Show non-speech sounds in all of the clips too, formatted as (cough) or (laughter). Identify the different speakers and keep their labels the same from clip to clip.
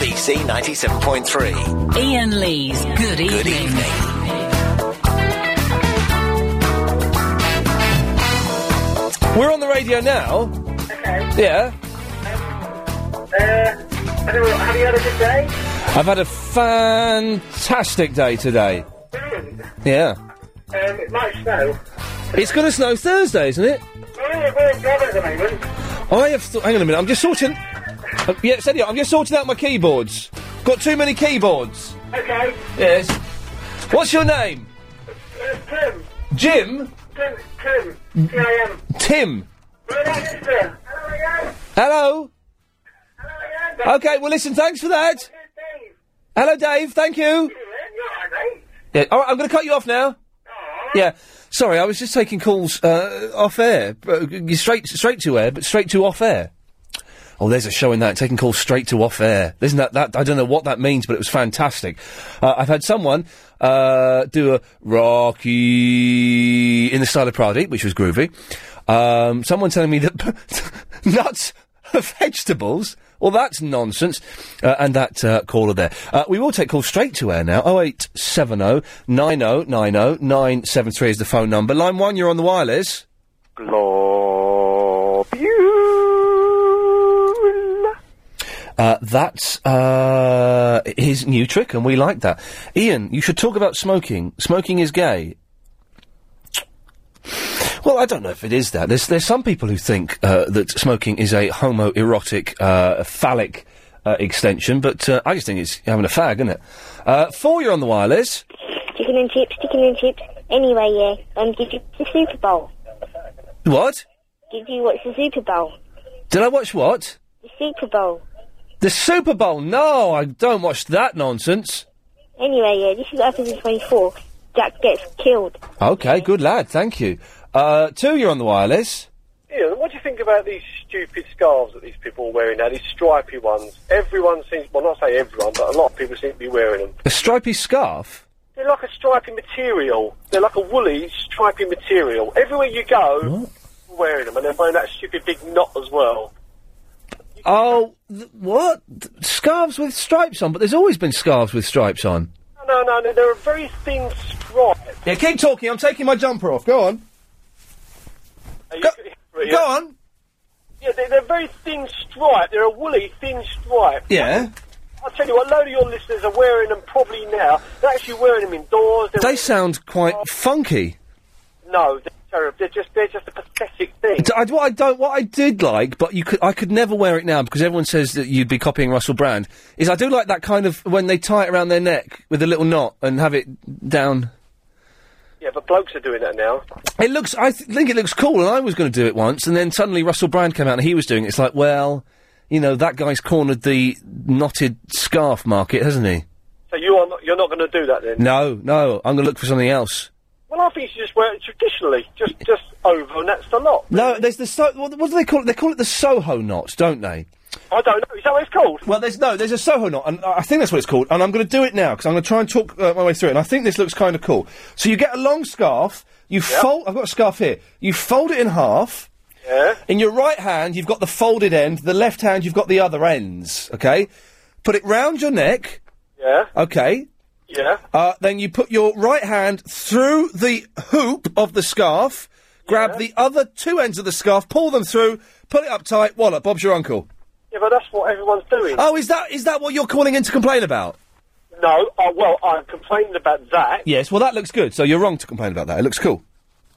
Speaker 1: BBC 97.3.
Speaker 2: Ian Lee's Good Evening.
Speaker 1: Good evening.
Speaker 3: We're on the radio now.
Speaker 4: Okay.
Speaker 3: Yeah.
Speaker 4: Uh, have you have you had a good day?
Speaker 3: I've had a fantastic day today.
Speaker 4: Brilliant.
Speaker 3: Yeah.
Speaker 4: Um, it might snow.
Speaker 3: It's going to snow Thursday, isn't it?
Speaker 4: We're, we're in Devon at the moment.
Speaker 3: I have. Th- hang on a minute. I'm just sorting. Uh, yeah, Celia, I'm just sorting out my keyboards. Got too many keyboards.
Speaker 4: Okay.
Speaker 3: Yes. What's your name?
Speaker 4: Uh, Tim.
Speaker 3: Jim?
Speaker 4: Tim. Tim. T-I-M.
Speaker 3: Tim.
Speaker 4: We're in Exeter. Hello again.
Speaker 3: Hello.
Speaker 4: Hello again.
Speaker 3: Okay. Well, listen. Thanks for that.
Speaker 4: Here's Dave.
Speaker 3: Hello, Dave. Thank you.
Speaker 4: You in? You all right, mate?
Speaker 3: Yeah. All right. I'm going to cut you off now. Yeah. Sorry, I was just taking calls uh, off air, Uh, g- straight straight to air, but straight to off air. Oh, there's a show in that taking calls straight to off air. Isn't that that? I don't know what that means, but it was fantastic. Uh, I've had someone uh, do a Rocky in the style of Pradi, which was groovy. Um, someone telling me that (laughs) nuts are vegetables. Well, that's nonsense. Uh, and that uh, caller there. Uh, we will take calls straight to air now. 0870 oh, 9090 973 is the phone number. Line one, you're on the wireless. Uh, that's uh, his new trick, and we like that. Ian, you should talk about smoking. Smoking is gay. Well, I don't know if it is that. There's there's some people who think uh, that smoking is a homoerotic, uh, phallic uh, extension, but uh, I just think it's having a fag, isn't it? Uh, four, you're on the wireless.
Speaker 5: Chicken and chips, chicken and chips. Anyway, yeah. Um, did you watch the Super Bowl?
Speaker 3: What?
Speaker 5: Did you watch the Super Bowl?
Speaker 3: Did I watch what?
Speaker 5: The Super Bowl.
Speaker 3: The Super Bowl? No, I don't watch that nonsense.
Speaker 5: Anyway, yeah. This is episode 24. Jack gets killed.
Speaker 3: Okay, good lad, thank you. Uh, two, you're on the wireless.
Speaker 6: Ian, what do you think about these stupid scarves that these people are wearing now? These stripy ones. Everyone seems, well, not say everyone, but a lot of people seem to be wearing them.
Speaker 3: A stripy scarf.
Speaker 6: They're like a stripy material. They're like a woolly stripy material. Everywhere you go, people wearing them, and they're wearing that stupid big knot as well.
Speaker 3: Oh, th- what? Th- Scarves with stripes on, but there's always been scarves with stripes on.
Speaker 6: No, no, no, they're a very thin stripe.
Speaker 3: Yeah, keep talking. I'm taking my jumper off. Go on.
Speaker 6: Go,
Speaker 3: Go on.
Speaker 6: Yeah, they're, they're very thin stripe. They're a woolly, thin stripe.
Speaker 3: Yeah.
Speaker 6: I'll tell you what, a load of your listeners are wearing them probably now. They're actually wearing them indoors. They're
Speaker 3: They sound quite funky.
Speaker 6: No, they're terrible. They're just, they're just a pathetic thing.
Speaker 3: D- I, what I don't, what I did like, but you could, I could never wear it now because everyone says that you'd be copying Russell Brand. Is I do like that kind of when they tie it around their neck with a little knot and have it down.
Speaker 6: Yeah, but blokes are doing that now.
Speaker 3: It looks, I th- think it looks cool, and I was going to do it once, and then suddenly Russell Brand came out and he was doing it. It's like, well, you know, that guy's cornered the knotted scarf market, hasn't he?
Speaker 6: So you are not, you're not going to do that then?
Speaker 3: No, no, I'm going to look for something else.
Speaker 6: Well, I think you should just wear it traditionally, just just over, and that's the lot.
Speaker 3: No, there's the so- what, what do they call it? They call it the Soho knot, don't they?
Speaker 6: I don't know. Is that what it's called?
Speaker 3: Well, there's no, there's a Soho knot, and I I think that's what it's called. And I'm going to do it now because I'm going to try and talk uh, my way through it. And I think this looks kind of cool. So you get a long scarf, you fold. I've got a scarf here. You fold it in half.
Speaker 6: Yeah.
Speaker 3: In your right hand, you've got the folded end. The left hand, you've got the other ends. Okay. Put it round your neck.
Speaker 6: Yeah.
Speaker 3: Okay.
Speaker 6: Yeah.
Speaker 3: Uh, then you put your right hand through the hoop of the scarf, grab the other two ends of the scarf, pull them through, pull it up tight, wallop, Bob's your uncle.
Speaker 6: Yeah, but that's what everyone's doing.
Speaker 3: Oh, is that is that what you're calling in to complain about?
Speaker 6: No, oh, well, I'm complaining about that.
Speaker 3: Yes, well, that looks good, so you're wrong to complain about that. It looks cool.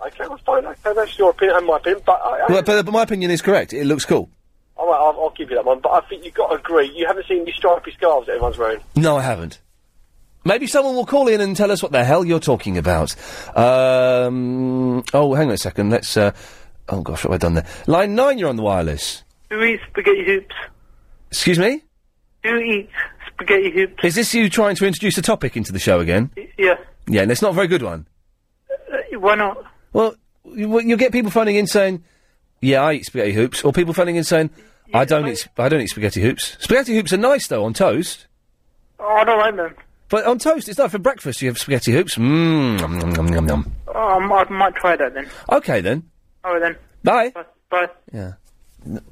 Speaker 6: Okay, well, fine. Okay, that's your opinion and my opinion, but I, I,
Speaker 3: Well, but, but my opinion is correct. It looks cool.
Speaker 6: all right, I'll, I'll give you that one. But I think you've got to agree. You haven't seen these stripy scarves that everyone's wearing.
Speaker 3: No, I haven't. Maybe someone will call in and tell us what the hell you're talking about. Um, oh, hang on a second. Let's. Uh, oh, gosh, what have I done there? Line 9, you're on the wireless.
Speaker 7: Who eats spaghetti hoops?
Speaker 3: Excuse me?
Speaker 7: Who eats spaghetti hoops?
Speaker 3: Is this you trying to introduce a topic into the show again?
Speaker 7: Yeah.
Speaker 3: Yeah, and it's not a very good one.
Speaker 7: Uh, why not?
Speaker 3: Well, you, well, you'll get people phoning in saying, "Yeah, I eat spaghetti hoops," or people phoning in saying, "I don't eat, sp- I don't eat spaghetti hoops." Spaghetti hoops are nice though on toast,
Speaker 7: Oh, I don't like them.
Speaker 3: but on toast it's like for breakfast you have spaghetti hoops. Mmm. nom, nom, nom, nom, nom.
Speaker 7: Oh, I might, I might try that then.
Speaker 3: Okay then.
Speaker 7: All right then.
Speaker 3: Bye.
Speaker 7: Bye. Bye.
Speaker 3: Yeah. N-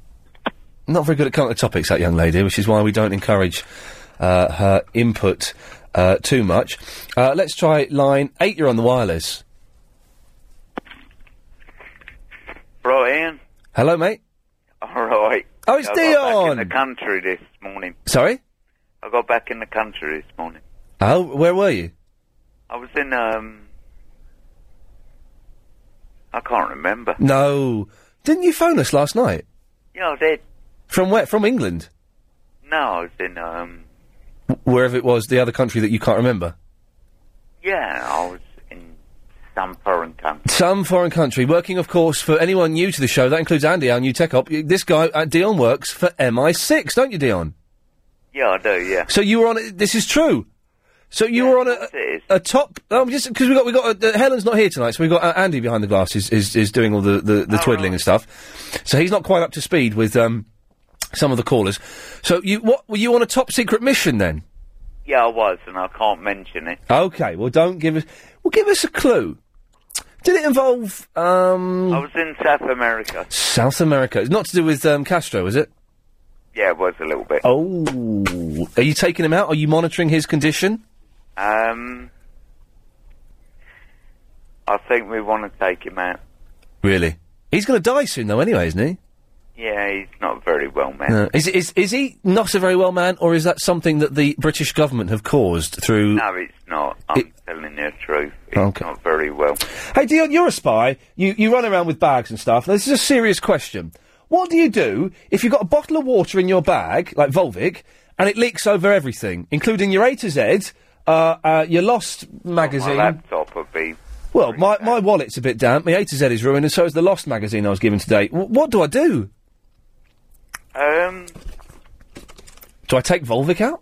Speaker 3: not very good at coming to topics, that young lady, which is why we don't encourage uh, her input uh, too much. Uh, let's try line eight. You're on the wireless.
Speaker 6: Right, Ian.
Speaker 3: Hello, mate.
Speaker 6: All right.
Speaker 3: Oh, it's
Speaker 6: I got
Speaker 3: Dion!
Speaker 6: back in the country this morning.
Speaker 3: Sorry.
Speaker 6: I got back in the country this morning.
Speaker 3: Oh, where were you?
Speaker 6: I was in um. I can't remember.
Speaker 3: No, didn't you phone us last night
Speaker 6: Yeah, I did.
Speaker 3: from where? From England,
Speaker 6: No, I was in um.
Speaker 3: W- wherever it was, the other country that you can't remember.
Speaker 6: Yeah, I was in some foreign country.
Speaker 3: Some foreign country, working, of course, for anyone new to the show. That includes Andy, our new tech op. Y- This guy, uh, Dion, works for MI6, don't you, Dion?
Speaker 6: Yeah, I do. Yeah.
Speaker 3: So you were on. A, this is true. So you were on a, a top. Um, just because we got we got uh, Helen's not here tonight, so we have got uh, Andy behind the glass is is, is doing all the the,
Speaker 6: Oh,
Speaker 3: the twiddling and stuff. So he's not quite up to speed with um some of the callers. So you what were you on a top secret mission then?
Speaker 6: Yeah, I was, and I can't mention it.
Speaker 3: Okay, well don't give us well give us a clue. Did it involve um
Speaker 6: I was in South America.
Speaker 3: South America? It's not to do with um, Castro, is it?
Speaker 6: Yeah, it was a little bit.
Speaker 3: Oh, are you taking him out? Are you monitoring his condition?
Speaker 6: Um. I think we want to take him out.
Speaker 3: Really? He's going to die soon, though. Anyway, isn't he?
Speaker 6: Yeah, he's not very well, man.
Speaker 3: No. Is, is, is he not a very well man, or is that something that the British government have caused through.
Speaker 6: No, it's not. I'm telling you the truth. It's not very well.
Speaker 3: Hey, Dion, you're a spy. You, you run around with bags and stuff. This is a serious question. What do you do if you've got a bottle of water in your bag, like Volvic, and it leaks over everything, including your A to Z, uh, uh, your lost
Speaker 6: My
Speaker 3: magazine?
Speaker 6: laptop would be.
Speaker 3: well, my, my wallet's a bit damp, my A to Z is ruined, and so is the lost magazine I was given today. W- what do I do?
Speaker 6: Um.
Speaker 3: Do I take Volvic out?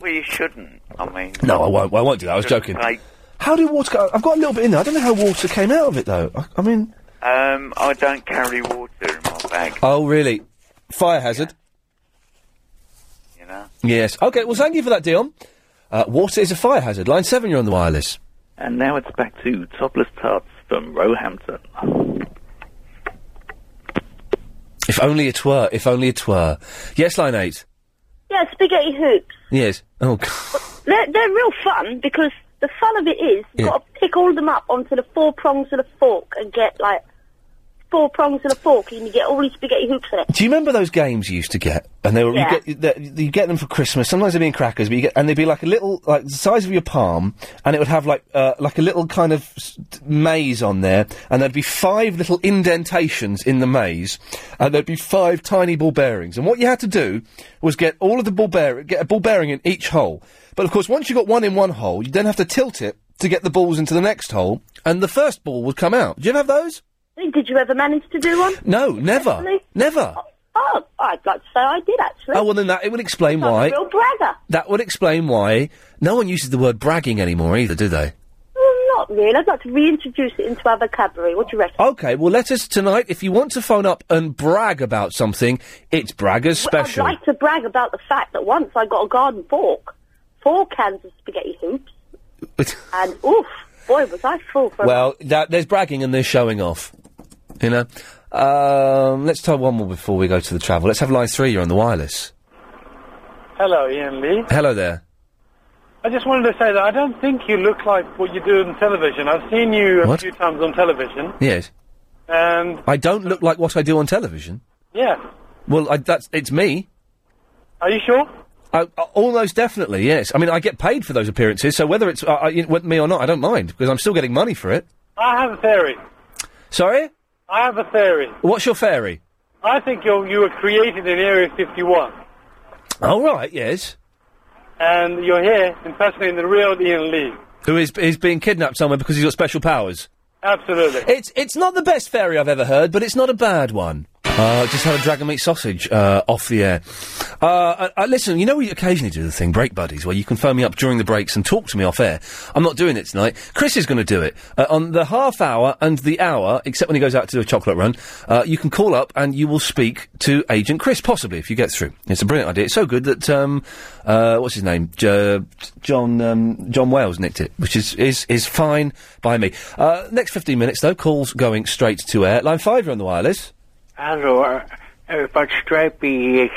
Speaker 6: Well, you shouldn't. I mean.
Speaker 3: No, I won't. I won't do that. I was joking.
Speaker 6: Like,
Speaker 3: How did water go? I've got a little bit in there. I don't know how water came out of it, though. I, I mean.
Speaker 6: um, I don't carry water in my bag.
Speaker 3: Oh, really? Fire hazard?
Speaker 6: You know.
Speaker 3: Yes. Okay, well, thank you for that, Dion. Uh, water is a fire hazard. Line 7, you're on the wireless.
Speaker 8: And now it's back to Topless Tarts from Roehampton.
Speaker 3: If only it were, if only it were. Yes, line 8.
Speaker 9: Yeah, spaghetti hoops.
Speaker 3: Yes. Oh, God.
Speaker 9: They're, they're real fun because the fun of it is you've got to pick all of them up onto the four prongs of the fork and get like four prongs of the fork and you get all these spaghetti hoops in it.
Speaker 3: Do you remember those games you used to get? And they were
Speaker 9: Yeah.
Speaker 3: you, get, you- they, you get them for Christmas. Sometimes they'd be in crackers, but you get and they'd be like a little, like the size of your palm, and it would have like uh, like a little kind of s- t- maze on there, and there'd be five little indentations in the maze, and there'd be five tiny ball bearings. And what you had to do was get all of the ball bear get a ball bearing in each hole. But of course, once you got one in one hole, you then have to tilt it to get the balls into the next hole, and the first ball would come out. Do you ever have those?
Speaker 9: Did you ever manage to do one?
Speaker 3: No, never,
Speaker 9: Really?
Speaker 3: never.
Speaker 9: Oh, I'd like to say I did actually.
Speaker 3: Oh well, then that it would explain
Speaker 9: I'm
Speaker 3: why.
Speaker 9: a real bragger.
Speaker 3: That would explain why no one uses the word bragging anymore either, do they?
Speaker 9: Well, not really. I'd like to reintroduce it into our vocabulary. What do you reckon?
Speaker 3: Okay, well, let us tonight, if you want to phone up and brag about something, it's Braggers Special.
Speaker 9: I'd like to brag about the fact that once I got a garden fork, four cans of spaghetti
Speaker 3: (laughs)
Speaker 9: hoops, and oof, boy was I full for
Speaker 3: Well, that, there's bragging and there's showing off. You know? Um, let's try one more before we go to the travel. Let's have line three, you're on the wireless.
Speaker 10: Hello, Ian Lee.
Speaker 3: Hello there.
Speaker 10: I just wanted to say that I don't think you look like what you do on television. I've seen you a
Speaker 3: What?
Speaker 10: few times on television,
Speaker 3: Yes.
Speaker 10: and
Speaker 3: I don't look like what I do on television.
Speaker 10: yeah,
Speaker 3: Well, I, that's, it's me.
Speaker 10: Are you sure?
Speaker 3: Uh, uh, almost definitely, yes. I mean, I get paid for those appearances, so whether it's uh, uh, you- with me or not, I don't mind, because I'm still getting money for it.
Speaker 10: I have a theory.
Speaker 3: Sorry?
Speaker 10: I have a theory.
Speaker 3: What's your fairy?
Speaker 10: I think you you were created in Area 51,
Speaker 3: Oh, right, yes.
Speaker 10: and you're here impersonating the real Ian Lee.
Speaker 3: Who is is being kidnapped somewhere because he's got special powers.
Speaker 10: Uh, Absolutely.
Speaker 3: It's it's not the best fairy I've ever heard, but it's not a bad one. Uh, just had a dragon meat sausage uh, off the air. Uh, uh, uh, listen, you know we occasionally do the thing, break buddies, where you can phone me up during the breaks and talk to me off air. I'm not doing it tonight. Chris is going to do it uh, on the half hour and the hour, except when he goes out to do a chocolate run. Uh, you can call up and you will speak to Agent Chris, possibly if you get through. It's a brilliant idea. It's so good that um, uh, what's his name, J- John um, John Wales nicked it, which is is is fine by me. Uh, next fifteen minutes though, calls going straight to air. Line five, you're on the wireless.
Speaker 11: Hello, uh, uh, but Stripey is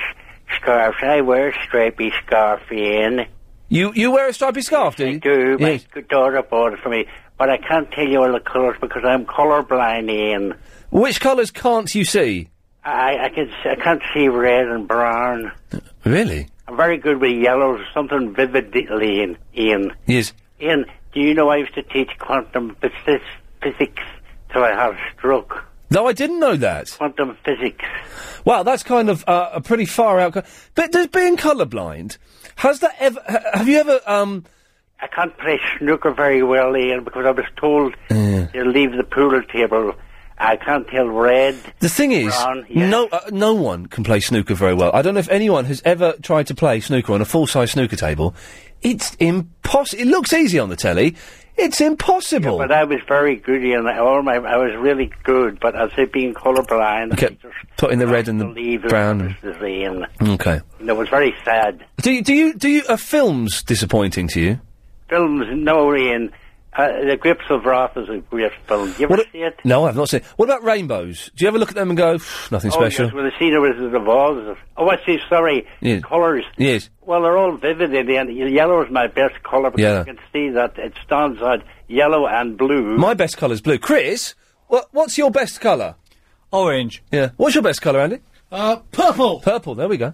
Speaker 11: scarves. I wear a stripy scarf, Ian.
Speaker 3: You you wear a stripy scarf, do you? I
Speaker 11: do. My good daughter bought it for me, but I can't tell you all the colours because I'm colourblind, Ian.
Speaker 3: Which colours can't you see?
Speaker 11: I, I can s- I can't see red and brown.
Speaker 3: Really?
Speaker 11: I'm very good with yellows, something vividly, Ian. Ian.
Speaker 3: Yes.
Speaker 11: Ian, do you know I used to teach quantum physis- physics till I had a stroke?
Speaker 3: No, I didn't know that.
Speaker 11: Quantum physics.
Speaker 3: Wow, that's kind of uh, a pretty far out. Co- but does being colourblind has that ever? ha- have you ever? Um,
Speaker 11: I can't play snooker very well, Ian, because I was
Speaker 3: (laughs)
Speaker 11: told
Speaker 12: Eh.
Speaker 11: to leave the pool table. I can't tell red.
Speaker 3: The thing is,
Speaker 11: brown,
Speaker 3: no, uh, no one can play snooker very well. I don't know if anyone has ever tried to play snooker on a full-size snooker table. It's impossible. It looks easy on the telly. It's impossible.
Speaker 11: But I was very good, Ian. I- All my, I was really good, but as I said, being colourblind,
Speaker 3: okay, put in the red and the
Speaker 11: believe it
Speaker 3: brown.
Speaker 11: was the same.
Speaker 3: Okay.
Speaker 11: And it was very sad.
Speaker 3: Do you do you do you are films disappointing to you?
Speaker 11: Films, no, Ian. Uh, the Grips of Wrath is a great film. You ever see it?
Speaker 3: No, I've not seen. What about rainbows? Do you ever (sighs) look at them and go, "Phew, nothing
Speaker 11: Oh,
Speaker 3: special?
Speaker 11: yes, well, the scene was it evolves. Oh, I see, sorry.
Speaker 3: Yes.
Speaker 11: Colours.
Speaker 3: Yes.
Speaker 11: Well, they're all vivid in the end. Yellow is my best colour because
Speaker 3: Yeah.
Speaker 11: you can see that it stands out yellow and blue.
Speaker 3: My best colour's blue. Chris, what, what's your best colour?
Speaker 13: Orange.
Speaker 3: Yeah. What's your best colour, Andy?
Speaker 13: Uh, purple.
Speaker 3: Purple. There we go.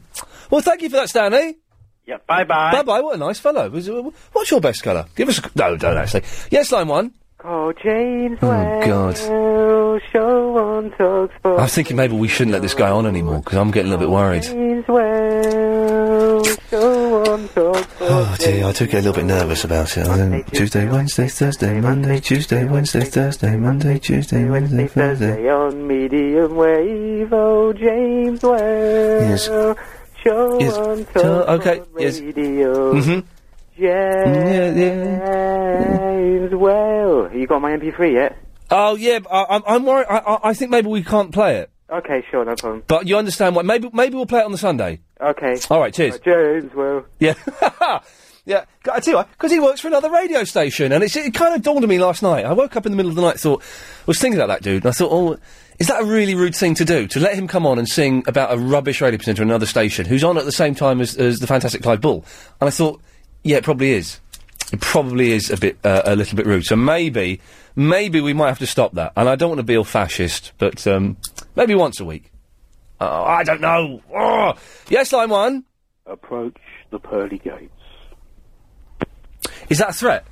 Speaker 3: Well, thank you for that, Stanley.
Speaker 11: Yeah. Bye bye.
Speaker 3: Bye bye. What a nice fellow. Was- uh, What's your best colour? Give us. A, no, don't actually. Yes, line one.
Speaker 14: Oh, James
Speaker 3: Oh, God.
Speaker 14: Whale, show on
Speaker 3: I
Speaker 14: Talksport.
Speaker 3: was thinking maybe we shouldn't let this guy on anymore because I'm getting a little bit worried.
Speaker 14: James Whale, show on Talksport.
Speaker 3: Oh dear, I do get a little bit nervous about it. I don't- Tuesday, Wednesday, Thursday, Monday, Tuesday, Wednesday, Thursday, Monday, Tuesday, Wednesday, Thursday.
Speaker 14: Stay on medium wave, oh, James Whale,
Speaker 3: Yes.
Speaker 14: show
Speaker 3: Yes. Uh,
Speaker 14: on Talksport
Speaker 3: okay. Yes. Mm,
Speaker 14: radio.
Speaker 3: Mhm.
Speaker 14: James Whale. You got my MP3 yet?
Speaker 3: Oh yeah, but I, I'm, I'm worried. I, I- I think maybe we can't play it.
Speaker 14: Okay, sure, no problem.
Speaker 3: But you understand what? Maybe maybe we'll play it on the Sunday.
Speaker 14: Okay.
Speaker 3: All right,
Speaker 15: Uh,
Speaker 3: cheers.
Speaker 14: James Whale.
Speaker 3: Yeah. (laughs) yeah. I tell you why, because he works for another radio station, and it's, it kind of dawned on me last night. I woke up in the middle of the night, thought, was thinking about that dude, and I thought, oh, is that a really rude thing to do? To let him come on and sing about a rubbish radio presenter on another station who's on at the same time as, as the fantastic Clyde Bull? And I thought, yeah, it probably is. It probably is a bit, uh, a little bit rude. So maybe, maybe we might have to stop that. And I don't want to be all fascist, but um, maybe once a week. Oh, I don't know. Oh. Yes, line one.
Speaker 16: Approach the pearly gates.
Speaker 3: Is that a threat?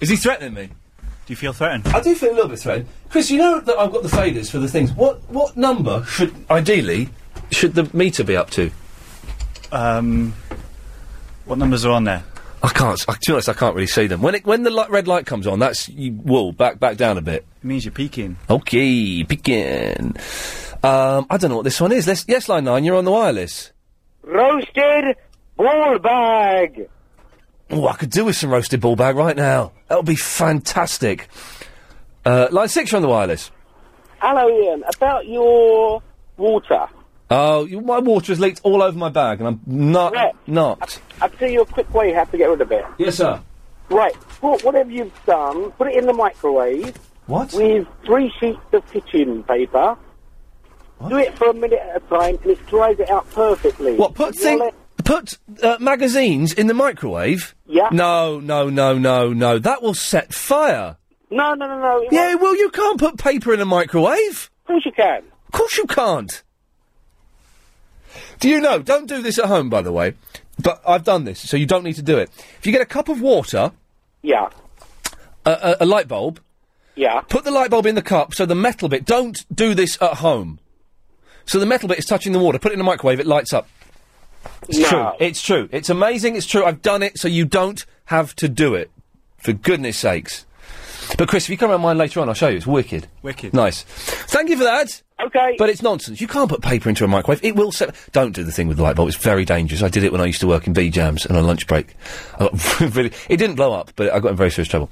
Speaker 3: Is he threatening me?
Speaker 13: Do you feel threatened?
Speaker 3: I do feel a little bit threatened. Chris, you know that I've got the faders for the things. What what number should ideally should the meter be up to?
Speaker 13: Um, what numbers are on there?
Speaker 3: I can't. I, to be honest, I can't really see them. When it when the light, red light comes on, that's you, whoa, back back down a bit.
Speaker 13: It means you're peeking.
Speaker 3: Okay, begin. Um, I don't know what this one is. Let's, yes, line nine. You're on the wireless.
Speaker 9: Roasted ball bag.
Speaker 3: Oh, I could do with some roasted ball bag right now. That would be fantastic. Uh, line six. You're on the wireless.
Speaker 9: Hello, Ian. About your water.
Speaker 3: Oh, you my water has leaked all over my bag, and I'm not not.
Speaker 9: I'll tell you a quick way you have to get rid of it.
Speaker 3: Yes, sir.
Speaker 9: Right. Put whatever you've done, put it in the microwave.
Speaker 3: What?
Speaker 9: With three sheets of kitchen paper. Do it for a minute at a time, and it dries it out perfectly.
Speaker 3: What put
Speaker 9: You'll
Speaker 3: thing, put uh, magazines in the microwave?
Speaker 9: Yeah.
Speaker 3: No, no, no, no, no. That will set fire.
Speaker 9: No, no, no, no.
Speaker 3: Yeah, well, you can't put paper in a microwave.
Speaker 9: Of course you can.
Speaker 3: Of course you can't. Do you know? Don't do this at home, by the way. But I've done this, so you don't need to do it. If you get a cup of water,
Speaker 9: yeah,
Speaker 3: a, a, a light bulb,
Speaker 9: yeah,
Speaker 3: put the light bulb in the cup so the metal bit. Don't do this at home. So the metal bit is touching the water. Put it in the microwave. It lights up. It's true. It's true. It's amazing. It's true. I've done it, so you don't have to do it. For goodness sakes. But Chris, if you come around mine later on, I'll show you. It's wicked.
Speaker 13: Wicked.
Speaker 3: Nice. Thank you for that.
Speaker 9: Okay.
Speaker 3: But it's nonsense. You can't put paper into a microwave. It will set. Don't do the thing with the light bulb. It's very dangerous. I did it when I used to work in B jams and on lunch break. (laughs) I got really. It didn't blow up, but I got in very serious trouble.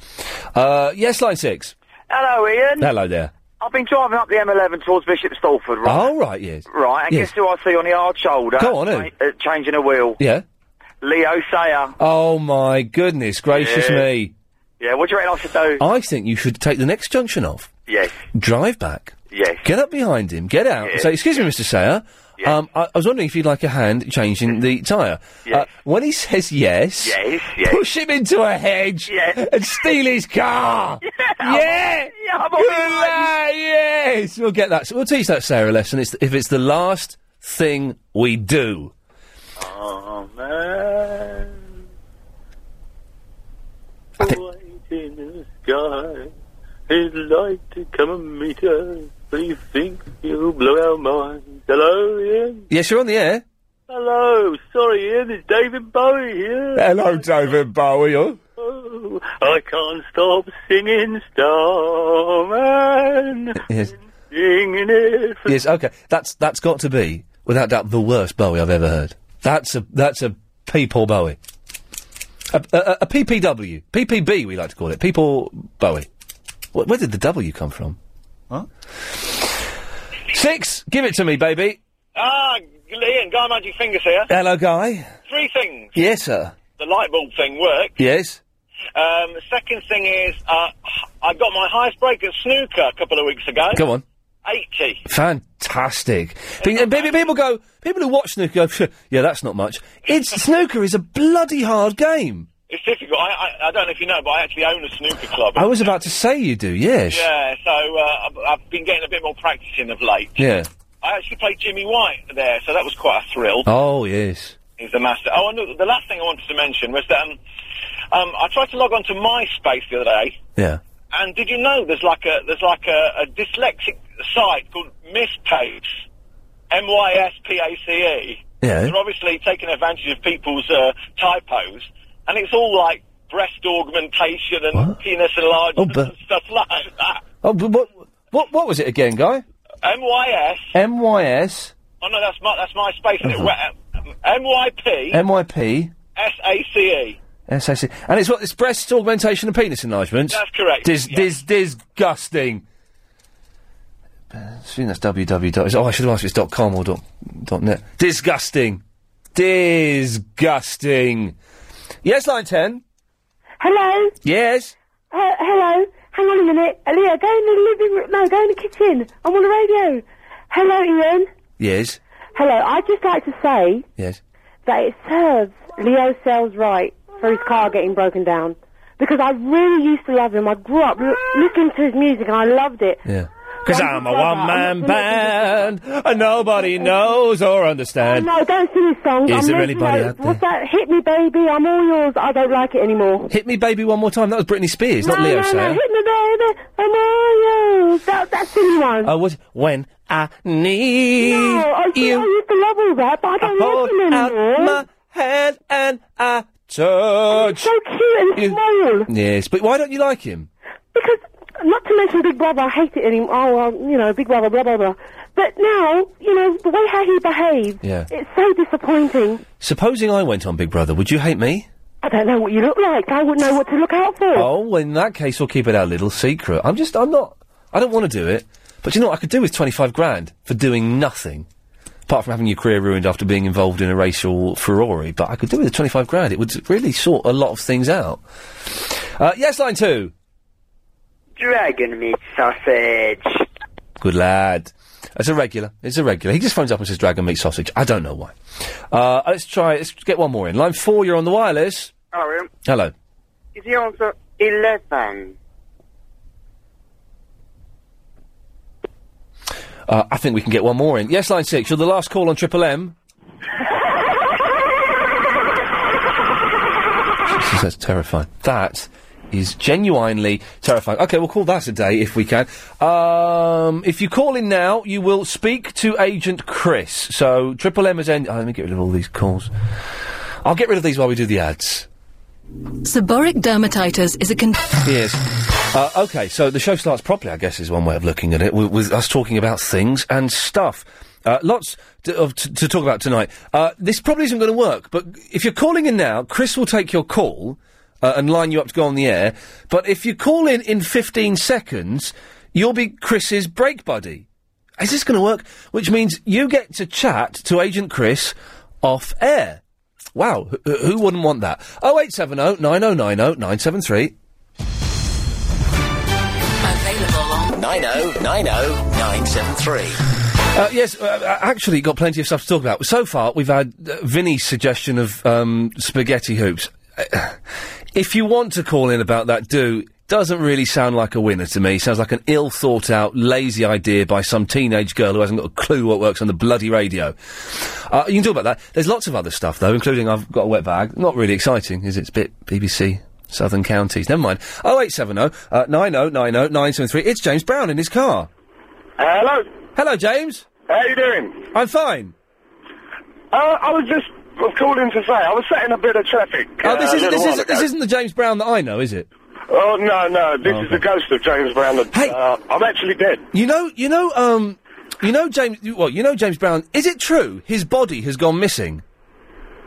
Speaker 3: Uh, yes, line six.
Speaker 17: Hello, Ian.
Speaker 3: Hello there.
Speaker 17: I've been driving up the M11 towards Bishop Stalford, right?
Speaker 3: All Oh, right. Yes.
Speaker 17: Right, and
Speaker 3: Yes.
Speaker 17: guess who I see on the hard shoulder?
Speaker 3: Go on, who?
Speaker 17: Uh, changing a wheel.
Speaker 3: Yeah.
Speaker 17: Leo Sayer.
Speaker 3: Oh my goodness gracious
Speaker 17: Yeah.
Speaker 3: me!
Speaker 17: Yeah, what do you reckon I should do?
Speaker 3: I think you should take the next junction off.
Speaker 17: Yes,
Speaker 3: drive back,
Speaker 17: yes.
Speaker 3: get up behind him, get out, and say, "Excuse me, Mr. Sayer, Um, I, I was wondering if you'd like a hand changing the tyre. Uh, when he says yes, (laughs)
Speaker 18: Yes, yes.
Speaker 3: push him into a hedge and steal his
Speaker 9: (laughs)
Speaker 3: car. Yeah!
Speaker 18: Yeah, I'm
Speaker 3: Good lad, yes! We'll get that. So we'll teach that Sarah a lesson. It's if it's the last thing we do.
Speaker 18: Oh, man.
Speaker 10: in the sky. He'd like to come and meet us, but he thinks he'll blow our minds. Hello, Ian.
Speaker 3: Yes, you're on the air.
Speaker 10: Hello. Sorry, Ian. It's David Bowie here.
Speaker 3: Hello, David Bowie. Oh.
Speaker 10: Oh, I can't stop singing Starman.
Speaker 3: Yes.
Speaker 10: Singing it.
Speaker 3: Yes, okay. That's that's got to be, without doubt, the worst Bowie I've ever heard. That's a that's a people Bowie. A, a, a PPW, PPB, we like to call it. People Bowie. Wh- Where did the W come from?
Speaker 19: What?
Speaker 3: Six. Give it to me, baby.
Speaker 20: Ah, Ian, Guy Magic Fingers here.
Speaker 3: Hello, guy.
Speaker 20: Three things.
Speaker 3: Yes, sir.
Speaker 20: The light bulb thing worked.
Speaker 3: Yes.
Speaker 20: Um, second thing is, uh, I got my highest break at snooker a couple of weeks ago.
Speaker 3: Go on.
Speaker 20: 80.
Speaker 3: Fantastic. Be- and baby, people go. People who watch snooker go. Yeah, that's not much. It's snooker is a bloody hard game.
Speaker 20: It's difficult. I, I, I don't know if you know, but I actually own a snooker club.
Speaker 3: I was about to say you do. Yes.
Speaker 20: Yeah, so uh, I've- I've been getting a bit more practicing of late.
Speaker 3: Yeah.
Speaker 20: I actually played Jimmy White there, so that was quite a thrill.
Speaker 3: Oh yes.
Speaker 20: He's the master. Oh, and the- the last thing I wanted to mention was that um, um, I tried to log on to MySpace the other day.
Speaker 3: Yeah.
Speaker 20: And did you know there's like a there's like a, a dyslexic site called Mispace, M Y S P A C E.
Speaker 18: Yeah.
Speaker 20: They're obviously taking advantage of people's uh, typos, and it's all like breast augmentation and penis enlargement
Speaker 3: but-
Speaker 20: and stuff like that.
Speaker 3: Oh, but what what what was it again, guy?
Speaker 20: M Y S.
Speaker 3: M Y S
Speaker 20: Oh no, that's my that's MySpace. isn't it? Well, M Y P
Speaker 3: M Y P
Speaker 20: S A C E.
Speaker 3: S A C, and it's what it's breast augmentation and penis enlargement.
Speaker 20: That's correct,
Speaker 3: Dis,
Speaker 20: yeah.
Speaker 3: dis, disgusting. I think that's www. dot- Oh, I should have asked if it's dot com or dot, dot net. Disgusting, disgusting. Yes, line ten.
Speaker 9: Hello?
Speaker 3: Yes.
Speaker 9: Uh, hello? Hang on a minute. Uh, Leah, go in the living room. No, go in the kitchen. I'm on the radio. Hello, Ian.
Speaker 3: Yes.
Speaker 9: Hello. I'd just like to say
Speaker 3: Yes.
Speaker 9: that it serves Leo Sales right for his car getting broken down. Because I really used to love him. I grew up l- listening to his music and I loved it.
Speaker 3: Yeah. Because I'm
Speaker 9: Don't
Speaker 3: a
Speaker 9: do that.
Speaker 3: one man
Speaker 9: I'm not
Speaker 3: band, and nobody knows or understands.
Speaker 9: no, don't sing his songs.
Speaker 3: Is
Speaker 9: I'm
Speaker 3: there
Speaker 9: losing
Speaker 3: anybody
Speaker 9: those-
Speaker 3: out there?
Speaker 9: What's that? Hit me, baby. I'm all yours. I don't like it anymore.
Speaker 3: Hit me, baby, one more time. That was Britney Spears, not
Speaker 9: no,
Speaker 3: Leo
Speaker 9: no,
Speaker 3: Sayer.
Speaker 9: no. Hit me, baby. I'm all yours. That, that's the new one.
Speaker 3: I was when I need
Speaker 9: No, I, see-
Speaker 3: you.
Speaker 9: I used to love all that, but I don't
Speaker 3: hold
Speaker 9: love them
Speaker 3: out
Speaker 9: anymore.
Speaker 3: my hand and I touch.
Speaker 9: so cute and small.
Speaker 3: Yes, but why don't you like him?
Speaker 9: Not to mention Big Brother, I hate it anymore. Oh, well, you know, Big Brother, blah, blah, blah. But now, you know, the way how he behaved,
Speaker 3: Yeah.
Speaker 9: it's so disappointing.
Speaker 3: Supposing I went on Big Brother, would you hate me?
Speaker 9: I don't know what you look like. I wouldn't know what to look out for.
Speaker 3: Oh, well, in that case, we'll keep it our little secret. I'm just, I'm not, I don't want to do it. But you know what I could do with 25 grand for doing nothing? Apart from having your career ruined after being involved in a racial furore, but I could do with the 25 grand. It would really sort a lot of things out. Uh, yes, line two.
Speaker 21: Dragon meat sausage.
Speaker 3: Good lad. It's a regular. It's a regular. He just phones up and says dragon meat sausage. I don't know why. Uh, let's try. Let's get one more in. Line four. You're on the wireless.
Speaker 21: Hello, Ian.
Speaker 3: Hello.
Speaker 21: Is he also 11?
Speaker 3: Uh, I think we can get one more in. Yes, line six. You're the last call on Triple M. Jesus, that's terrifying. That is genuinely terrifying. Okay, we'll call that a day if we can. Um, if you call in now, you will speak to Agent Chris. So Triple M has ended. Oh, let me get rid of all these calls. I'll get rid of these while we do the ads.
Speaker 1: Seborrheic dermatitis is a con-
Speaker 3: Yes. Uh, okay, so the show starts properly, I guess, is one way of looking at it, with, with us talking about things and stuff. Uh, lots to, of, to, to talk about tonight. Uh, this probably isn't going to work, but if you're calling in now, Chris will take your call uh, and line you up to go on the air. But if you call in in 15 seconds, you'll be Chris's break buddy. Is this going to work? Which means you get to chat to Agent Chris off air. Wow, wh- wh- who wouldn't want that? 0870 9090 973.
Speaker 1: available on
Speaker 22: 9090973.
Speaker 3: Uh, yes, uh, actually, got plenty of stuff to talk about. So far, we've had uh, Vinny's suggestion of um, spaghetti hoops. Uh, if you want to call in about that, do. Doesn't really sound like a winner to me. Sounds like an ill thought out, lazy idea by some teenage girl who hasn't got a clue what works on the bloody radio. Uh, you can talk about that. There's lots of other stuff though, including I've got a wet bag. Not really exciting, is it? It's a bit BBC Southern Counties. Never mind. 0870 uh, 9090 973. It's James Brown in his car.
Speaker 23: Hello.
Speaker 3: Hello, James.
Speaker 23: How you doing?
Speaker 3: I'm fine.
Speaker 23: Uh, I was just calling to say I was sat in a bit of traffic.
Speaker 3: oh, this,
Speaker 23: uh, a
Speaker 3: is,
Speaker 23: little
Speaker 3: this,
Speaker 23: while
Speaker 3: is,
Speaker 23: ago.
Speaker 3: this isn't the James Brown that I know, is it?
Speaker 23: Oh no, no, this is the ghost of James Brown. That, hey, uh, I'm actually dead.
Speaker 3: You know, you know, um, you know James. you- Well, you know James Brown. Is it true his body has gone missing?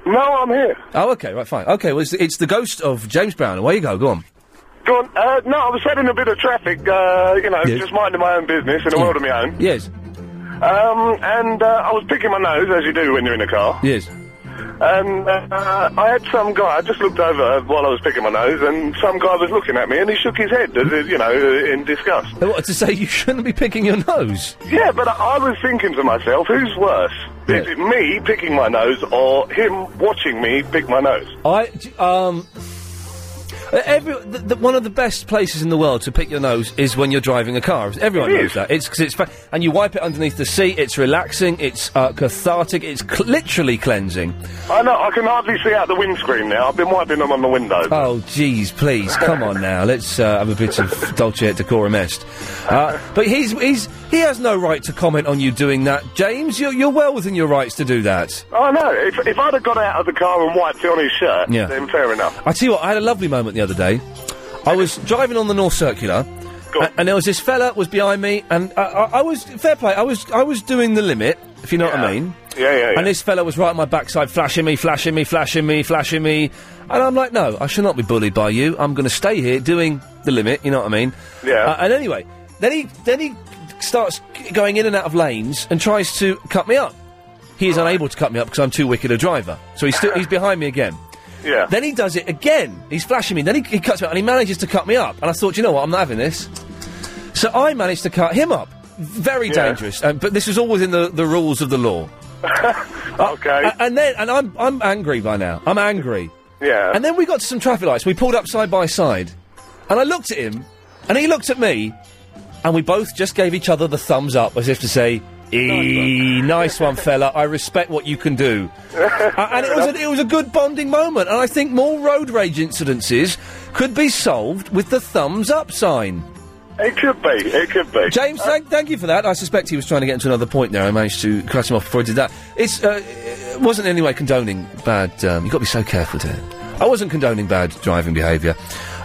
Speaker 23: No, I'm here.
Speaker 3: Oh, okay, right, fine. Okay, well, it's, it's the ghost of James Brown. Away you go. Go on.
Speaker 23: Go on. Uh, no, I was sat in a bit of traffic. Uh, you know, just minding my own business in a world of my own.
Speaker 3: Yes.
Speaker 23: Um, and uh, I was picking my nose as you do when you're in a car.
Speaker 3: Yes.
Speaker 23: And uh, I had some guy. I just looked over while I was picking my nose, and some guy was looking at me, and he shook his head, as if, you know, in disgust.
Speaker 3: Uh, What to say? You (laughs) shouldn't be picking your nose.
Speaker 23: Yeah, but I I was thinking to myself, who's worse? Is it me picking my nose or him watching me pick my nose?
Speaker 3: I d- um. uh, Every, the, the, one of the best places in the world to pick your nose is when you're driving a car. Everyone
Speaker 23: It
Speaker 3: knows
Speaker 23: is.
Speaker 3: that. It's 'cause it's fa- and you wipe it underneath the seat. It's relaxing. It's uh, cathartic. It's cl- literally cleansing.
Speaker 23: I know, I can hardly see out the windscreen now. I've been wiping them on the windows.
Speaker 3: Oh, jeez, please, come on now. Let's uh, have a bit of (laughs) Dolce et Decorum Est. Uh, but he's, he's, he has no right to comment on you doing that, James. You're, you're well within your rights to do that.
Speaker 23: I know. Oh, If, if I'd have got out of the car and wiped it on his shirt,
Speaker 3: Yeah.
Speaker 23: then fair enough.
Speaker 3: I tell you what, I had a lovely moment the other day. I was driving on the North Circular, a- and there was this fella was behind me, and I, I, I was fair play. I was I was doing the limit, if you know what I mean.
Speaker 23: Yeah, yeah, yeah.
Speaker 3: And this fella was right on my backside, flashing me, flashing me, flashing me, flashing me, and I'm like, no, I shall not be bullied by you. I'm going to stay here doing the limit. You know what I mean?
Speaker 23: Yeah.
Speaker 3: Uh, and anyway, then he then he starts g- going in and out of lanes and tries to cut me up. He is unable to cut me up because I'm too wicked a driver. So he's still he's behind me again.
Speaker 23: Yeah.
Speaker 3: Then he does it again. He's flashing me. Then he, he cuts me up, and he manages to cut me up. And I thought, you know what? I'm not having this. So I managed to cut him up. Very
Speaker 23: Yeah.
Speaker 3: dangerous. Um, but this was all within the, the rules of the law.
Speaker 23: (laughs) okay.
Speaker 3: and then, and I'm I'm angry by now. I'm angry.
Speaker 23: Yeah.
Speaker 3: And then we got to some traffic lights. We pulled up side by side, and I looked at him, and he looked at me, and we both just gave each other the thumbs up as if to say, "Eee, nice one, fella. I respect what you can (laughs) do." A- and it was a, it was a good bonding moment. And I think more road rage incidences could be solved with the thumbs up sign.
Speaker 23: It could be. It could be.
Speaker 3: James, thank, thank you for that. I suspect he was trying to get into another point there. I managed to cut him off before I did that. It's uh, it wasn't in any way condoning bad. Um, you got to be so careful there. I wasn't condoning bad driving behaviour.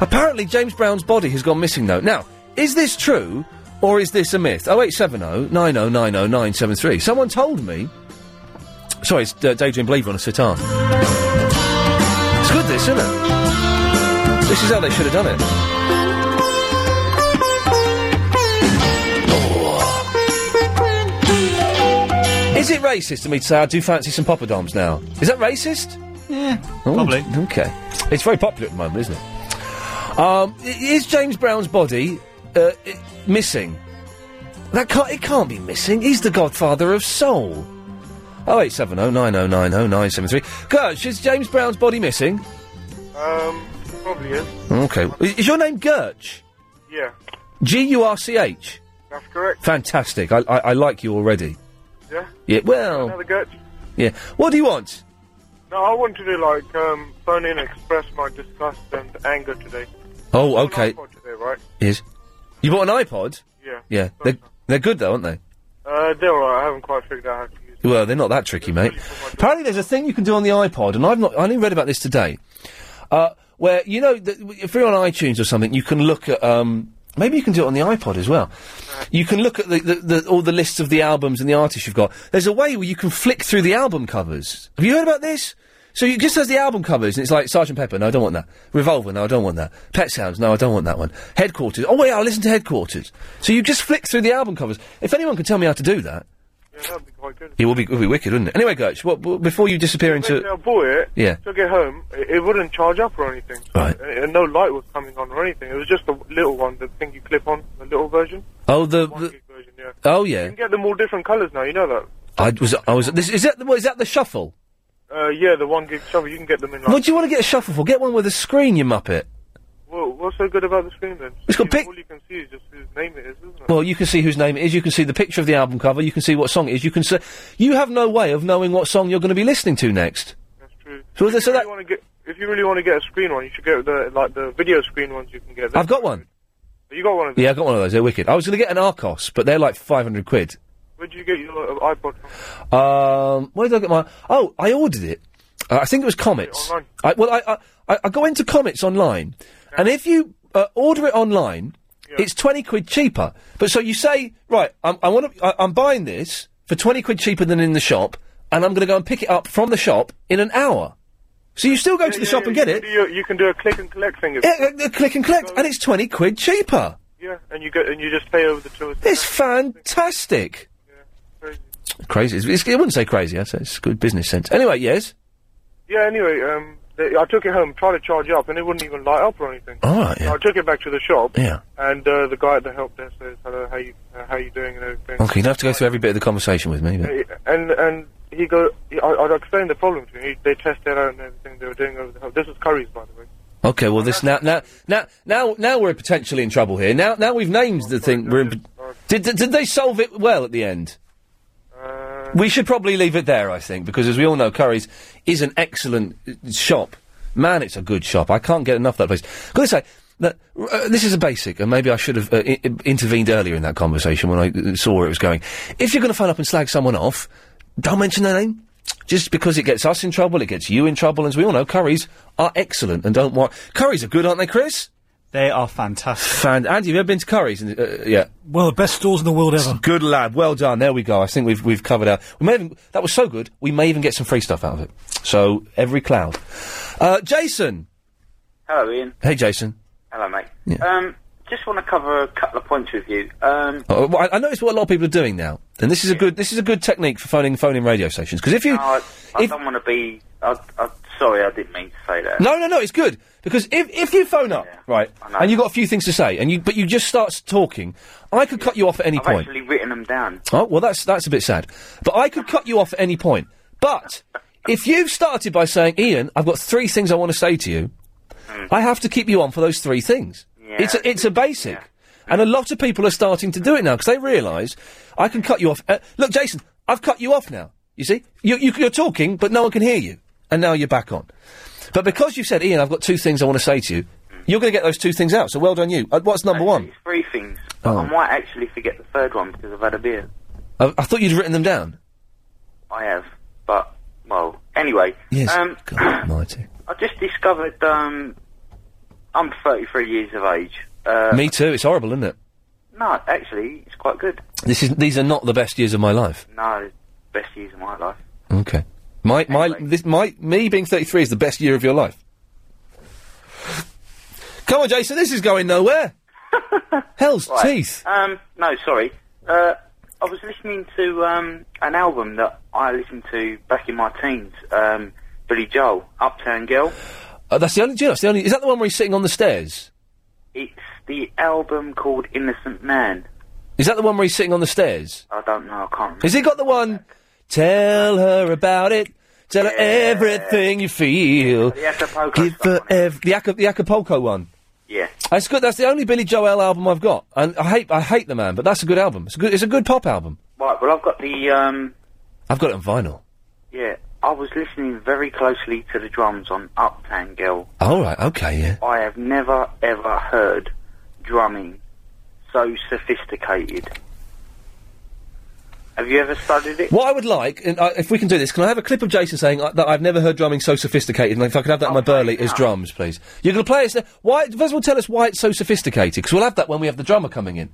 Speaker 3: Apparently, James Brown's body has gone missing though. Now, is this true or is this a myth? Oh, 0870 9090 973. Someone told me. Sorry, it's uh, Daydream Believer on a sitar. It's good, this, isn't it? This is how they should have done it. Is it racist of me to say I do fancy some poppadoms now? Is that racist?
Speaker 13: Yeah.
Speaker 3: Oh,
Speaker 13: Probably.
Speaker 3: Okay. It's very popular at the moment, isn't it? Um, i- is James Brown's body uh, i- missing? That can't, it can't be missing. He's the godfather of soul. Oh, 0870 9090 973. Gertch, is James Brown's body missing?
Speaker 15: Um, probably is.
Speaker 3: Okay. Is, is your name Gertch?
Speaker 15: Yeah,
Speaker 3: G U R C H?
Speaker 15: that's correct.
Speaker 3: Fantastic. I, I, I like you already.
Speaker 15: Yeah.
Speaker 3: Yeah, well.
Speaker 15: Another good.
Speaker 3: Yeah. What do you want?
Speaker 15: No, I want to do like um, phone in, express my disgust and anger today.
Speaker 3: Oh, okay.
Speaker 15: For today, right?
Speaker 3: Is you bought an iPod?
Speaker 15: Yeah.
Speaker 3: Yeah. They're, they're good though, aren't they?
Speaker 15: Uh, they're alright. I haven't quite figured out how to.
Speaker 3: Well, they're not that tricky, mate. Apparently, there's a thing you can do on the iPod, and I've not. I only read about this today, uh, where you know, that if you're on iTunes or something, you can look at. Um, maybe you can do it on the iPod as well. You can look at the, the, the all the lists of the albums and the artists you've got. There's a way where you can flick through the album covers. Have you heard about this? So you just has the album covers, and it's like Sergeant Pepper. No, I don't want that. Revolver. No, I don't want that. Pet Sounds. No, I don't want that one. Headquarters. Oh wait, I'll listen to Headquarters. So you just flick through the album covers. If anyone could tell me how to do that,
Speaker 15: Yeah, that'd be quite good.
Speaker 3: it would be, it would be wicked, wouldn't it? Anyway, Gertch, what, what- before you disappear
Speaker 15: Basically, I
Speaker 3: into.
Speaker 15: bought it.
Speaker 3: Yeah.
Speaker 15: Took it home. It, it wouldn't charge up or anything. Uh,
Speaker 3: Right.
Speaker 15: And, and no light was coming on or anything. It was just a little one, the thing you clip on, the little version.
Speaker 3: Oh, the, the
Speaker 15: yeah.
Speaker 3: Oh, yeah.
Speaker 15: You can get them all different colours now, you know that?
Speaker 3: I was. I was. This, is that. the- What is that? The shuffle.
Speaker 15: Uh, yeah, the one gig shovel, you can get them in like...
Speaker 3: What do you want to get a shuffle for? Get one with a screen, you muppet.
Speaker 15: Well, what's so good about the screen then?
Speaker 3: It's got
Speaker 15: You-
Speaker 3: pic-
Speaker 15: All you can see is just whose name it is, isn't it?
Speaker 3: Well, you can see whose name it is. You can see the picture of the album cover. You can see what song it is. You can see. You have no way of knowing what song you're going to be listening to next. So,
Speaker 15: if,
Speaker 3: so that
Speaker 15: you really wanna get, if you really want to get a screen one, you should get the like the video screen ones you can get. There.
Speaker 3: I've got one.
Speaker 15: You got one of these.
Speaker 3: Yeah, I got one of those. They're wicked. I was going to get an Arcos, but they're like five hundred quid.
Speaker 15: Where did you get your uh, iPod from?
Speaker 3: Um, where did I get my? Oh, I ordered it. Uh, I think it was Comets.
Speaker 15: online.
Speaker 3: I, well, I, I I go into Comets online, and if you uh, order it online, it's twenty quid cheaper. But so you say, right, I'm, I want to, I'm buying this for twenty quid cheaper than in the shop, and I'm going to go and pick it up from the shop in an hour. So you still go to the shop and
Speaker 15: you
Speaker 3: get
Speaker 15: can
Speaker 3: it.
Speaker 15: do your- you can do a click and collect thing. if-
Speaker 3: Yeah, uh, uh, click and collect, and it's twenty quid cheaper.
Speaker 15: Yeah, and you get and you just pay over the two.
Speaker 3: It's fantastic. Crazy. It's, it's, I wouldn't say crazy. I'd say it's good business sense. Anyway, yes.
Speaker 15: Yeah. Anyway, um, they, I took it home, tried to charge it up, and it wouldn't even light up or anything.
Speaker 3: All right. Yeah.
Speaker 15: So I took it back to the shop.
Speaker 3: Yeah.
Speaker 15: And uh, the guy at the help desk says, "Hello, how you uh, how you doing?" and everything.
Speaker 3: Okay, you don't have to go through every bit of the conversation with me. But...
Speaker 15: Uh, And and he go, I, I explained the problem to him. He, they tested out and everything they were doing over the help. This is Curry's, by the way.
Speaker 3: Okay, well, this now, now, now, now, now we're potentially in trouble here. Now, now we've named the thing. We're in, did, did did they solve it well at the end? we should probably leave it there, I think, because as we all know, Curry's is an excellent uh, shop. Man, it's a good shop. I can't get enough of that place. Got to say that uh, this is a basic, and maybe I should have uh, I- I- intervened earlier in that conversation when I uh, saw where it was going. If you're going to phone up and slag someone off, don't mention their name. Just because it gets us in trouble, it gets you in trouble. As we all know, curries are excellent and don't want. Curries are good, aren't they, Chris? They are fantastic. Fan- Andy, have you ever been to curries? In the, uh, yeah.
Speaker 5: Well, the best stores in the world ever.
Speaker 3: Good lad. Well done. There we go. I think we've we've covered our. We may even, that was so good. We may even get some free stuff out of it. So every cloud. Uh, Jason.
Speaker 6: Hello, Ian.
Speaker 3: Hey, Jason.
Speaker 6: Hello, mate. Um, just want to cover a couple of points with you. Um,
Speaker 3: Uh, well, I, I notice what a lot of people are doing now, and this is a good this is a good technique for phoning phoning radio stations because if you
Speaker 6: no, I, I don't want to be. I, I, sorry, I didn't mean to say that.
Speaker 3: No, no, no. It's good because if if you phone up right and you have got a few things to say and you but you just start s- talking, I could cut you off at any
Speaker 6: I've
Speaker 3: point.
Speaker 6: actually written them down.
Speaker 3: Oh well, that's that's a bit sad. But I could cut you off at any point. But if you've started by saying, "Ian, I've got three things I want to say to you," I have to keep you on for those three things. It's a, it's a basic, and a lot of people are starting to do it now because they realise I can cut you off. Uh, look, Jason, I've cut you off now. You see, you, you, you're talking, but no one can hear you, and now you're back on. But because you said, "Ian, I've got two things I want to say to you," you're going to get those two things out. So well done, you. Uh, what's number one?
Speaker 6: Three things.
Speaker 3: Oh.
Speaker 6: I might actually forget the third one because I've had a beer.
Speaker 3: I, I thought you'd written them down.
Speaker 6: I have, but well, anyway.
Speaker 3: Yes.
Speaker 6: Um, (clears throat)
Speaker 3: God Almighty.
Speaker 6: I just discovered. Um, I'm 33 years of age. Uh,
Speaker 3: Me too. It's horrible, isn't it?
Speaker 6: No, actually, it's quite good.
Speaker 3: This is these are not the best years of my life.
Speaker 6: No, best years of my life.
Speaker 3: Okay. My my this my me being 33 is the best year of your life. Come on, Jason, this is going nowhere. Hell's
Speaker 6: Right.
Speaker 3: teeth.
Speaker 6: Um, no, sorry. Uh, I was listening to um, an album that I listened to back in my teens. Um, Billy Joel, Uptown Girl.
Speaker 3: Uh, that's the only. Do you know, that's the only. Is that the one where he's sitting on the stairs?
Speaker 6: It's the album called Innocent Man.
Speaker 3: Is that the one where he's sitting on the stairs?
Speaker 6: I don't know. I can't. remember.
Speaker 3: Has he got the one? Tell her about it. Tell her everything you feel.
Speaker 6: The Acapulco
Speaker 3: Give her ev- the, Aca- the Acapulco one.
Speaker 6: Yeah.
Speaker 3: That's good. That's the only Billy Joel album I've got, and I hate I hate the man, but that's a good album. It's a good. It's a good pop album.
Speaker 6: Right. Well, I've got the. Um,
Speaker 3: I've got it on vinyl.
Speaker 6: yeah, I was listening very closely to the drums on Uptown Girl.
Speaker 3: All right. Okay. Yeah.
Speaker 6: I have never ever heard drumming so sophisticated. Have you ever studied it?
Speaker 3: What I would like, and uh, if we can do this, can I have a clip of Jason saying uh, that I've never heard drumming so sophisticated? And if I could have that in my burley as drums, please. You're going to play us. there- Why? First of all, tell us why it's so sophisticated, because we'll have that when we have the drummer coming in.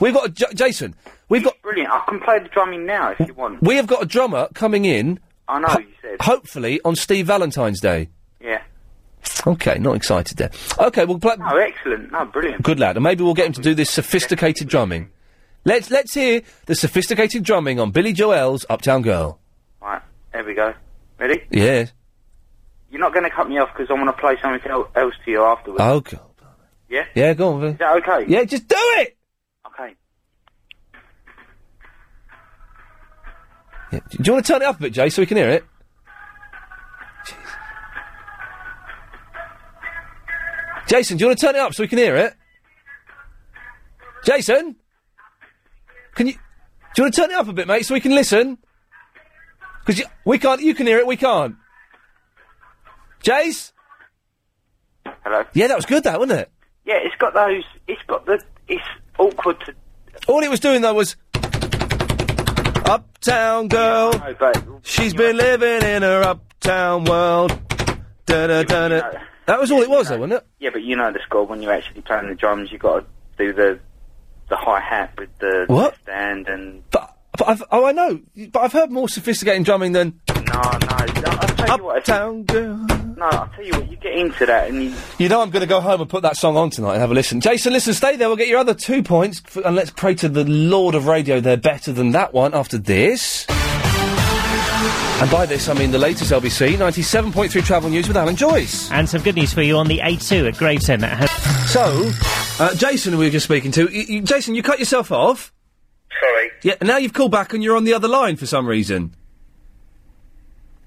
Speaker 3: We've got a J- Jason. We've got
Speaker 6: brilliant. I can play the drumming now if you want.
Speaker 3: we have got a drummer coming in.
Speaker 6: I know you said.
Speaker 3: Hopefully on Steve Valentine's Day.
Speaker 6: Yeah.
Speaker 3: Okay, not excited there. Okay, we'll play.
Speaker 5: Oh,
Speaker 6: No, excellent. No, brilliant.
Speaker 3: Good lad, and maybe we'll get him to do this sophisticated drumming. Let's let's hear the sophisticated drumming on Billy Joel's Uptown Girl.
Speaker 6: Right, there we go. Ready?
Speaker 3: Yeah.
Speaker 6: You're not going to cut me off because I want to play something el- else to you afterwards.
Speaker 3: Oh God.
Speaker 6: Yeah?
Speaker 3: Yeah, go on. Is
Speaker 6: that okay?
Speaker 3: Yeah, just do it.
Speaker 6: Okay.
Speaker 3: Yeah. Do you want to turn it up a bit, Jay, so we can hear it? Jeez. Jason, do you want to turn it up so we can hear it? Jason, can you? Do you want to turn it up a bit, mate, so we can listen? Because we can't. You can hear it. We can't. Jace.
Speaker 6: Hello.
Speaker 3: Yeah, that was good, that wasn't it?
Speaker 6: Yeah, it's got those. It's got the. It's awkward to.
Speaker 3: All it was doing though was Uptown girl. She's been living in her uptown world. Da da da da. That was all it was, though, wasn't it?
Speaker 6: Yeah, but you know the score when you're actually playing the drums. You got to do the the hi hat with the
Speaker 3: What?
Speaker 6: stand and
Speaker 3: But I've, oh, I know. But I've heard more sophisticated drumming than
Speaker 6: no, no. I'll tell you what.
Speaker 3: Uptown girl.
Speaker 6: No, I'll tell you what. You get into that and you
Speaker 3: You know, I'm going to go home and put that song on tonight and have a listen. Jason, listen, stay there. We'll get your other two points, f- and let's pray to the Lord of Radio. They're better than that one. After this, and by this I mean the latest LBC ninety-seven point three travel news with Alan Joyce.
Speaker 5: And some good news for you on the A2 at Gravesend. That has
Speaker 3: So, uh, Jason, who we were just speaking to, y- y- Jason, you cut yourself off.
Speaker 6: Sorry.
Speaker 3: Yeah. Now you've called back and you're on the other line for some reason.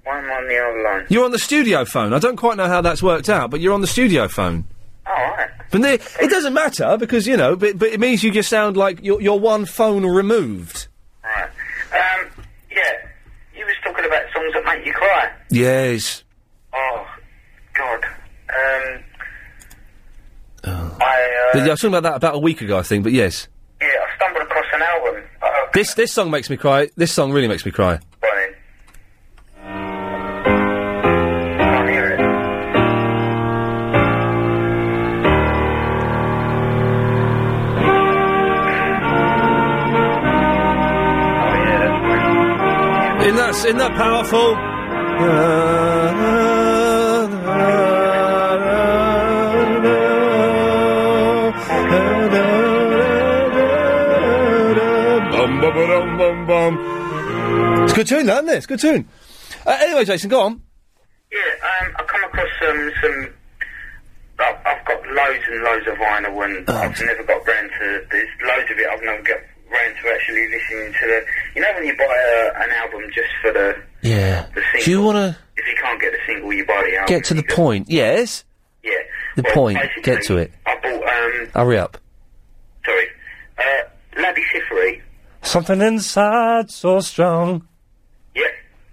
Speaker 6: Why am I on the other line?
Speaker 3: You're on the studio phone. I don't quite know how that's worked out, but you're on the studio phone.
Speaker 6: Alright.
Speaker 3: But the, it doesn't matter because you know, but, but it means you just sound like you're, you're one phone removed.
Speaker 6: Right. Um, yeah. You was talking about songs that make you cry.
Speaker 3: Yes.
Speaker 6: Oh, God. Um,
Speaker 3: Oh.
Speaker 6: I, uh,
Speaker 3: Yeah, I was talking about that about a week ago, I think. But yes,
Speaker 6: yeah, I stumbled across an album. Uh,
Speaker 3: this this song makes me cry. This song really makes me cry.
Speaker 6: Brian.
Speaker 3: Isn't that isn't that powerful? Bum, bum, ba-dum, bum, bum. It's a good tune, isn't it? It's a good tune. Uh, anyway, Jason, go on.
Speaker 6: Yeah, um, I come across some some. I've, I've got loads and loads of vinyl, and
Speaker 3: Oh.
Speaker 6: I've never got round to. There's loads of it I've never got round to actually listening to. The, you know when you buy a, an album just for the
Speaker 3: Yeah.
Speaker 6: the single.
Speaker 3: Do you want to
Speaker 6: If you can't get the single, you buy the album.
Speaker 3: get to the point? Yes.
Speaker 6: Yeah.
Speaker 3: The
Speaker 6: Well,
Speaker 3: point.
Speaker 6: basically,
Speaker 3: Get to it.
Speaker 6: I bought um.
Speaker 3: Hurry up.
Speaker 6: Sorry. Uh, Laddie Siffery.
Speaker 3: Something inside so strong.
Speaker 6: Yeah.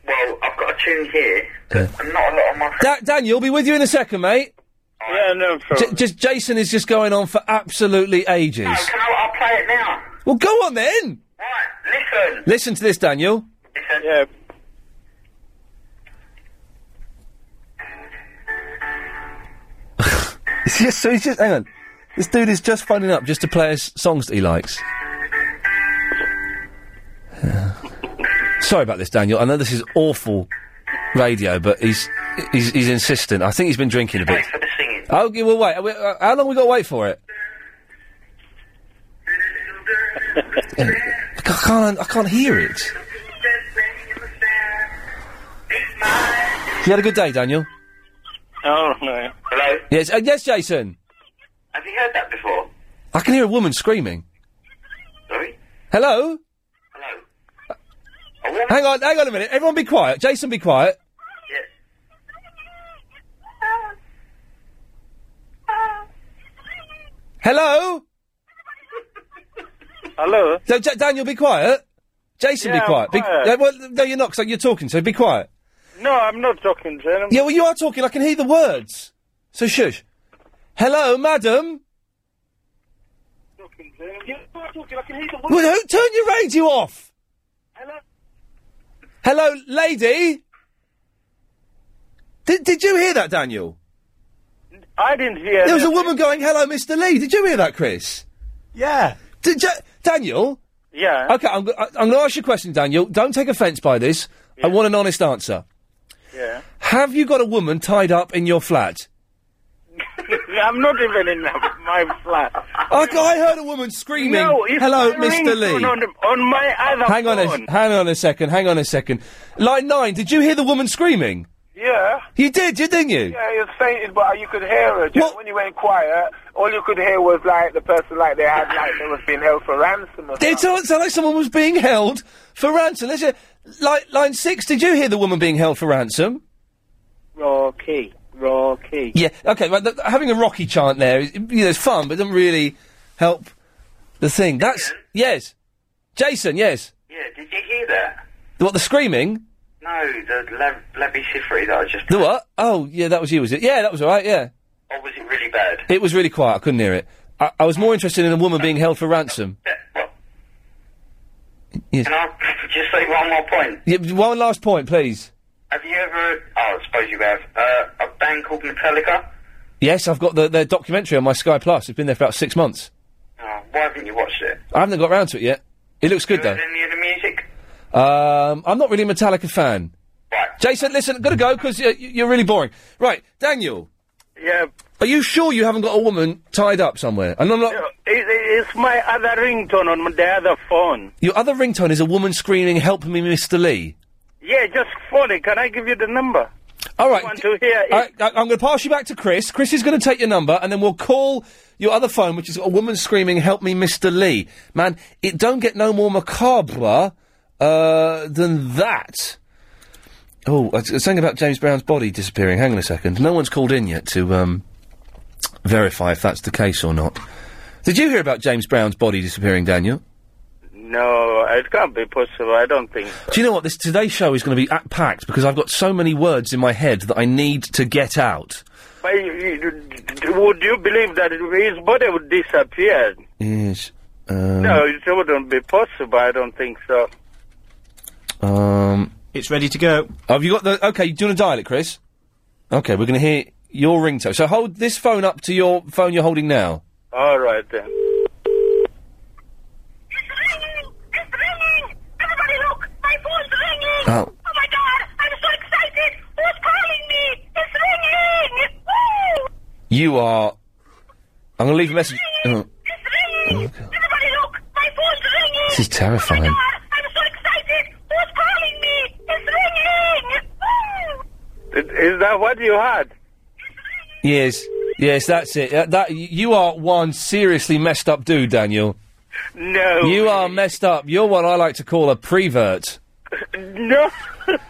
Speaker 6: Well, I've got a tune here.
Speaker 3: Okay.
Speaker 6: And not a lot of my.
Speaker 3: Da- Daniel, be with you in a second, mate.
Speaker 6: Yeah, no
Speaker 3: J- just Jason is just going on for absolutely ages.
Speaker 6: Can I? I'll play it now.
Speaker 3: Well, go on then.
Speaker 6: Listen.
Speaker 3: Listen to this, Daniel.
Speaker 6: Yeah.
Speaker 3: It's just, so he's just hang on. This dude is just phoning up just to play us songs that he likes. (sighs) Yeah. Sorry about this, Daniel. I know this is awful radio, but he's he's, he's insistent. I think he's been drinking a bit.
Speaker 6: for the singing.
Speaker 3: Okay, well, wait. Are we- uh, how long we got to wait for
Speaker 6: (laughs)
Speaker 3: it? Yeah. I ca- can't. I can't hear it. You had a good day, Daniel.
Speaker 6: Oh no. Hello.
Speaker 3: Yes. Uh, yes, Jason.
Speaker 6: Have you heard that before?
Speaker 3: I can hear a woman screaming.
Speaker 6: Sorry?
Speaker 3: Hello?
Speaker 6: Hello.
Speaker 3: Hang on, hang on a minute. Everyone be quiet. Jason, be quiet. Hello? Hello? No, J- Daniel, be quiet. Jason,
Speaker 7: Yeah,
Speaker 3: be
Speaker 7: I'm
Speaker 3: quiet. Be-
Speaker 7: quiet.
Speaker 3: yeah, well, no, you're not, 'cause you're talking, so be quiet.
Speaker 7: No, I'm not talking to
Speaker 15: Um,
Speaker 7: him.
Speaker 3: Yeah, well, you are talking. I can hear the words. So shush. Hello, madam? Well, who, turn your radio off. Hello, lady? Did, did you hear that, Daniel?
Speaker 7: I didn't hear.
Speaker 3: There was a woman going, "Hello, Mr. Lee." Did you hear that, Chris? Yeah. Did you, Daniel?
Speaker 7: Yeah.
Speaker 3: Okay, I'm, go- I- I'm going to ask you a question, Daniel. Don't take offence by this. I want an honest answer.
Speaker 7: Yeah.
Speaker 3: Have you got a woman tied up in your flat?
Speaker 7: I'm not even in my
Speaker 3: (laughs)
Speaker 7: flat.
Speaker 3: I, I heard a woman screaming.
Speaker 7: No, if
Speaker 3: Hello,
Speaker 7: I ring
Speaker 3: Mr. Lee.
Speaker 7: On, on my other
Speaker 3: hang on,
Speaker 7: phone.
Speaker 3: a, hang on a second. Hang on a second. Line nine. Did you hear the woman screaming?
Speaker 7: Yeah.
Speaker 3: You did, you didn't you?
Speaker 7: Yeah, you fainted, but you could hear her. Just when you went quiet, all you could hear was like the person, like they had, like they was being held for ransom. Or
Speaker 3: It sounds like someone was being held for ransom. Let's hear- line, line six, did you hear the woman being held for ransom?
Speaker 9: Rocky, Rocky.
Speaker 3: Yeah, okay, but th- having a Rocky chant there is you know, it's fun, but it doesn't really help the thing. That's. Yes. Jason, yes.
Speaker 6: Yeah, did you hear that?
Speaker 3: What, the screaming?
Speaker 6: No, the Le- Levy Sifri that I just.
Speaker 3: The what? Oh, yeah, that was you, was it? Yeah, that was alright, yeah.
Speaker 6: Or was it really bad?
Speaker 3: It was really quiet, I couldn't hear it. I, I was more interested in a woman being held for ransom. Yes.
Speaker 6: Can I just say one more point?
Speaker 3: Yeah, one last point, please.
Speaker 6: Have you ever? Oh, I suppose you have. Uh, a band called Metallica.
Speaker 3: Yes, I've got the, their documentary on my Sky Plus. It's been there for about six months.
Speaker 6: Oh, why haven't you watched it?
Speaker 3: I haven't got round to it yet. It looks good, though.
Speaker 6: Any of the music?
Speaker 3: Um, I'm not really a Metallica fan. Jason, listen, I've got to go because you're, you're really boring. Right, Daniel.
Speaker 12: Yeah.
Speaker 3: Are you sure you haven't got a woman tied up somewhere? And I'm not.
Speaker 12: It, it's my other ringtone on the other phone.
Speaker 3: Your other ringtone is a woman screaming, "Help me, Mr. Lee."
Speaker 12: Yeah, just phone it. Can I give you the number?
Speaker 3: All right.
Speaker 12: I want to hear it.
Speaker 3: I, I, I'm going to pass you back to Chris. Chris is going to take your number, and then we'll call your other phone, which is a woman screaming, "Help me, Mr. Lee!" Man, it don't get no more macabre uh, than that. Oh, it's- it's something about James Brown's body disappearing. Hang on a second. No one's called in yet to um, verify if that's the case or not. Did you hear about James Brown's body disappearing, Daniel?
Speaker 12: No, it can't be possible. I don't think.
Speaker 3: Do you know what? This today's show is going to be at- packed because I've got so many words in my head that I need to get out.
Speaker 12: But you, you, d- would you believe that his body would disappear?
Speaker 3: Yes. Mm.
Speaker 12: No, it wouldn't be possible. I don't think so.
Speaker 3: Um, it's ready to go. Have you got the? Okay, do you want to dial it, Chris? Okay, we're going to hear your ringtone. So hold this phone up to your phone you're holding now.
Speaker 12: All right then.
Speaker 3: Oh. You are. I'm going to leave a message. Oh. Oh, God. This is terrifying.
Speaker 12: I- Is that what you had?
Speaker 3: Yes, yes, that's it. That, that you are one seriously messed up dude, Daniel.
Speaker 12: No.
Speaker 3: You are messed up. You're what I like to call a prevert.
Speaker 12: (laughs) No.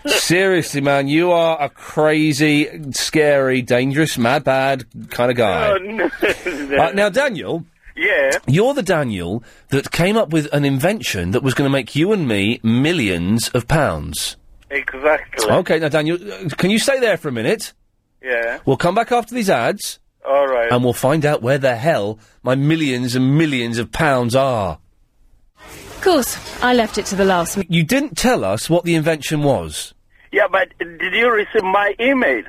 Speaker 3: Seriously, man, you are a crazy, scary, dangerous, mad, bad kind of guy.
Speaker 12: Oh, no.
Speaker 21: (laughs)
Speaker 3: Uh, now, Daniel.
Speaker 12: Yeah.
Speaker 3: You're the Daniel that came up with an invention that was going to make you and me millions of pounds.
Speaker 12: Exactly.
Speaker 3: Okay, now, Daniel, uh, can you stay there for a minute?
Speaker 12: Yeah.
Speaker 3: We'll come back after these ads.
Speaker 12: All right.
Speaker 3: And we'll find out where the hell my millions and millions of pounds are.
Speaker 2: Of course, I left it to the last minute.
Speaker 3: You didn't tell us what the invention was.
Speaker 12: Yeah, but did you receive my email?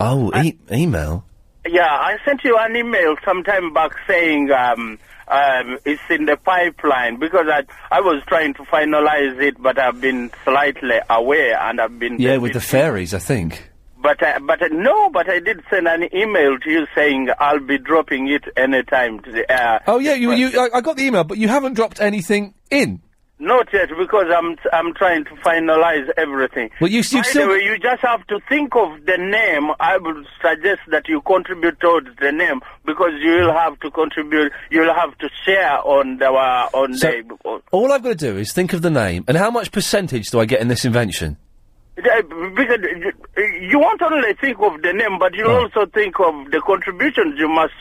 Speaker 3: Oh, e- email.
Speaker 12: Yeah, I sent you an email sometime back saying um, um, it's in the pipeline because I I was trying to finalize it, but I've been slightly away and I've been
Speaker 3: Yeah, with the fairies, I think.
Speaker 12: But I, but I, no, but I did send an email to you saying I'll be dropping it anytime. To the, uh,
Speaker 3: Oh yeah, you, you I, I got the email, but you haven't dropped anything in.
Speaker 12: Not yet, because I'm I'm trying to finalize everything.
Speaker 3: Well, you-
Speaker 12: By
Speaker 3: you've still-
Speaker 12: the way, you just have to think of the name. I would suggest that you contribute towards the name because you'll have to contribute. You'll have to share on the uh, on
Speaker 3: So-
Speaker 12: the. on-
Speaker 3: All I've got to do is think of the name and how much percentage do I get in this invention?
Speaker 12: Uh, Because you- you won't only think of the name, but you'll also think of the contributions you must,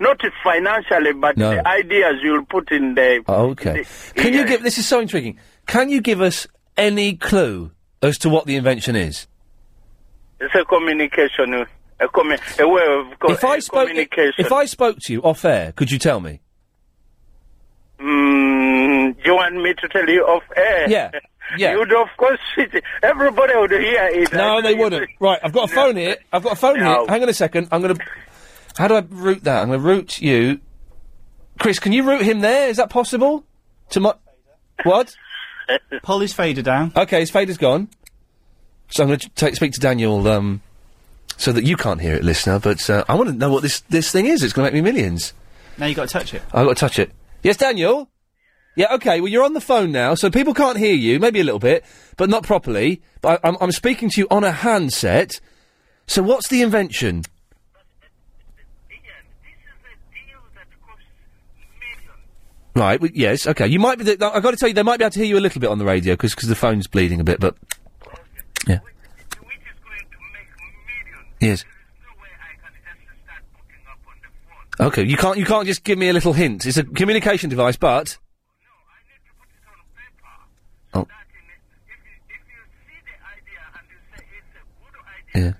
Speaker 12: not financially, but
Speaker 3: No.
Speaker 12: the ideas you'll put in the.
Speaker 3: Oh, okay. Can you give? This is so intriguing. Can you give us any clue as to what the invention is?
Speaker 12: It's a communication, uh, a, commu- a way of co-
Speaker 3: If I
Speaker 12: uh,
Speaker 3: spoke,
Speaker 12: communication.
Speaker 3: if I spoke to you off air, could you tell me?
Speaker 12: Mm, you want me to tell you off air?
Speaker 3: Yeah, yeah.
Speaker 12: (laughs) You'd of course. Everybody would hear it.
Speaker 3: No, they wouldn't. Right, I've got a phone here. I've got a phone here. Hang on a second. I'm going to. How do I route that? I'm going to route you. Chris, can you route him there? Is that possible? To my. What? Pull his fader down. Okay, his fader's gone. So I'm going to t- speak to Daniel um, so that you can't hear it, listener, but uh, I want to know what this, this thing is. It's going to make me millions.
Speaker 13: Now you got to touch it.
Speaker 3: I've got to touch it. Yes, Daniel? Yeah, okay, well, you're on the phone now, so people can't hear you, maybe a little bit, but not properly. But I, I'm, I'm speaking to you on a handset. So, what's the invention? Right. we- yes. Okay. You might be. The, I've got to tell you, they might be able to hear you a little bit on the radio because the phone's bleeding a bit. But yeah. Yes. Okay. You can't. You can't just give me a little hint. It's a communication device, but. Oh. Yeah.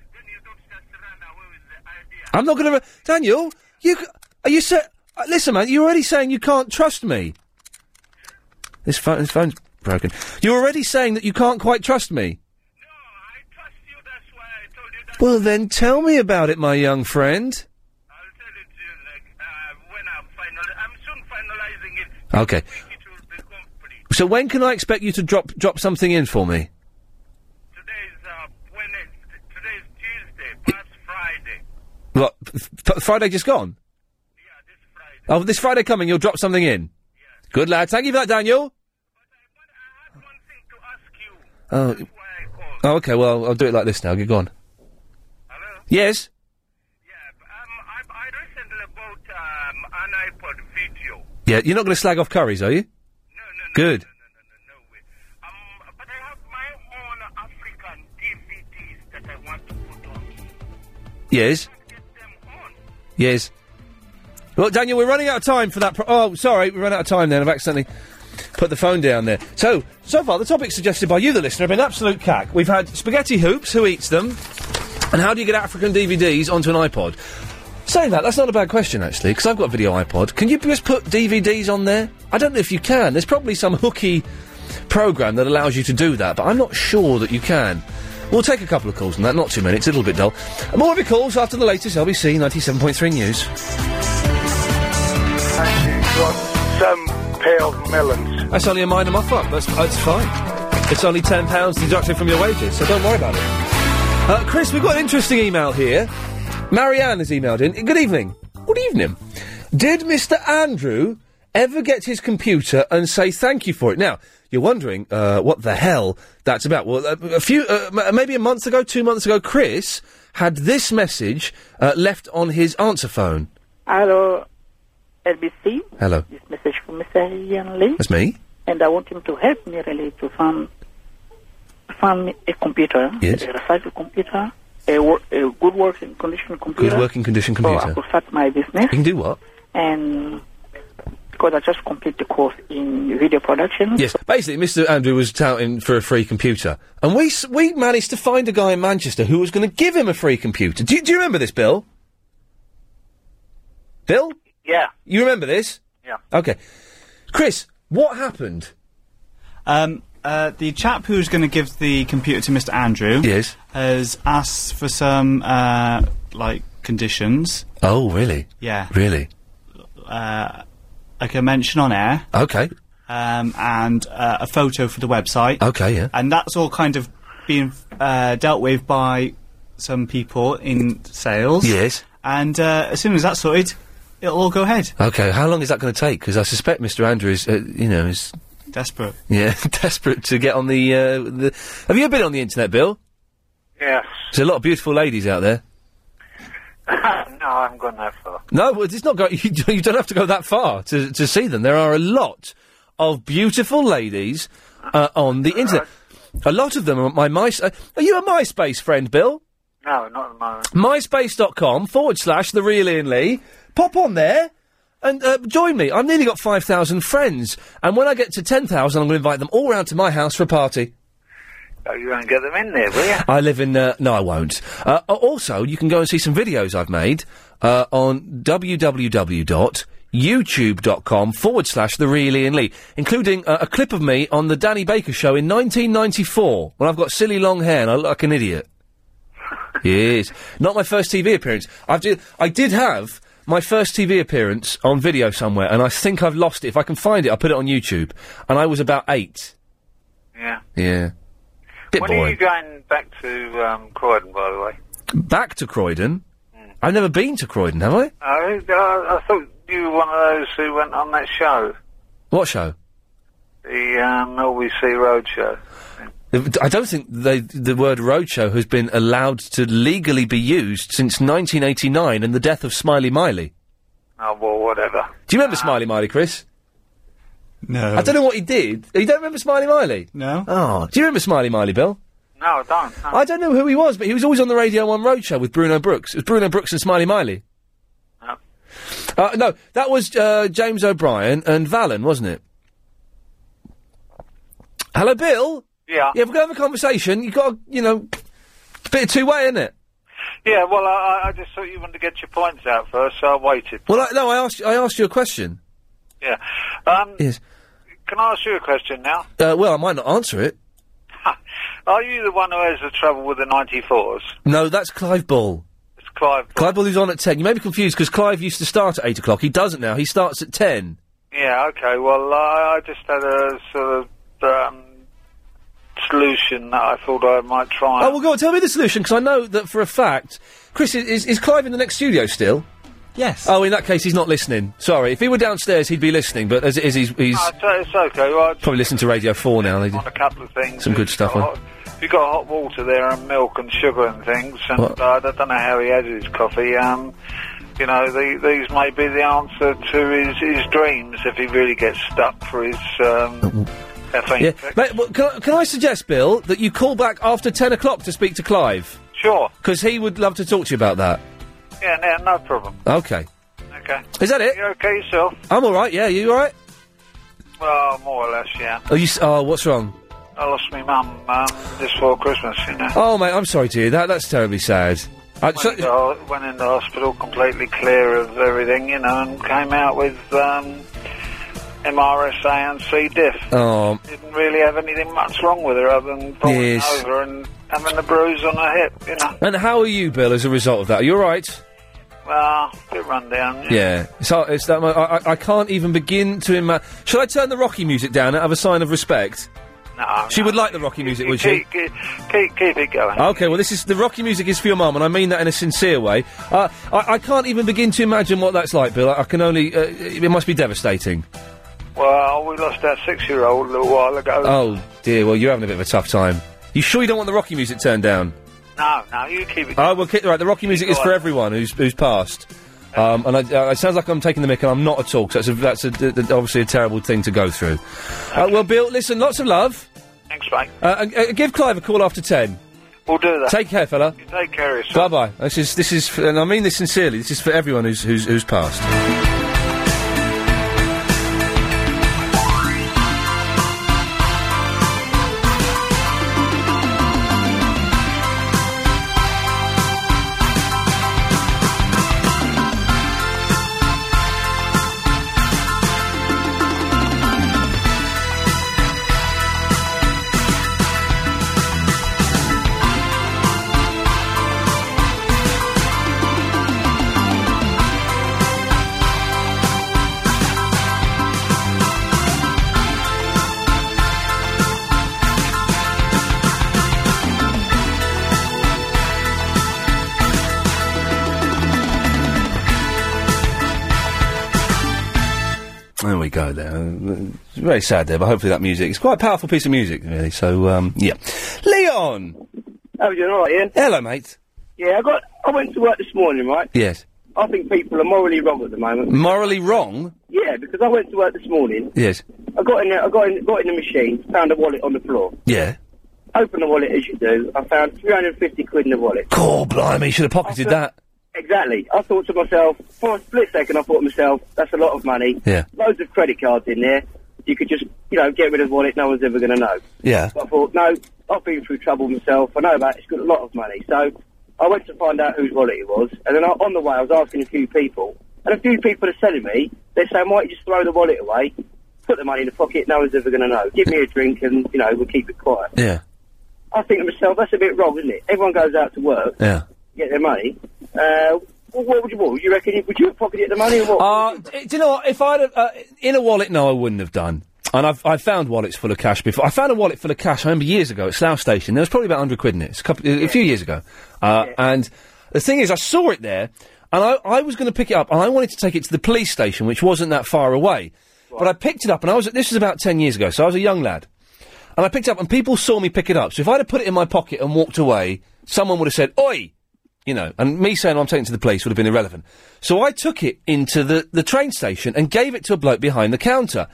Speaker 3: I'm not going to. Re- Daniel, you c- are you sa- uh, Listen, man, you're already saying you can't trust me. This phone, this phone's broken. You're already saying that you can't quite trust me. Well, then tell me about it, my young friend. I'll tell it to you, like, uh, when I'm final. I'm soon finalising it. Okay. So when can I expect you to drop drop something in for me? uh, What? F- f- Friday just gone? Yeah, this Friday. Oh, this Friday coming, you'll drop something in? Good lad. Thank you for that, Daniel. Oh. oh, okay, well, I'll do it like this now. Go on. Hello? Yes? Yeah, you're not going to slag off curries, are you? No, no, no. Good. Yes. Yes. Well, Daniel, we're running out of time for that. Pro- oh, sorry, we ran out of time then. I've accidentally put the phone down there. So, so far, the topics suggested by you, the listener, have been absolute cack. We've had spaghetti hoops, who eats them? And how do you get African DVDs onto an iPod? Saying that, that's not a bad question, actually, because I've got a video iPod. Can you just put DVDs on there? I don't know if you can. There's probably some hooky program that allows you to do that, but I'm not sure that you can. We'll take a couple of calls on that, not too many, it's a little bit dull. More of your calls after the latest LBC 97.3 news.
Speaker 15: Some peeled melons.
Speaker 3: That's only a minor muff up. That's, that's fine. It's only ten pounds deducted from your wages, so don't worry about it. Uh, Chris, we've got an interesting email here. Marianne has emailed in. Good evening. Good evening. Did Mr. Andrew ever get his computer and say thank you for it? Now, you're wondering uh, what the hell that's about. Well, a, a few, uh, m- maybe a month ago, two months ago, Chris had this message uh, left on his answer phone.
Speaker 24: Hello, LBC.
Speaker 3: Hello.
Speaker 24: This message from Mr. Ian Lee,
Speaker 3: That's me.
Speaker 24: and I want him to help me really to find find me a computer,
Speaker 3: Yes.
Speaker 24: a recycled computer, a, wor- a good working condition computer.
Speaker 3: Good working condition
Speaker 24: So I
Speaker 3: computer.
Speaker 24: could start my business,
Speaker 3: You can do what?
Speaker 24: and because I just complete the course in video production.
Speaker 3: Yes, basically, Mr. Andrew was touting for a free computer, and we s- we managed to find a guy in Manchester who was going to give him a free computer. Do you, do you remember this, Bill? Bill?
Speaker 17: Yeah.
Speaker 3: You remember this?
Speaker 17: Yeah.
Speaker 3: Okay. Chris, what happened?
Speaker 13: Um, uh, the chap who's going to give the computer to Mr. Andrew
Speaker 3: yes.
Speaker 13: has asked for some uh, like conditions.
Speaker 3: Oh, really?
Speaker 13: Yeah.
Speaker 3: Really?
Speaker 13: Uh, like a mention on air.
Speaker 3: Okay.
Speaker 13: Um, and uh, a photo for the website.
Speaker 3: Okay, yeah.
Speaker 13: And that's all kind of being uh, dealt with by some people in sales.
Speaker 3: Yes.
Speaker 13: And uh, as soon as that's sorted, it'll all go ahead.
Speaker 3: Okay. How long is that going to take? Because I suspect Mr. Andrew is, uh, you know, is
Speaker 13: Desperate.
Speaker 3: yeah (laughs) desperate to get on the, uh, the. Have you ever been on the internet, Bill?
Speaker 25: Yes.
Speaker 3: There's a lot of beautiful ladies out there.
Speaker 25: no, I haven't gone that far.
Speaker 3: No, well, it's not. Go- (laughs) you, don't- you don't have to go that far to to see them. There are a lot of beautiful ladies uh, on the internet. A lot of them are my mice. Uh, are you a MySpace friend, Bill?
Speaker 25: No, not at the moment.
Speaker 3: MySpace.com forward slash the real Ian Lee. Pop on there and uh, join me. I've nearly got five thousand friends, and when I get to ten thousand, I'm going to invite them all round to my house for a party.
Speaker 25: Oh, you won't get them in there, will (laughs) you?
Speaker 3: (laughs) I live in. Uh, no, I won't. Uh, a- also, you can go and see some videos I've made uh, on www.youtube.com forward slash the real Ian Lee, including uh, a clip of me on the Danny Baker show in 1994 when I've got silly long hair and I look like an idiot. yes, not my first TV appearance. I've did, I did have my first TV appearance on video somewhere, and I think I've lost it. If I can find it, I'll put it on YouTube. And I was about eight.
Speaker 25: Yeah.
Speaker 3: Yeah, bit
Speaker 25: when
Speaker 3: boring.
Speaker 25: are you going back to um, Croydon, by the way?
Speaker 3: back to Croydon. I've never been to Croydon, have I?
Speaker 25: Oh, I, I thought you were one of those who went on that show,
Speaker 3: What show?
Speaker 25: the um, LBC Road Show.
Speaker 3: I don't think they, the word roadshow has been allowed to legally be used since 1989 and the death of Smiley Miley.
Speaker 25: Oh, well, whatever.
Speaker 3: Do you remember Smiley Miley, Chris? No. I don't know what he did. You don't remember Smiley Miley?
Speaker 26: No.
Speaker 3: Oh, do you remember Smiley Miley, Bill?
Speaker 25: No, don't.
Speaker 3: I don't know who he was, but he was always on the Radio 1 Roadshow with Bruno Brooks. It was Bruno Brooks and Smiley Miley.
Speaker 25: Oh.
Speaker 3: Uh, no, that was uh, James O'Brien and Valen, wasn't it? Hello, Bill?
Speaker 25: Yeah.
Speaker 3: Yeah, if we're going to have a conversation, you've got to, you know, bit of two-way, isn't it?
Speaker 25: (laughs) Yeah, well, I, I- I just thought you wanted to get your points out first, so I waited.
Speaker 3: Well, I, no, I asked, I asked you a question.
Speaker 25: Yeah. Um,
Speaker 3: Yes.
Speaker 25: can I ask you a question now?
Speaker 3: Uh, well, I might not answer it.
Speaker 25: Are you the one who has the trouble with the 94s?
Speaker 3: No, that's Clive Ball.
Speaker 25: It's Clive.
Speaker 3: Clive Ball who's on at 10. You may be confused because Clive used to start at 8 o'clock. He doesn't now. He starts at 10.
Speaker 25: Yeah, okay, well, I, I just had a sort of um, solution that I thought I might try.
Speaker 3: Oh, well, go on, tell me the solution, because I know that for a fact. Chris, i- is, is Clive in the next studio still?
Speaker 26: Yes.
Speaker 3: Oh, in that case, he's not listening. Sorry. If he were downstairs, he'd be listening, but as it is, he's, he's
Speaker 25: No, Ah, it's, it's okay. Well, I just
Speaker 3: probably listening to Radio 4 now. They did
Speaker 25: want Uh, a couple of things.
Speaker 3: some good stuff on.
Speaker 25: You got hot water there and milk and sugar and things, and
Speaker 3: What?
Speaker 25: uh, I don't know how he has his coffee. Um, you know, the, these may be the answer to his, his dreams if he really gets stuck for his um, caffeine.
Speaker 3: Uh, Yeah. Mate, well, can, I, can I suggest, Bill, that you call back after 10 o'clock to speak to Clive?
Speaker 25: Sure.
Speaker 3: Because he would love to talk to you about that.
Speaker 25: Yeah, no, no problem.
Speaker 3: Okay.
Speaker 25: Okay.
Speaker 3: Is that it?
Speaker 25: You okay yourself?
Speaker 3: I'm all right, yeah. You all right?
Speaker 25: Well, more or less, yeah.
Speaker 3: Oh, you, s- oh, what's wrong?
Speaker 25: I lost my mum um, just before Christmas, you know.
Speaker 3: Oh, mate, I'm sorry to hear that. That's terribly sad. I,
Speaker 25: Went, into, ho- went into hospital completely clear of everything, you know, and came out with um, MRSA and C. diff.
Speaker 3: oh,
Speaker 25: Didn't really have anything much wrong with her other than falling
Speaker 3: Yes.
Speaker 25: over and having a bruise on her hip, you know.
Speaker 3: and how are you, Bill, as a result of that? Are you all right?
Speaker 25: Well, a Ah, bit run down. yeah.
Speaker 3: Yeah, it's, hard- it's that. mu- I, I- I can't even begin to imagine. Should I turn the Rocky music down out of a sign of respect?
Speaker 25: No,
Speaker 3: She would like the Rocky music, would she?
Speaker 25: keep, keep, keep, keep it going.
Speaker 3: Okay, well, this is the Rocky music is for your mum, and I mean that in a sincere way. Uh, I, I can't even begin to imagine what that's like, Bill. I, I can only. Uh, it must be devastating.
Speaker 25: Well, we lost our six-year-old a little while ago.
Speaker 3: Oh dear. Well, you're having a bit of a tough time. You sure you don't want the Rocky music turned down?
Speaker 25: No, no, you keep it.
Speaker 3: Oh, well, ki- right. The Rocky music is for everyone who's who's passed. Um, and I, uh, it sounds like I'm taking the mick, and I'm not at all. 'cause that's a, that's a, d- d- obviously a terrible thing to go through. Uh, well, Bill, listen, lots of love.
Speaker 25: Thanks, mate.
Speaker 3: Uh, and, uh, give Clive a call after ten.
Speaker 25: We'll do that.
Speaker 3: Take care, fella.
Speaker 25: Take care of yourself.
Speaker 3: Bye bye. This is this is, f- and I mean this sincerely. This is for everyone who's who's, who's passed. There we go. There, It's very sad there, but hopefully that music. It's quite a powerful piece of music, really. So um, yeah, Leon.
Speaker 21: Oh, you're all right, Ian.
Speaker 3: Hello, mate.
Speaker 21: Yeah, I got. I went to work this morning, right?
Speaker 3: Yes.
Speaker 21: I think people are morally wrong at the moment.
Speaker 3: Morally wrong.
Speaker 21: Yeah, because I went to work this morning.
Speaker 3: Yes.
Speaker 21: I got in. There, I got in. Got in the machine. Found a wallet on the floor.
Speaker 3: Yeah.
Speaker 21: Opened the wallet as you do. I found 350 quid in the wallet.
Speaker 3: Oh blimey, you should have pocketed that.
Speaker 21: Exactly. I thought to myself, for a split second, I thought to myself, that's a lot of money.
Speaker 3: Yeah.
Speaker 21: Loads of credit cards in there. You could just, you know, get rid of the wallet. No one's ever going to know.
Speaker 3: Yeah.
Speaker 21: But I thought, no, I've been through trouble myself. I know about it. It's got a lot of money. So I went to find out whose wallet it was. And then I, on the way, I was asking a few people. And a few people are telling me, they're saying, why don't you just throw the wallet away? Put the money in the pocket. No one's ever going to know. Give me a drink and, you know, we'll keep it quiet.
Speaker 3: Yeah.
Speaker 21: I think to myself, that's a bit wrong, isn't it? Everyone goes out to work
Speaker 3: Yeah.
Speaker 21: get their money. Uh, what, what would you? What would you reckon? you- Would you have pocketed the money or what?
Speaker 3: Uh, d- do you know what? If I'd have, uh, in a wallet, no, I wouldn't have done. And I've, I've found wallets full of cash before. I found a wallet full of cash, I remember years ago at Slough Station. There was probably about 100 quid in it. It's a, couple, a few years ago. Uh, And the thing is, I saw it there, and I, I was going to pick it up, and I wanted to take it to the police station, which wasn't that far away. But I picked it up, and I was, this was about 10 years ago, so I was a young lad. And I picked it up, and people saw me pick it up. So if I'd have put it in my pocket and walked away, someone would have said, Oi! You know, and me saying I'm taking it to the police would have been irrelevant. So I took it into the, the train station and gave it to a bloke behind the counter.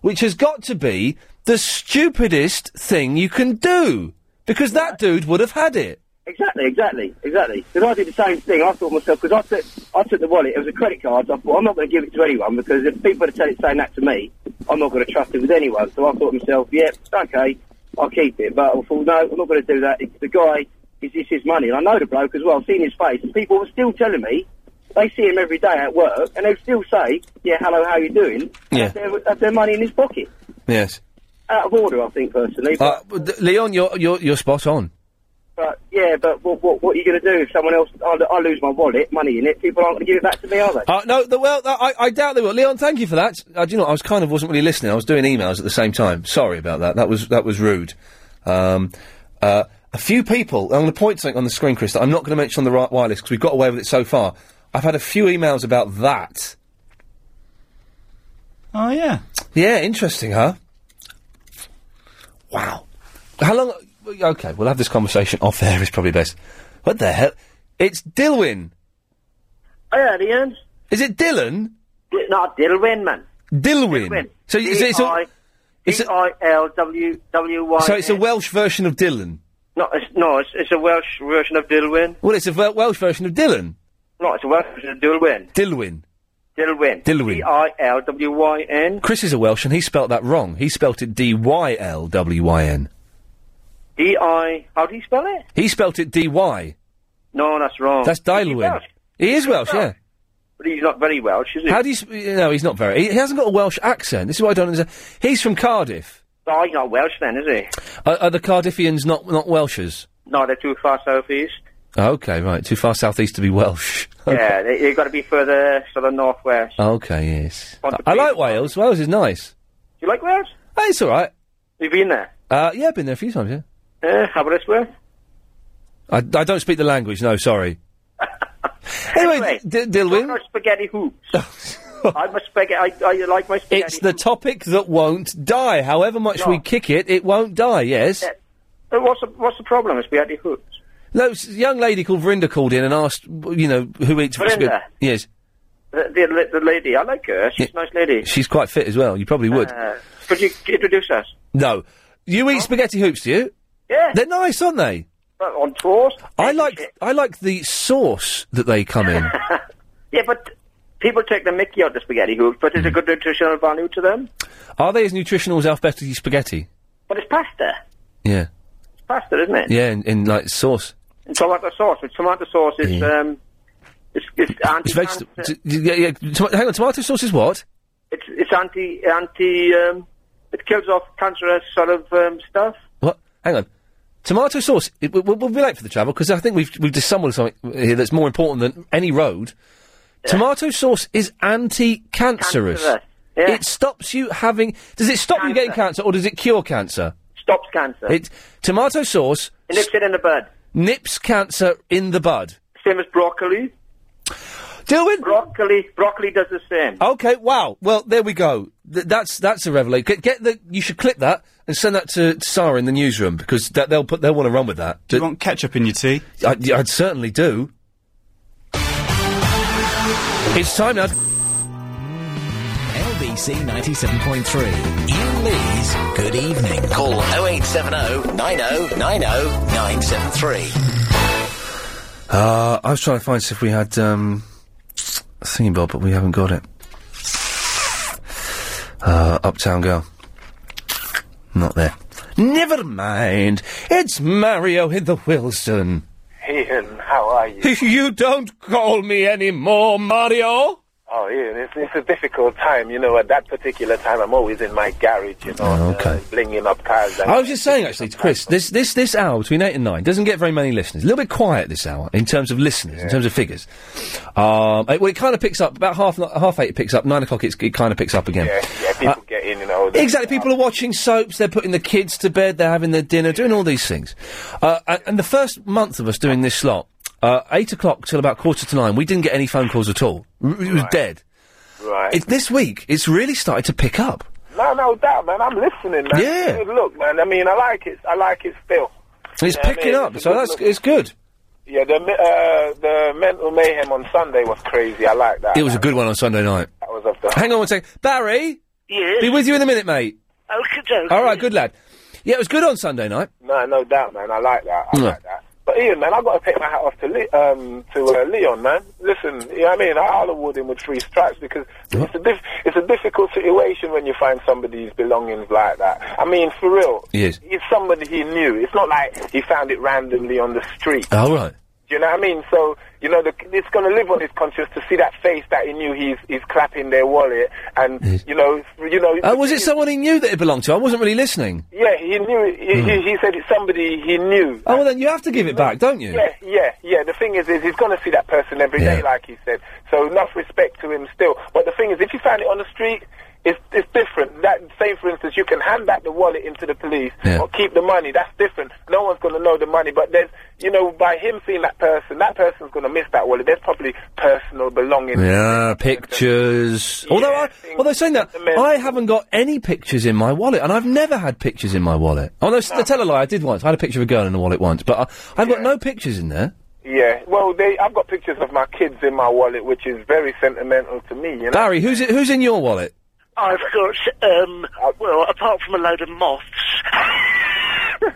Speaker 3: which has got to be the stupidest thing you can do. Because that dude would have had it.
Speaker 27: Exactly, exactly, exactly. Because I did the same thing. I thought to myself, because I took, I took the wallet, it was a credit card. So I thought, I'm not going to give it to anyone because if people are telling saying that to me, I'm not going to trust it with anyone. So I thought to myself, yeah, okay, I'll keep it. But I thought, no, I'm not going to do that. It's the guy, it's, it's his money. And I know the bloke as well, I've seen his face. And people were still telling me, they see him every day at work, and they still say, yeah, hello, how you doing?
Speaker 3: Yeah.
Speaker 27: Have their, have their money in his pocket.
Speaker 3: Yes.
Speaker 27: Out of order, I think, personally. But,
Speaker 3: Uh, but th- Leon, you're, you're, you're spot on.
Speaker 27: But yeah, but what what, what are you going to do if someone else? I, I lose my wallet, money in it. People aren't going to give it back to me, are they?
Speaker 3: Uh, no, the, well, I, I doubt they will. Leon, thank you for that. Uh, do you know, what, I was kind of wasn't really listening. I was doing emails at the same time. Sorry about that. That was that was rude. Um, uh, a few people. I'm going to point something on the screen, Chris. That I'm not going to mention on the right wireless because we've got away with it so far. I've had a few emails about that.
Speaker 13: Oh yeah.
Speaker 3: Yeah, interesting, huh? Wow. How long? Okay, we'll have this conversation off air. Is probably best. What the hell? It's Dilwyn.
Speaker 21: Yeah, the end.
Speaker 3: Is it Dylan?
Speaker 21: D- no, Dilwyn, man. E
Speaker 3: Dilwyn. So it's, it's a,
Speaker 21: D-I-L-W-W-Y-N.
Speaker 3: so it's a Welsh version of Dylan.
Speaker 21: No, it's, no, it's, it's a Welsh version of Dilwyn.
Speaker 3: Well, it's a Wel- Welsh version of Dylan.
Speaker 21: No, it's a Welsh version of Dilwyn.
Speaker 3: Dilwyn.
Speaker 21: Dilwyn.
Speaker 3: Dilwyn.
Speaker 21: D-I-L-W-Y-N.
Speaker 3: Chris is a Welsh and he spelt that wrong. He spelt it D Y L W Y N.
Speaker 21: D-I... E How do you spell it?
Speaker 3: He spelt it D Y.
Speaker 21: No, that's wrong.
Speaker 3: That's Dilwyn. He is Welsh, yeah.
Speaker 21: But he's not very Welsh, is he?
Speaker 3: How do you? Sp- no, he's not very. He, he hasn't got a Welsh accent. This is what I don't understand. He's from Cardiff.
Speaker 21: Oh, he's not Welsh then, is he?
Speaker 3: Are, are the Cardiffians not not Welshers?
Speaker 21: No, they're too far southeast.
Speaker 3: Oh, okay, right. Too far southeast to be Welsh.
Speaker 21: Yeah, they, they've got to be further sort of northwest.
Speaker 3: Okay, yes. I, I like Wales. Wales is nice.
Speaker 21: Do you like Wales?
Speaker 3: Oh, it's all right.
Speaker 21: You've been there?
Speaker 3: Uh, yeah, I've been there a few times. Yeah.
Speaker 21: Uh, Aberystwyth?
Speaker 3: I, I don't speak the language. No, sorry. Anyway, D- Dilwyn.
Speaker 21: spaghetti hoops.
Speaker 3: (laughs)
Speaker 21: I'm a spaghetti. I, I like my spaghetti.
Speaker 3: It's the topic that won't die. However much we kick it, it won't die. Yes.
Speaker 21: Yeah. But Eh, what's the, what's the problem with spaghetti hoops?
Speaker 3: No, s- young lady called Verinda called in and asked, w- you know, who eats what's good.
Speaker 21: Verinda?
Speaker 3: Yes,
Speaker 21: The, the, the lady, I like her. She's a nice lady.
Speaker 3: she's quite fit as well. You probably would.
Speaker 21: Uh, could you introduce us?
Speaker 3: no, you eat spaghetti hoops, do you?
Speaker 21: Yeah.
Speaker 3: They're nice, aren't they?
Speaker 21: But on tours?
Speaker 3: (laughs) I like I like the sauce that they come in.
Speaker 21: Yeah, but people take the mickey out of the spaghetti hoops, but it's
Speaker 3: Hmm.
Speaker 21: a good nutritional value to them.
Speaker 3: Are they as nutritional as alphabetical spaghetti?
Speaker 21: But it's pasta.
Speaker 3: Yeah,
Speaker 21: It's pasta, isn't it?
Speaker 3: yeah, in, in like sauce.
Speaker 21: And tomato sauce. With tomato sauce, it's,
Speaker 3: Yeah.
Speaker 21: um, it's, it's anti
Speaker 3: It's vegetable. yeah, yeah. Tom- hang on, tomato sauce is what?
Speaker 21: It's, it's anti, anti, um, it kills off cancerous sort of, um, stuff.
Speaker 3: What? Hang on. Tomato sauce. It, we, we'll be late for the travel because I think we've we've dissembled something here that's more important than any road. Tomato sauce is anti-cancerous.
Speaker 21: Cancerous, yeah.
Speaker 3: It stops you having. Does it stop you getting cancer, or does it cure cancer?
Speaker 21: Stops cancer.
Speaker 3: It tomato sauce
Speaker 21: It nips it in the bud.
Speaker 3: nips cancer in the bud.
Speaker 21: Same as
Speaker 2: (laughs)
Speaker 21: broccoli.
Speaker 3: Dilwyn?
Speaker 21: Broccoli, broccoli does the same.
Speaker 3: Okay. Wow. Well, there we go. Th- that's that's a revelation. Get, get the. You should clip that and send that to, to Sarah in the newsroom because that, they'll put they'll want to run with that.
Speaker 13: Do you want ketchup in your tea?
Speaker 3: I, would certainly do. It's time now.
Speaker 1: LBC 97.3. Ian Lee's Good Evening. Call 0870 90 90 973.
Speaker 3: Uh, I was trying to find see if we had um, singing Bob, but we haven't got it. Uh, Uptown Girl. Not there. Never mind. It's Mario in the Wilson.
Speaker 14: Ian, how are you?
Speaker 3: you don't call me anymore, Mario.
Speaker 14: Oh, Ian, it's, it's a difficult time. You know, at that particular time, I'm always in my garage, you know,
Speaker 3: Oh, okay.
Speaker 14: blinging up cars. And
Speaker 3: I was just saying, actually, to Chris, this, this, this hour between 8 and 9 doesn't get very many listeners. A little bit quiet this hour in terms of listeners, in terms of figures. Um, it, well, it kind of picks up, about half, ni- half 8 it picks up, 9 o'clock it's, it kind of picks up again.
Speaker 14: yeah, yeah, people
Speaker 3: Uh,
Speaker 14: get in, you know. they-
Speaker 3: Exactly. People are watching soaps. They're putting the kids to bed. They're having their dinner, doing all these things. Uh, and, and the first month of us doing this slot, uh, eight o'clock till about quarter to nine, we didn't get any phone calls at all. R- It was dead.
Speaker 14: Right.
Speaker 3: It, this week, it's really started to pick up.
Speaker 14: No, no doubt, man. I'm listening, man.
Speaker 3: Yeah.
Speaker 14: Good look, man. I mean, I like it. I like it still.
Speaker 3: It's
Speaker 14: Yeah, I
Speaker 3: picking
Speaker 14: mean,
Speaker 3: up,
Speaker 14: it's a
Speaker 3: so
Speaker 14: good
Speaker 3: that's
Speaker 14: look.
Speaker 3: it's good.
Speaker 14: Yeah, the mi- uh, the mental mayhem on Sunday was crazy. I like that.
Speaker 3: It was a good one on Sunday night.
Speaker 14: That was up there.
Speaker 3: Hang on one second, Barry.
Speaker 28: Yes.
Speaker 3: Be with you in a minute, mate.
Speaker 28: Okey-dokey.
Speaker 3: All right, good lad. Yeah, it was good on Sunday night.
Speaker 14: No, no doubt, man. I like that. I
Speaker 3: Mm.
Speaker 14: like that. But Ian, man, I've got to take my hat off to Le- um, to uh, Leon, man. Listen, you know what I mean? I'll award him with three stripes because it's a, dif- it's a difficult situation when you find somebody's belongings like that. I mean, for real,
Speaker 3: Yes.
Speaker 14: it's somebody he knew. It's not like he found it randomly on the street.
Speaker 3: All right.
Speaker 14: Do you know what I mean? So, you know, the, it's going to live on his conscience to see that face that he knew he's, he's clapping their wallet and, you know, you know...
Speaker 3: Uh, was it someone he knew that it belonged to? I wasn't really listening.
Speaker 14: Yeah, he knew. it. He, he, he said it's somebody he knew.
Speaker 3: Oh, well, then you have to give it back, don't you?
Speaker 14: Yeah, yeah, yeah. The thing is, is he's going to see that person every day, like he said. So enough respect to him still. But the thing is, if you found it on the street, it's it's different. That say, for instance, you can hand back the wallet into the police or keep the money. That's different. No one's going to know the money. But there's, you know, by him seeing that person, that person's going to miss that wallet. There's probably personal belongings.
Speaker 3: Yeah, pictures. although, I, although saying that, I haven't got any pictures in my wallet, and I've never had pictures in my wallet. Oh no, no. tell a lie. I did once. I had a picture of a girl in a wallet once, but I, I've got no pictures in there.
Speaker 14: Yeah. Well, they, I've got pictures of my kids in my wallet, which is very sentimental to me. You know.
Speaker 3: Barry, who's it, who's in your
Speaker 14: (laughs)
Speaker 3: wallet?
Speaker 28: I've got, um,
Speaker 14: Uh,
Speaker 28: well, apart from a load of moths,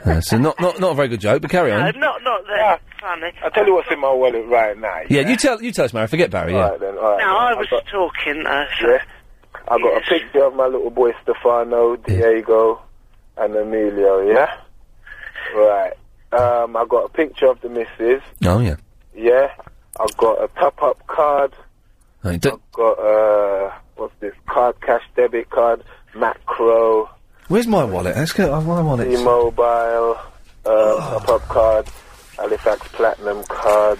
Speaker 3: Uh, so not, not not a very good joke, but carry on.
Speaker 28: I'm not, not that funny.
Speaker 14: I tell you what's in my wallet right now.
Speaker 3: Yeah, you tell you tell us, Mary. Forget Barry. Yeah.
Speaker 14: All right, then. All right,
Speaker 28: Now,
Speaker 14: then.
Speaker 28: I
Speaker 14: I've
Speaker 28: was
Speaker 14: got-
Speaker 28: talking, uh,
Speaker 14: Yeah. I got a picture of my little boy Stefano, Diego, and Emilio, yeah? Right. Um, I got a picture of the missus,
Speaker 3: Oh yeah.
Speaker 14: yeah? I got a top up card,
Speaker 3: Right, don't-
Speaker 14: got uh what's this? Card cash debit card, macro,
Speaker 3: where's my wallet? Let's go. Oh, my wallet.
Speaker 14: T mobile, uh top up card, Halifax Platinum card.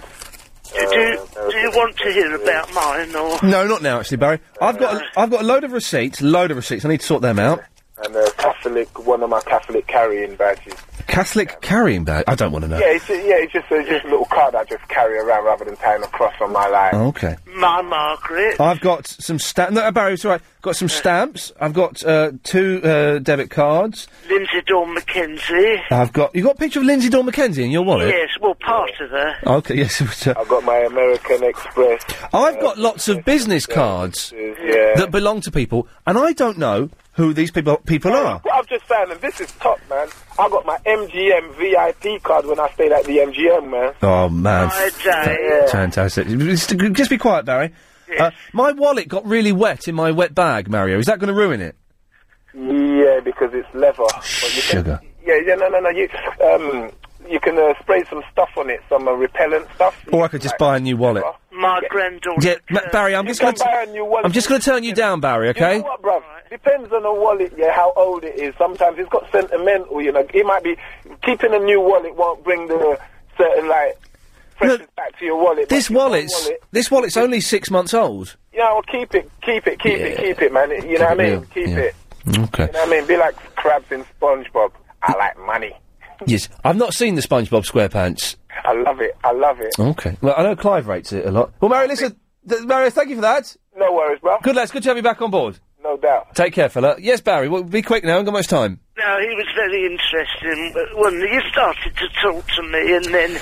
Speaker 14: uh,
Speaker 28: do, do, do you want to hear about mine, or?
Speaker 3: No, not now, actually, Barry. I've got a, I've got a load of receipts, load of receipts. I need to sort them out.
Speaker 14: And a Catholic, one of my Catholic carrying badges.
Speaker 3: Catholic carrying bag. I don't want to know.
Speaker 14: Yeah, it's just, yeah, it's just, it's just a little card I just carry around rather than tying a cross on my line.
Speaker 3: Oh, okay.
Speaker 28: My Margaret.
Speaker 3: I've got some stamps. No, uh, Barry, it's all right. Got some stamps. I've got uh, two uh, debit cards.
Speaker 28: Lindsay Dawn Mackenzie.
Speaker 3: I've got. You got a picture of Lindsay Dawn Mackenzie in your wallet?
Speaker 28: Yes, well, part of her.
Speaker 3: Okay. Yes. (laughs) uh,
Speaker 14: I've got my American Express.
Speaker 3: I've got lots of business cards
Speaker 14: Yeah.
Speaker 3: that belong to people, and I don't know who these people people are.
Speaker 14: Well, I've uh, just found them. This is top, man. I got my MGM VIP card when I stayed at the MGM, man.
Speaker 3: Oh man!
Speaker 14: My
Speaker 3: fa-
Speaker 14: day.
Speaker 3: fantastic. Just, just be quiet, Barry. Uh, my wallet got really wet in my wet bag, Mario. Is that going to ruin it?
Speaker 14: Yeah, because it's leather. But you
Speaker 3: Sugar.
Speaker 14: Can, yeah, yeah, no, no, no. You, um, you can uh, spray some stuff on it, some uh, repellent stuff.
Speaker 3: Or I could just buy a new wallet.
Speaker 28: My granddaughter.
Speaker 3: Yeah, Ma- Barry, I'm
Speaker 14: You
Speaker 3: just
Speaker 14: can
Speaker 3: going
Speaker 14: buy a new
Speaker 3: to.
Speaker 14: wallet.
Speaker 3: I'm just going to turn you down, Barry. Okay.
Speaker 14: You know what, bruv? Depends on the wallet, yeah, how old it is. Sometimes it's got sentimental, you know. It might be keeping a new wallet won't bring the certain like precious back to your wallet.
Speaker 3: This
Speaker 14: but if you want
Speaker 3: wallet's
Speaker 14: wallet,
Speaker 3: this wallet's only six months old.
Speaker 14: you know, well, keep it, keep it, keep it, keep it, man. You know what I mean?
Speaker 3: real,
Speaker 14: Keep
Speaker 3: yeah.
Speaker 14: it.
Speaker 3: Okay.
Speaker 14: You know what I mean? Be like crabs in SpongeBob. I like money.
Speaker 3: Yes, I've not seen the SpongeBob SquarePants.
Speaker 14: I love it. I love it.
Speaker 3: Okay. Well, I know Clive rates it a lot. Well, Mario, listen, th- Mario, thank you for that.
Speaker 14: No worries, bro.
Speaker 3: Good lads. Good to have you back on board.
Speaker 14: No doubt.
Speaker 3: Take care, fella. Yes, Barry. Well, be quick now. I haven't got much time.
Speaker 28: Now, he was very interesting uh, when you started to talk to me, and then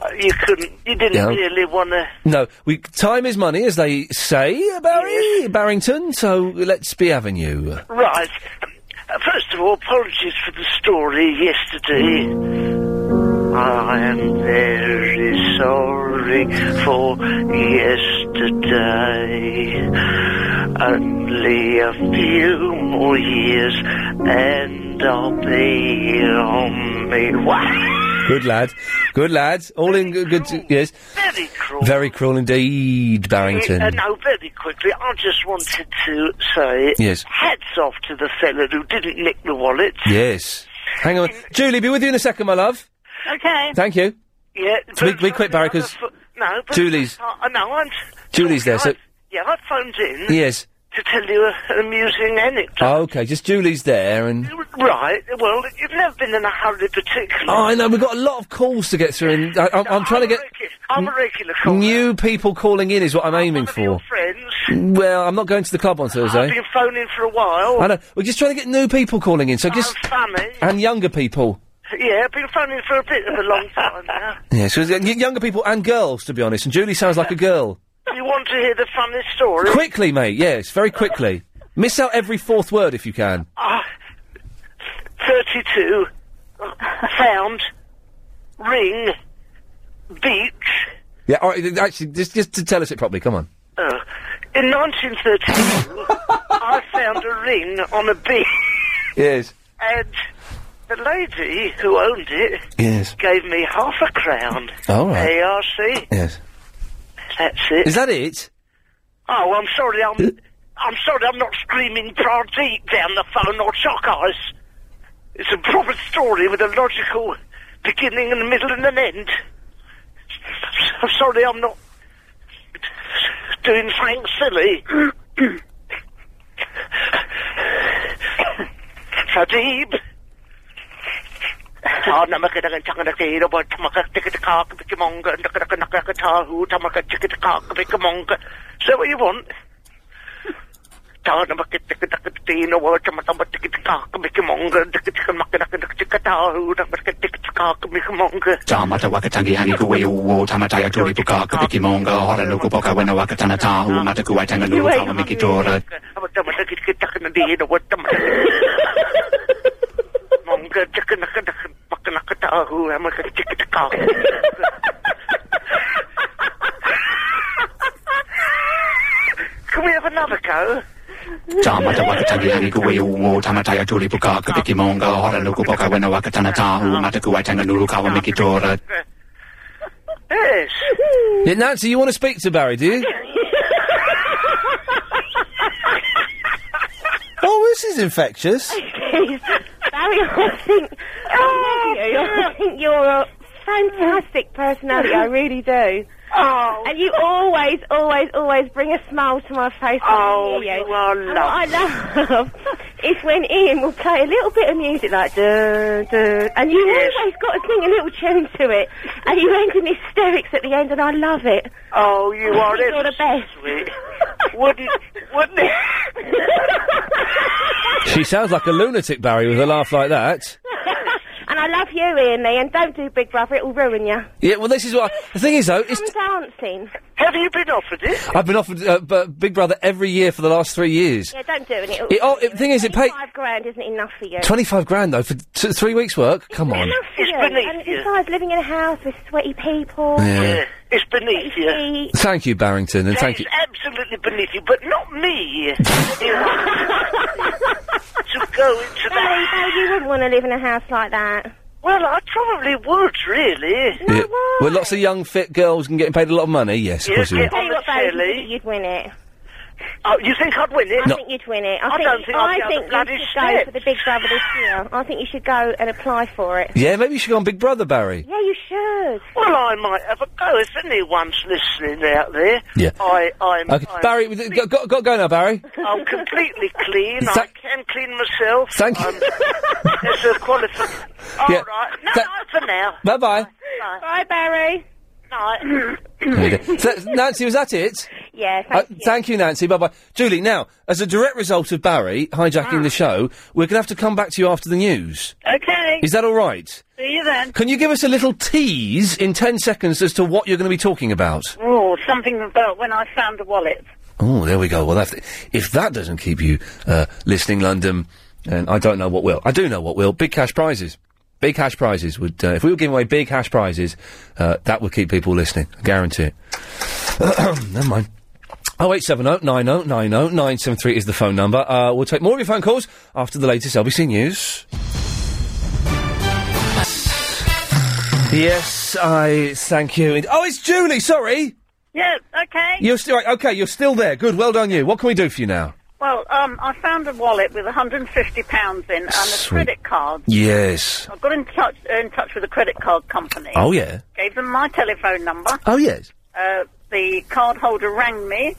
Speaker 28: uh, you couldn't, you didn't
Speaker 3: Yeah.
Speaker 28: really want to.
Speaker 3: No, we time is money, as they say, Barry Barrington. So let's be having you.
Speaker 28: Right. Uh, First of all, apologies for the story yesterday. I am very sorry for yesterday. Only a few more years and I'll be on me way.
Speaker 3: Good lad. Good lad. All in good. good yes.
Speaker 28: Very cruel.
Speaker 3: Very cruel indeed, Barrington.
Speaker 28: Uh, no, very quickly, I just wanted to say
Speaker 3: Yes.
Speaker 28: hats off to the fella who didn't nick the wallet.
Speaker 3: Yes. Hang on, Julie. Be with you in a second, my love.
Speaker 28: Okay.
Speaker 3: Thank you.
Speaker 28: Yeah.
Speaker 3: So we, we quit, Barry, because
Speaker 28: No, but
Speaker 3: Julie's-
Speaker 28: I, I know. I'm.
Speaker 3: Julie's there. So
Speaker 28: Yeah, I phoned in.
Speaker 3: yes.
Speaker 28: To tell you a- an amusing anecdote.
Speaker 3: Oh, okay, just Julie's there, and
Speaker 28: Right. Well, you've never been in a hurry, particularly.
Speaker 3: oh, I know we've got a lot of calls to get through, and I, I'm, I'm trying to get
Speaker 28: I'm a regular
Speaker 3: new people calling in. Is what I'm aiming for.
Speaker 28: friends.
Speaker 3: Well, I'm not going to the club on
Speaker 28: I've
Speaker 3: Thursday.
Speaker 28: been phoning for a while.
Speaker 3: I know. We're just trying to get new people calling in, so
Speaker 28: Oh,
Speaker 3: just
Speaker 28: Funny.
Speaker 3: and younger people.
Speaker 28: Yeah, I've been phoning for a bit of a long time now.
Speaker 3: Yeah, so y- younger people and girls, to be honest. And Julie sounds like a girl.
Speaker 28: Do you want to hear the funny story?
Speaker 3: Quickly, mate. Yes, very quickly. Miss out every fourth word if you can.
Speaker 28: Ah, 32, found, ring, beach.
Speaker 3: Yeah, all right, th- actually, just, just to tell us it properly. Come on.
Speaker 28: Oh. In 1932, I found a ring on a beach,
Speaker 3: Yes.
Speaker 28: and the lady who owned it
Speaker 3: Yes.
Speaker 28: gave me half a crown.
Speaker 3: All right.
Speaker 28: ARC.
Speaker 3: Yes.
Speaker 28: That's it.
Speaker 3: Is that it?
Speaker 28: Oh, I'm sorry, I'm. I'm sorry, I'm not screaming Pradeep down the phone or Chalk Eyes. It's a proper story with a logical beginning and a middle and an end. I'm sorry, I'm not doing something silly. Pradeep. Ah, namakadangan takanakiro, but tamakatikitakak, bikimonga, and takatanakatahu, tamakatikakak, bikimonga. Is that what you want? Tanamakitikatakatino, or tamatamatikitakak, bikimonga, and takatikamakanakatikahu, tamakatikakak, bikimonga.
Speaker 13: Tamata wakatangi hangi kuwe uwo tamataya turi puka kapiki monga hora nuku poka wena wakatana tahu mataku waitanga nuru kama miki tora
Speaker 28: Tamatakitakatakino, or tamakatikamakanakatahu, tamakatikakak. Can we have another go?
Speaker 13: Tamata wakatangi hangi kuwe uwo tamataya turi puka kapiki monga hora nuku poka wena wakatana tahu mataku waitanga nuru kama miki tora
Speaker 28: Yes.
Speaker 3: Yeah, Nancy, you want to speak to Barry, do you? oh, this is infectious.
Speaker 29: (laughs) Barry, I think
Speaker 5: Oh,
Speaker 29: I love you. I think you're a fantastic personality. I
Speaker 5: (laughs)
Speaker 29: really do.
Speaker 28: Oh.
Speaker 29: And you always, always, always bring a smile to my face. when I
Speaker 28: Oh,
Speaker 29: hear you.
Speaker 28: you are
Speaker 29: And what I love (laughs) is when Ian will play a little bit of music like duh, duh, and you always got to sing a little tune to it, and you end in hysterics at the end, and I love it.
Speaker 28: Oh, you are
Speaker 29: You're the best.
Speaker 28: Sweet. Wouldn't, wouldn't it?
Speaker 3: she sounds like a lunatic, Barry, with a laugh like that.
Speaker 29: (laughs) And I love you, Ian Lee, and don't do Big Brother, it will ruin you.
Speaker 3: Yeah, well, this is what. The thing is, though, it's,
Speaker 29: Come dancing.
Speaker 28: Have you been offered it?
Speaker 3: I've been offered uh, b- Big Brother every year for the last three years.
Speaker 29: Yeah, don't do it. It'll
Speaker 3: It- oh, the thing is, it pay-
Speaker 29: Five grand isn't enough for you.
Speaker 3: 25 grand, though, for t- three weeks' work? Come on.
Speaker 29: Enough for you. And besides, living in a house with sweaty people.
Speaker 3: Yeah. Yeah,
Speaker 28: It's beneath you.
Speaker 3: Thank you, Barrington, and thank you.
Speaker 28: Absolutely beneath you, but not
Speaker 3: (laughs)
Speaker 28: me. You know, to go into
Speaker 29: Barry,
Speaker 28: that.
Speaker 29: Barry, you wouldn't want to live in a house like that.
Speaker 28: Well, I probably would, really.
Speaker 3: Yeah. Well, lots of young, fit girls and getting paid a lot of money. Yes, of
Speaker 28: You
Speaker 3: course you
Speaker 28: get
Speaker 3: would.
Speaker 29: Tell you what, Barry, you- you'd win it.
Speaker 28: Oh, you think I'd win it?
Speaker 29: I think you'd win it. I,
Speaker 28: I
Speaker 29: think,
Speaker 28: don't think
Speaker 29: I
Speaker 28: I'd be on
Speaker 29: think
Speaker 28: the
Speaker 29: you
Speaker 28: bloody
Speaker 29: should go
Speaker 28: steps.
Speaker 29: for the Big Brother this year. I think you should go and apply for it.
Speaker 3: Yeah, maybe you should go on Big Brother, Barry.
Speaker 29: Yeah, you should.
Speaker 28: Well, I might have a go if anyone's listening out there.
Speaker 3: Yeah.
Speaker 28: I, I'm,
Speaker 3: Okay,
Speaker 28: I'm,
Speaker 3: Barry, we've got, got, got to go now, Barry.
Speaker 28: I'm completely clean. I
Speaker 3: Thank-
Speaker 28: can clean myself.
Speaker 3: Thank you.
Speaker 28: I'm, There's a qualification. All
Speaker 3: (laughs)
Speaker 28: right.
Speaker 3: Yeah.
Speaker 28: No,
Speaker 3: Tha-
Speaker 28: no, for now.
Speaker 3: Bye bye.
Speaker 29: Bye, Barry.
Speaker 28: Night.
Speaker 3: Nancy, was that it?
Speaker 29: Yeah, thank
Speaker 3: Uh, thank you, Nancy. Bye bye. Julie, now, as a direct result of Barry hijacking the show, we're going to have to come back to you after the news.
Speaker 2: (laughs) Okay.
Speaker 3: Is that all right?
Speaker 2: See you then.
Speaker 3: Can you give us a little tease in 10 seconds as to what you're going to be talking about?
Speaker 2: Oh, something about when I found a wallet.
Speaker 3: Oh, there we go. Well, that, if that doesn't keep you uh, listening, London, and I don't know what will. I do know what will. Big cash prizes. Big cash prizes would. Uh, if we were giving away big cash prizes, uh, that would keep people listening. I guarantee it. (coughs) Never mind. Oh, 0870 90 90 973 is the phone number. Uh, we'll take more of your phone calls after the latest LBC News. Yes, I thank you. Oh, it's Julie, sorry!
Speaker 2: Yeah, okay.
Speaker 3: You're still right, okay. You're still there. Good. Well done, you. What can we do for you now?
Speaker 2: Well, um, I found a wallet with £150 in and a
Speaker 3: Sweet.
Speaker 2: credit card.
Speaker 3: Yes.
Speaker 2: I got in touch in touch with a credit card company.
Speaker 3: Oh yeah.
Speaker 2: Gave them my telephone number.
Speaker 3: Oh yes.
Speaker 2: Uh, the card holder rang me.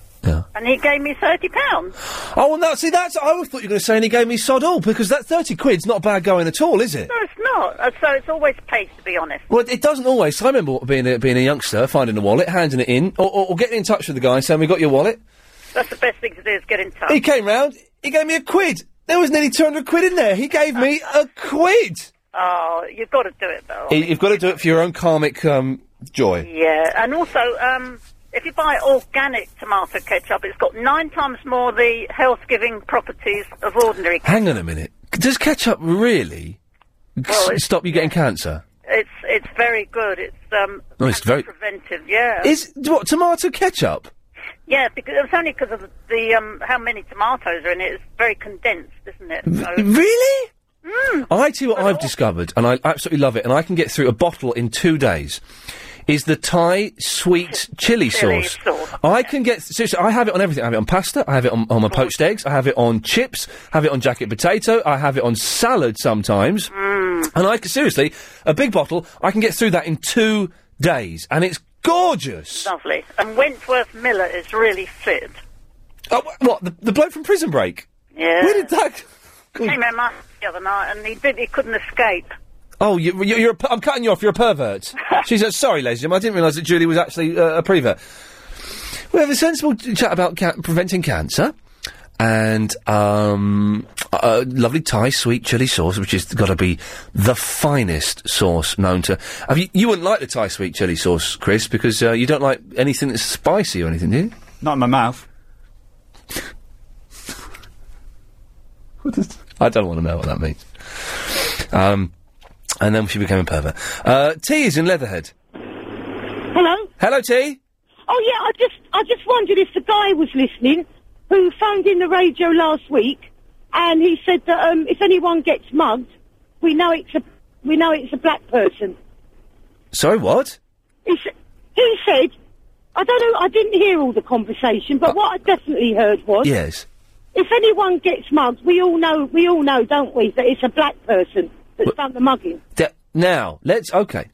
Speaker 2: And he gave me thirty pounds.
Speaker 3: Oh well, now see that's. I always thought you were going to say, and he gave me sod all because that thirty quid's not bad going at all, is it?
Speaker 2: No, it's not. Uh, So it's always paid, to be honest.
Speaker 3: Well, it doesn't always. I remember being a, being a youngster, finding a wallet, handing it in, or, or, or getting in touch with the guy and saying, "We got your wallet."
Speaker 2: That's the best thing to do is get in touch.
Speaker 3: He came round. He gave me a quid. There was nearly two hundred quid in there. He gave me a quid.
Speaker 2: Oh, you've got to do it though.
Speaker 3: You've got to do it for your own karmic um, joy.
Speaker 2: Yeah, and also, um,
Speaker 30: If you buy organic tomato ketchup, it's got nine times more the health-giving properties of ordinary. ketchup.
Speaker 3: Hang on a minute. Does ketchup really s-
Speaker 30: Well, it's-
Speaker 3: stop you getting cancer?
Speaker 30: It's it's very good. It's um
Speaker 3: Well, it's very.
Speaker 30: preventive. Yeah.
Speaker 3: Is what tomato ketchup?
Speaker 30: Yeah, because it's only because of the, the um how many tomatoes are in it. It's very condensed, isn't it? So,
Speaker 3: (laughs) Really? I tell you what I've discovered, and I absolutely love it, and I can get through a bottle in two days. Is the Thai sweet chili
Speaker 1: chili
Speaker 3: sauce? I can get seriously. I have it on everything. I have it on pasta. I have it on, on my poached eggs. I have it on chips. Have it on jacket potato. I have it on salad sometimes. And I c- seriously, a big bottle. I can get through that in two days, and it's gorgeous.
Speaker 30: lovely. And Wentworth Miller is really fit.
Speaker 3: Oh, wh- what the, the bloke from Prison Break?
Speaker 30: Yeah.
Speaker 3: Where did that?
Speaker 30: Came in my house the other night, and he did. He couldn't escape.
Speaker 3: Oh, you, you, you're. A, per- I'm cutting you off. You're a pervert. she said, "Sorry, ladies and gentlemen, I didn't realise that Julie was actually uh, a prevert." We have a sensible ch- chat about ca- preventing cancer, and um, a lovely Thai sweet chili sauce, which has got to be the finest sauce known to. Have you, you wouldn't like the Thai sweet chili sauce, Chris, because uh, you don't like anything that's spicy or anything, do you?
Speaker 13: Not in my mouth.
Speaker 3: I don't want to know what that means. Um, and then she became a pervert. Uh, T is in Leatherhead.
Speaker 31: Hello.
Speaker 3: Hello, T.
Speaker 31: Oh yeah, I just I just wondered if the guy was listening who phoned in the radio last week, and he said that um, if anyone gets mugged, we know it's a we know it's a black person.
Speaker 3: Sorry, what?
Speaker 31: He, s- he said, I don't know, I didn't hear all the conversation, but what I definitely heard was
Speaker 3: Yes.
Speaker 31: if anyone gets mugged, we all know we all know, don't we, that it's a black person that's done the mugging.
Speaker 3: Da- now, let's. Okay.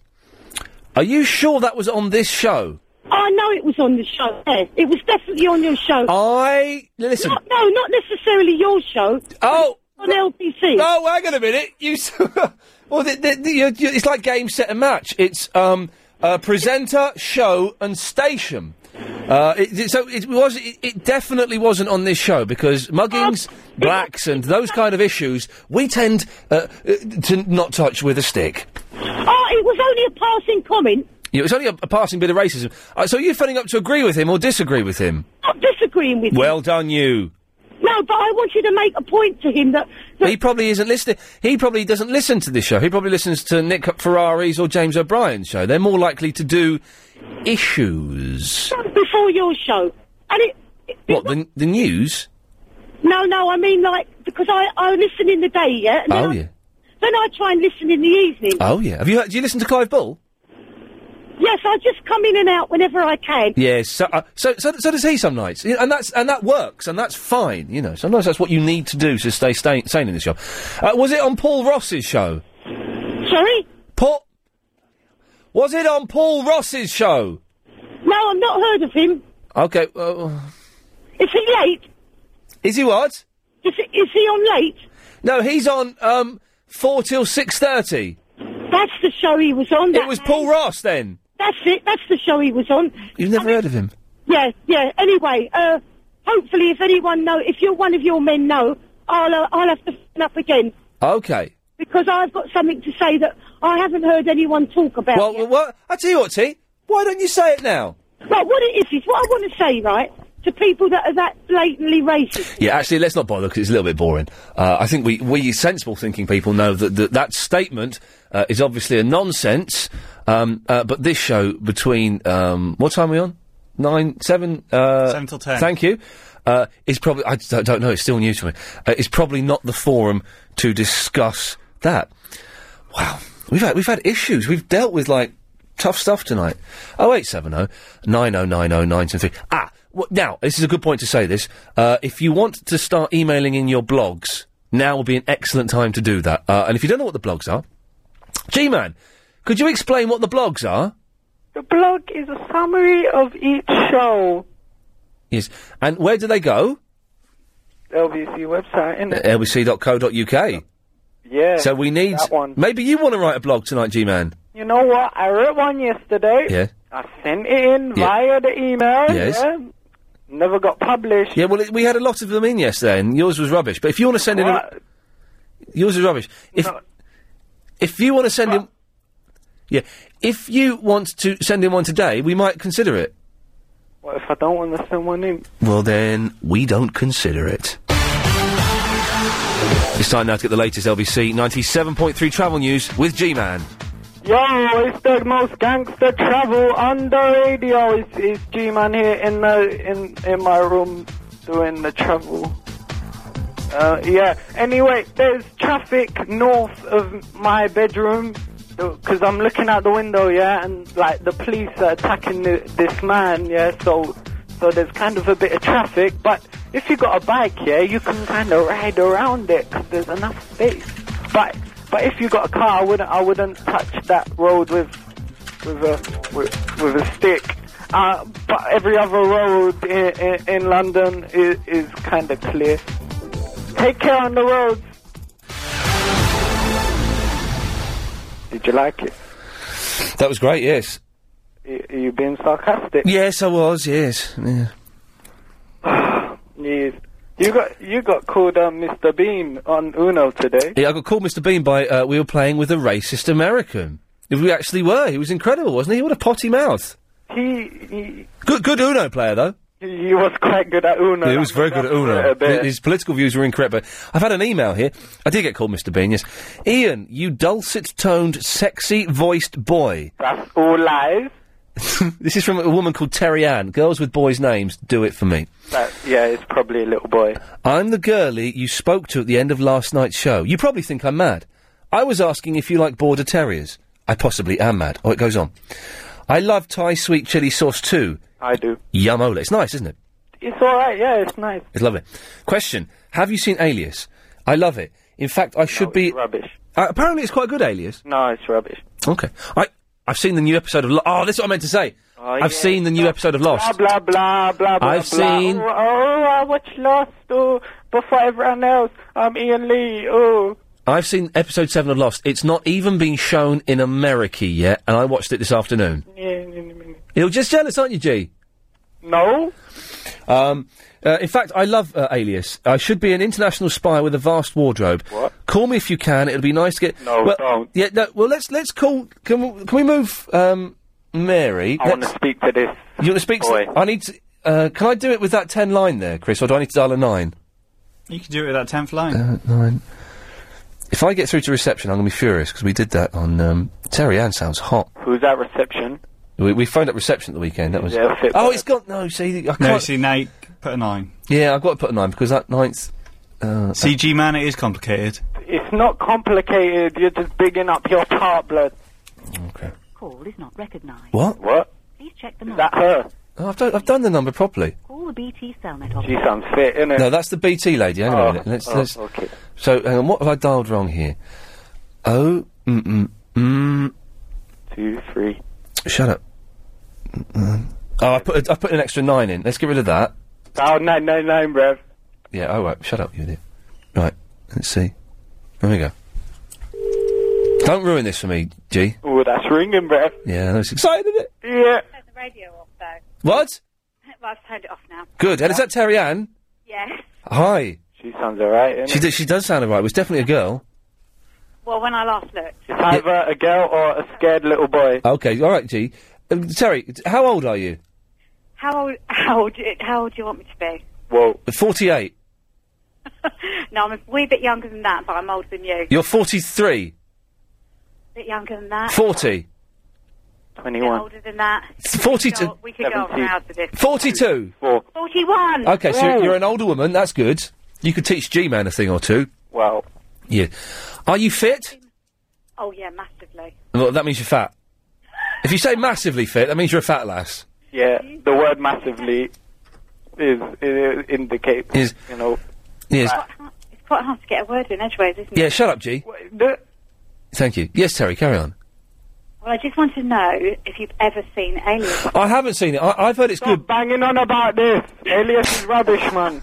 Speaker 3: Are you sure that was on this show?
Speaker 31: I know it was on the show. Yeah, it was definitely on your show.
Speaker 3: I listen.
Speaker 31: Not, no, not necessarily your show.
Speaker 3: Oh,
Speaker 31: on LBC.
Speaker 3: Oh, hang on a minute. You. s- (laughs) well, the, the, the, you, you, it's like game, set, and match. It's um, uh, presenter, show, and station. Uh, it, it- so it was. It, it definitely wasn't on this show because muggings, blacks, and those kind of issues we tend uh, uh, to not touch with a stick.
Speaker 31: Oh, it was only a passing comment.
Speaker 3: You know, it's only a, a passing bit of racism. Uh, so you're phoning up to agree with him or disagree with him?
Speaker 31: Not disagreeing with
Speaker 3: Well done, you.
Speaker 31: him. No, but I wanted to make a point to him that
Speaker 3: He probably isn't listening. He probably doesn't listen to this show. He probably listens to Nick Ferrari's or James O'Brien's show. They're more likely to do issues.
Speaker 31: before your show. And it,
Speaker 3: What the the news?
Speaker 31: no, no, I mean like because I I listen in the day, yeah. And
Speaker 3: Oh yeah,
Speaker 31: Then I try and listen in the evening.
Speaker 3: oh yeah. Have you heard, do you listen to Clive Bull?
Speaker 31: Yes, I just come in and out whenever I can.
Speaker 3: Yes. So, uh, so so so does he some nights, Yeah, and that's and that works, and that's fine. You know, sometimes that's what you need to do to stay sta sane in this job. Uh, was it on Paul Ross's show?
Speaker 31: Sorry.
Speaker 3: Paul. Was it on Paul Ross's show?
Speaker 31: No, I've not heard of him.
Speaker 3: Okay. Uh,
Speaker 31: Is he late?
Speaker 3: Is he what?
Speaker 31: Is he, is he on late?
Speaker 3: No, he's on um four till six thirty.
Speaker 31: That's the show he was on.
Speaker 3: It was Paul Ross then.
Speaker 31: That's it. That's the show he was on.
Speaker 3: You've never heard of him.
Speaker 31: Yeah, yeah. Anyway, uh, hopefully, if anyone know, if you're one of your men know, I'll uh, I'll have to phone up again
Speaker 3: Okay.
Speaker 31: because I've got something to say that I haven't heard anyone talk about.
Speaker 3: Well, well, what? I tell you what, T. Why don't you say it now?
Speaker 31: Well, what it is is what I want to say, right, to people that are that blatantly racist.
Speaker 3: Yeah, actually, let's not bother because it's a little bit boring. Uh, I think we, we sensible thinking people know that that, that statement uh, is obviously a nonsense. Um, uh, but this show between um, what time are we on? Nine, seven, uh,
Speaker 13: Seven till ten.
Speaker 3: Thank you. Uh, is probably I d- don't know. It's still new to me. Uh, it's probably not the forum to discuss that. Wow, we've had we've had issues. We've dealt with like tough stuff tonight. Oh eight seven oh nine oh nine oh nine seven three. Ah, wh- now this is a good point to say this. Uh, if you want to start emailing in your blogs, now will be an excellent time to do that. Uh, and if you don't know what the blogs are, G man, could you explain what the blogs are?
Speaker 23: The blog is a summary of each show.
Speaker 3: Yes, and where do they go?
Speaker 23: LBC website. And
Speaker 3: LBC.co.uk.
Speaker 23: yeah.
Speaker 3: Uh, So we need.
Speaker 23: that one.
Speaker 3: Maybe you want to write a blog tonight, G man.
Speaker 23: You know what? I wrote one yesterday.
Speaker 3: Yeah.
Speaker 23: I sent it in
Speaker 3: Yeah.
Speaker 23: via the email.
Speaker 3: Yes.
Speaker 23: yeah. Never got published.
Speaker 3: Yeah, well, it, we had a lot of them in yesterday, and yours was rubbish. But if you want to send in, a, yours is rubbish. If if you want to send in, yeah, if you want to send in one today, we might consider it.
Speaker 5: Well, if I don't want to send one in,
Speaker 3: Well, then we don't consider it. It's time now to get the latest LBC 97.3 travel news with G Man.
Speaker 7: Yo, it's the most gangster travel on the radio. It's, it's G-Man here in the in in my room doing the travel. Uh, yeah. Anyway, there's traffic north of my bedroom because I'm looking out the window. Yeah, and like the police are attacking the, this man. Yeah, so so there's kind of a bit of traffic. But if you got a bike, yeah, you can kind of ride around it 'cause there's enough space. But but if you got a car, I wouldn't I wouldn't touch that road with with a with, with a stick. Uh, but every other road in, in, in London is, is kind of clear. Take care on the roads. Did you like it?
Speaker 3: That was great, yes.
Speaker 7: You, you being sarcastic?
Speaker 3: Yes, I was, yes. Yeah.
Speaker 7: Yes. You got you got called um, Mr. Bean on Uno today.
Speaker 3: Yeah, I got called Mr. Bean by, uh, we were playing with a racist American. If we actually were, he was incredible, wasn't he? What a potty mouth.
Speaker 7: He, he
Speaker 3: Good, good Uno player, though.
Speaker 7: he was quite good at Uno.
Speaker 3: he was very good at Uno.
Speaker 7: a bit.
Speaker 3: His political views were incorrect, but I've had an email here. I did get called Mr. Bean, yes. Ian, you dulcet toned, sexy voiced boy.
Speaker 7: That's all lies.
Speaker 3: (laughs) this is from a woman called Terry Ann. Girls with boys' names, do it for me.
Speaker 7: But, yeah, it's probably a little boy.
Speaker 3: I'm the girlie you spoke to at the end of last night's show. You probably think I'm mad. I was asking if you like border terriers. I possibly am mad. Oh, it goes on. I love Thai sweet chili sauce too.
Speaker 7: I do.
Speaker 3: Yumole. It's nice, isn't it?
Speaker 7: It's all right. Yeah, it's nice.
Speaker 3: It's lovely. Question: Have you seen Alias? I love it. In fact, I should be
Speaker 7: rubbish.
Speaker 3: Uh, apparently, it's quite a good Alias.
Speaker 7: No, it's rubbish.
Speaker 3: Okay. I I've seen the new episode of. Lo- oh, this is what I meant to say. I've seen the new episode of Lost.
Speaker 7: Blah blah blah blah.
Speaker 3: I've
Speaker 7: blah.
Speaker 3: seen-
Speaker 7: Oh, oh, I watched Lost oh, before everyone else. I'm Ian Lee. Oh,
Speaker 3: I've seen episode seven of Lost. It's not even been shown in America yet, and I watched it this afternoon.
Speaker 7: yeah, yeah, yeah.
Speaker 3: You're just jealous, aren't you, G?
Speaker 7: No.
Speaker 3: Um, uh, in fact, I love uh, Alias. I should be an international spy with a vast wardrobe. What? Call me if you can. It'll be nice to get.
Speaker 7: No,
Speaker 3: well,
Speaker 7: don't.
Speaker 3: Yeah, no. Well, let's let's call. Can we, can we move um, Mary?
Speaker 7: I want to
Speaker 3: Let's-
Speaker 7: speak to this.
Speaker 3: You want to speak?
Speaker 7: boy.
Speaker 3: To, I need. To, uh, can I do it with that ten line there, Chris, or do I need to dial a nine?
Speaker 13: You can do it with that tenth line.
Speaker 3: Uh, nine. If I get through to reception, I'm going to be furious because we did that on um, Terry Ann. Sounds hot.
Speaker 7: Who's at reception?
Speaker 3: We, we phoned up reception at the weekend. That was.
Speaker 13: Yeah, fit
Speaker 3: oh,
Speaker 13: word.
Speaker 3: it's got no. See, I can't.
Speaker 13: No, see, now you put a nine.
Speaker 3: yeah, I've got to put a nine because that ninth. Uh,
Speaker 13: CG man, it is complicated.
Speaker 7: It's not complicated. You're just bigging up your heart
Speaker 9: (laughs)
Speaker 7: blood.
Speaker 21: Call is not recognised.
Speaker 3: What?
Speaker 7: What?
Speaker 21: Please check the
Speaker 7: Is
Speaker 21: number.
Speaker 7: that her?
Speaker 3: Oh, I've done, I've done the number properly.
Speaker 21: Call the BT cellnet office.
Speaker 7: She sounds fit, innit?
Speaker 3: No, that's the BT lady. Hang on a
Speaker 7: Oh,
Speaker 3: minute. Let's,
Speaker 7: oh,
Speaker 3: let's.
Speaker 7: okay.
Speaker 3: So, hang on. What have I dialed wrong here? Oh, mm, mm, mm.
Speaker 7: Two, three.
Speaker 3: Shut up. Mm-mm. Oh, I put a, I put an extra nine in. Let's get rid of that.
Speaker 7: Oh, nine, nine, nine, bruv.
Speaker 3: Yeah, I won't. Shut up, you idiot. Right. Let's see. There we go. Don't ruin this for me, G.
Speaker 7: Oh, that's ringing, bruv.
Speaker 3: Yeah, that's exciting, isn't it?
Speaker 7: Yeah.
Speaker 32: Turn the radio off, though. (laughs)
Speaker 3: What?
Speaker 32: Well, I've turned it off now.
Speaker 3: Good. And is that Terry Ann?
Speaker 32: Yeah.
Speaker 3: Hi.
Speaker 7: She sounds alright,
Speaker 3: She, do, she does sound alright. It was definitely a girl.
Speaker 32: Well, when I last looked,
Speaker 7: It's either a girl or a scared little boy.
Speaker 3: Okay, alright, G. Um, Terry, t- how old are you?
Speaker 32: how old, (laughs) how old, how old do you want me to be?
Speaker 7: Whoa.
Speaker 3: 48.
Speaker 32: No, I'm a wee bit younger than that, but I'm older than you.
Speaker 3: You're 43.
Speaker 32: bit younger than that.
Speaker 3: 40.
Speaker 32: Bit older than that.
Speaker 3: It's 42.
Speaker 32: We could go- We could go on for hours with this.
Speaker 3: 42.
Speaker 32: 41.
Speaker 3: Okay, so you're, you're an older woman. That's good. You could teach G Man a thing or two.
Speaker 7: Wow.
Speaker 3: Yeah. Are you fit?
Speaker 32: Oh, yeah, massively.
Speaker 3: Well, that means you're fat. If you say massively fit, that means you're a fat lass.
Speaker 7: Yeah, the word massively is, is indicates,
Speaker 3: Is-
Speaker 7: you know.
Speaker 3: Yes.
Speaker 32: It's quite hard to get a word in edgeways, isn't it?
Speaker 3: Yeah, shut up, G. Thank you. Yes, Terry, carry on.
Speaker 32: Well, I just want to know if you've ever seen Aliens.
Speaker 3: I haven't seen it. I, I've heard it's good.
Speaker 7: Banging on about this. Alias is rubbish, man.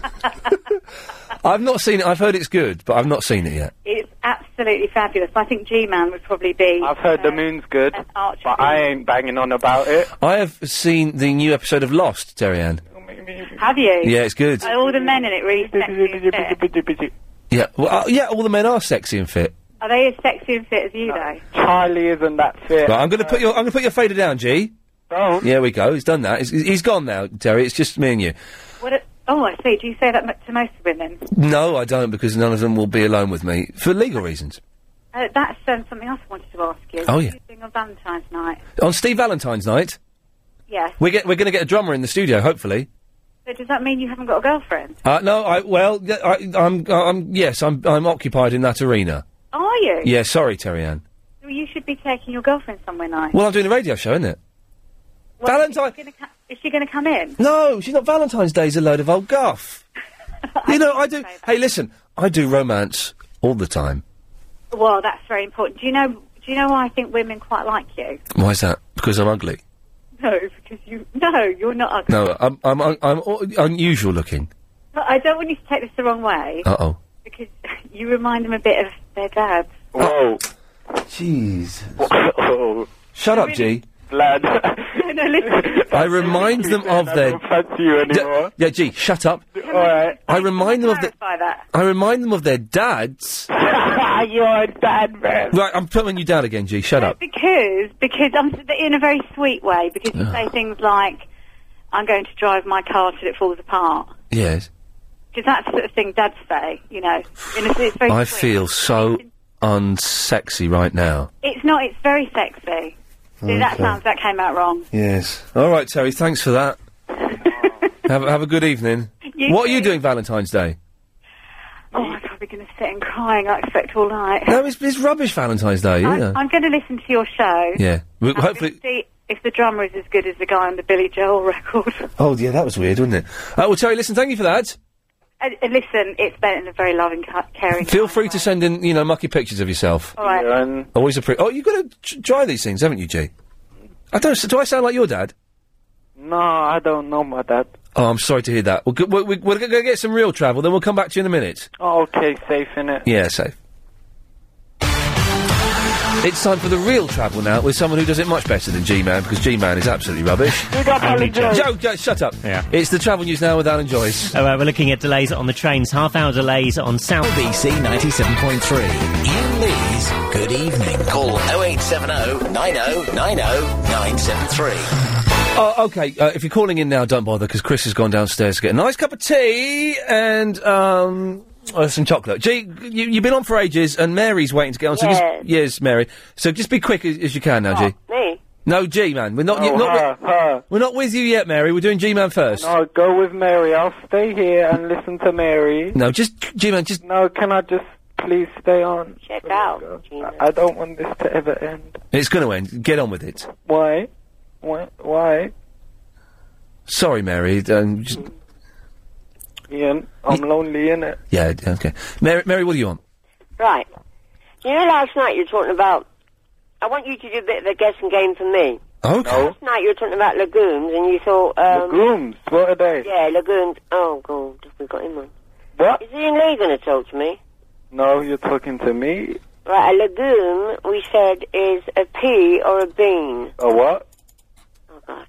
Speaker 3: (laughs) I've not seen it. I've heard it's good, but I've not seen it yet.
Speaker 32: It's absolutely fabulous. I think G-Man would probably be...
Speaker 7: I've heard the moon's good, but I ain't banging on about it.
Speaker 3: I have seen the new episode of Lost, Terry Ann.
Speaker 32: Have you?
Speaker 3: Yeah, it's good.
Speaker 32: Are all the men in it really sexy and fit?
Speaker 3: Yeah, well, uh, yeah. All the men are sexy and fit.
Speaker 32: Are they as sexy and fit as you, though?
Speaker 7: Charlie isn't that fit.
Speaker 3: Right, I'm going to put your I'm going to put your fader down, G.
Speaker 32: Oh.
Speaker 3: Yeah, we go. He's done that. He's, he's gone now, Terry. It's just me and you.
Speaker 32: What a- oh, I see. Do you say that mo- to most women?
Speaker 3: No, I don't, because none of them will be alone with me for legal reasons.
Speaker 32: Uh, that's um, something else I wanted to ask you.
Speaker 3: Oh,
Speaker 32: What are
Speaker 3: yeah.
Speaker 33: you
Speaker 32: doing on Valentine's night?
Speaker 3: On Steve Valentine's night,
Speaker 32: Yes.
Speaker 3: we're get, we're going to get a drummer in the studio, hopefully.
Speaker 32: So does that mean you haven't got a girlfriend?
Speaker 3: Uh, no, I well, y- I, am I'm yes, I'm I'm occupied in that arena.
Speaker 32: Are you?
Speaker 3: Yeah, sorry, Terry Ann.
Speaker 32: So you should be taking your girlfriend somewhere nice.
Speaker 3: Well, I'm doing a radio show, isn't it? Valentine.
Speaker 32: Is she going to come in?
Speaker 3: No, she's not. Valentine's Day's a load of old guff. you know, I do. Hey, listen, I do romance all the time.
Speaker 32: Well, that's very important. Do you know? Do you know why I think women quite like you? (laughs)
Speaker 3: Why's that? Because I'm ugly.
Speaker 32: No, because you. No, you're not ugly.
Speaker 3: No, I'm I'm I'm, I'm u- unusual looking.
Speaker 32: But I don't want you to take this the wrong way
Speaker 3: Uh oh.
Speaker 32: because you remind them a bit of their dad.
Speaker 3: Whoa. Jeez. Shut up, G.
Speaker 32: Lad. no, no, listen.
Speaker 3: I remind them of their. Don't you anymore. yeah, G. Shut up. All
Speaker 32: right.
Speaker 3: I remind them of the.
Speaker 32: Clarify that.
Speaker 3: I remind them of their dads.
Speaker 32: you're a bad man.
Speaker 3: Right, I'm putting you down again, G. Shut up.
Speaker 32: Because, because I'm in a very sweet way, because you say things like, I'm going to drive my car till it falls apart.
Speaker 3: Yes.
Speaker 32: Because that's the sort of thing dads say, you know. And it's, it's very
Speaker 3: I
Speaker 32: sweet.
Speaker 3: feel so unsexy right now.
Speaker 32: It's not, it's very sexy. See, that
Speaker 3: Okay.
Speaker 32: sounds, that came out wrong.
Speaker 3: Yes. All right, Terry. Thanks for
Speaker 32: (laughs)
Speaker 3: that. have, a- have a good evening.
Speaker 32: You
Speaker 3: what are you
Speaker 32: too.
Speaker 3: doing Valentine's Day?
Speaker 32: Oh, I'm probably going to sit and cry and I expect all night.
Speaker 3: No, it's, it's rubbish Valentine's Day.
Speaker 32: I'm,
Speaker 3: Yeah.
Speaker 32: I'm going to listen to your show.
Speaker 3: yeah. We-
Speaker 32: and
Speaker 3: hopefully.
Speaker 32: See if the drummer is as good as the guy on the Billy Joel record. (laughs)
Speaker 3: Oh, yeah. That was weird, wasn't it? Uh, well, Terry, listen. Thank you for that.
Speaker 32: and, and listen, it's been in a very loving, ca- caring.
Speaker 3: Feel free to send in, you know, mucky pictures of yourself.
Speaker 32: All right.
Speaker 3: Always a pre- Oh, you've got to t- try these things, haven't you, G? I don't. s- Do I sound like your dad?
Speaker 7: No, I don't know my dad.
Speaker 3: Oh, I'm sorry to hear that. We'll go, we we- we're going to get some real travel, then we'll come back to you in a minute.
Speaker 7: Oh, okay, safe in it.
Speaker 3: Yeah, safe. It's time for the real travel now with someone who does it much better than G-Man because G-Man is absolutely
Speaker 7: (laughs)
Speaker 3: rubbish.
Speaker 7: Big up, Alan Joyce.
Speaker 3: Joe, Joe, shut up. Yeah. It's the travel news now with Alan
Speaker 34: (laughs)
Speaker 3: Joyce.
Speaker 34: All right, we're looking at delays on the trains. Half hour delays on South.
Speaker 1: BBC 97.3. Ian Lee's Good Evening. Call 0870 90 90 973.
Speaker 3: Oh, okay. Uh, if you're calling in now, don't bother because Chris has gone downstairs to get a nice cup of tea and um, uh, some chocolate. Gee, you, you've been on for ages, and Mary's waiting to get on. So
Speaker 35: Yes.
Speaker 3: just yes, Mary. So just be quick as, as you can now, G.
Speaker 35: Me?
Speaker 3: No, G man. We're not. yet-
Speaker 7: Oh,
Speaker 3: not
Speaker 7: her,
Speaker 3: with, We're not with you yet, Mary. We're doing G man first.
Speaker 7: No, go with Mary. I'll stay here and listen to Mary.
Speaker 3: No, just G man. Just
Speaker 7: No, can I just please stay on?
Speaker 35: Check out.
Speaker 7: I- I don't want this to ever end.
Speaker 3: it's going to end. Get on with it.
Speaker 7: Why? Why? Why?
Speaker 3: Sorry, Mary. Um, just,
Speaker 7: Ian, I'm lonely, innit?
Speaker 3: yeah. Okay. Mary. Mary, what do you want?
Speaker 35: Right. You know, last night you were talking about. I want you to do a bit of a guessing game for me.
Speaker 3: Okay.
Speaker 35: Last night you were talking about lagoons, and you thought. Um,
Speaker 7: Lagoons? What are they?
Speaker 35: Yeah, lagoons. Oh, God, have we got him on?
Speaker 7: What?
Speaker 35: Is Ian Lee going to talk to me?
Speaker 7: No, you're talking to me.
Speaker 35: Right, a lagoon, we said, is a pea or a bean.
Speaker 7: A what?
Speaker 35: Oh, God.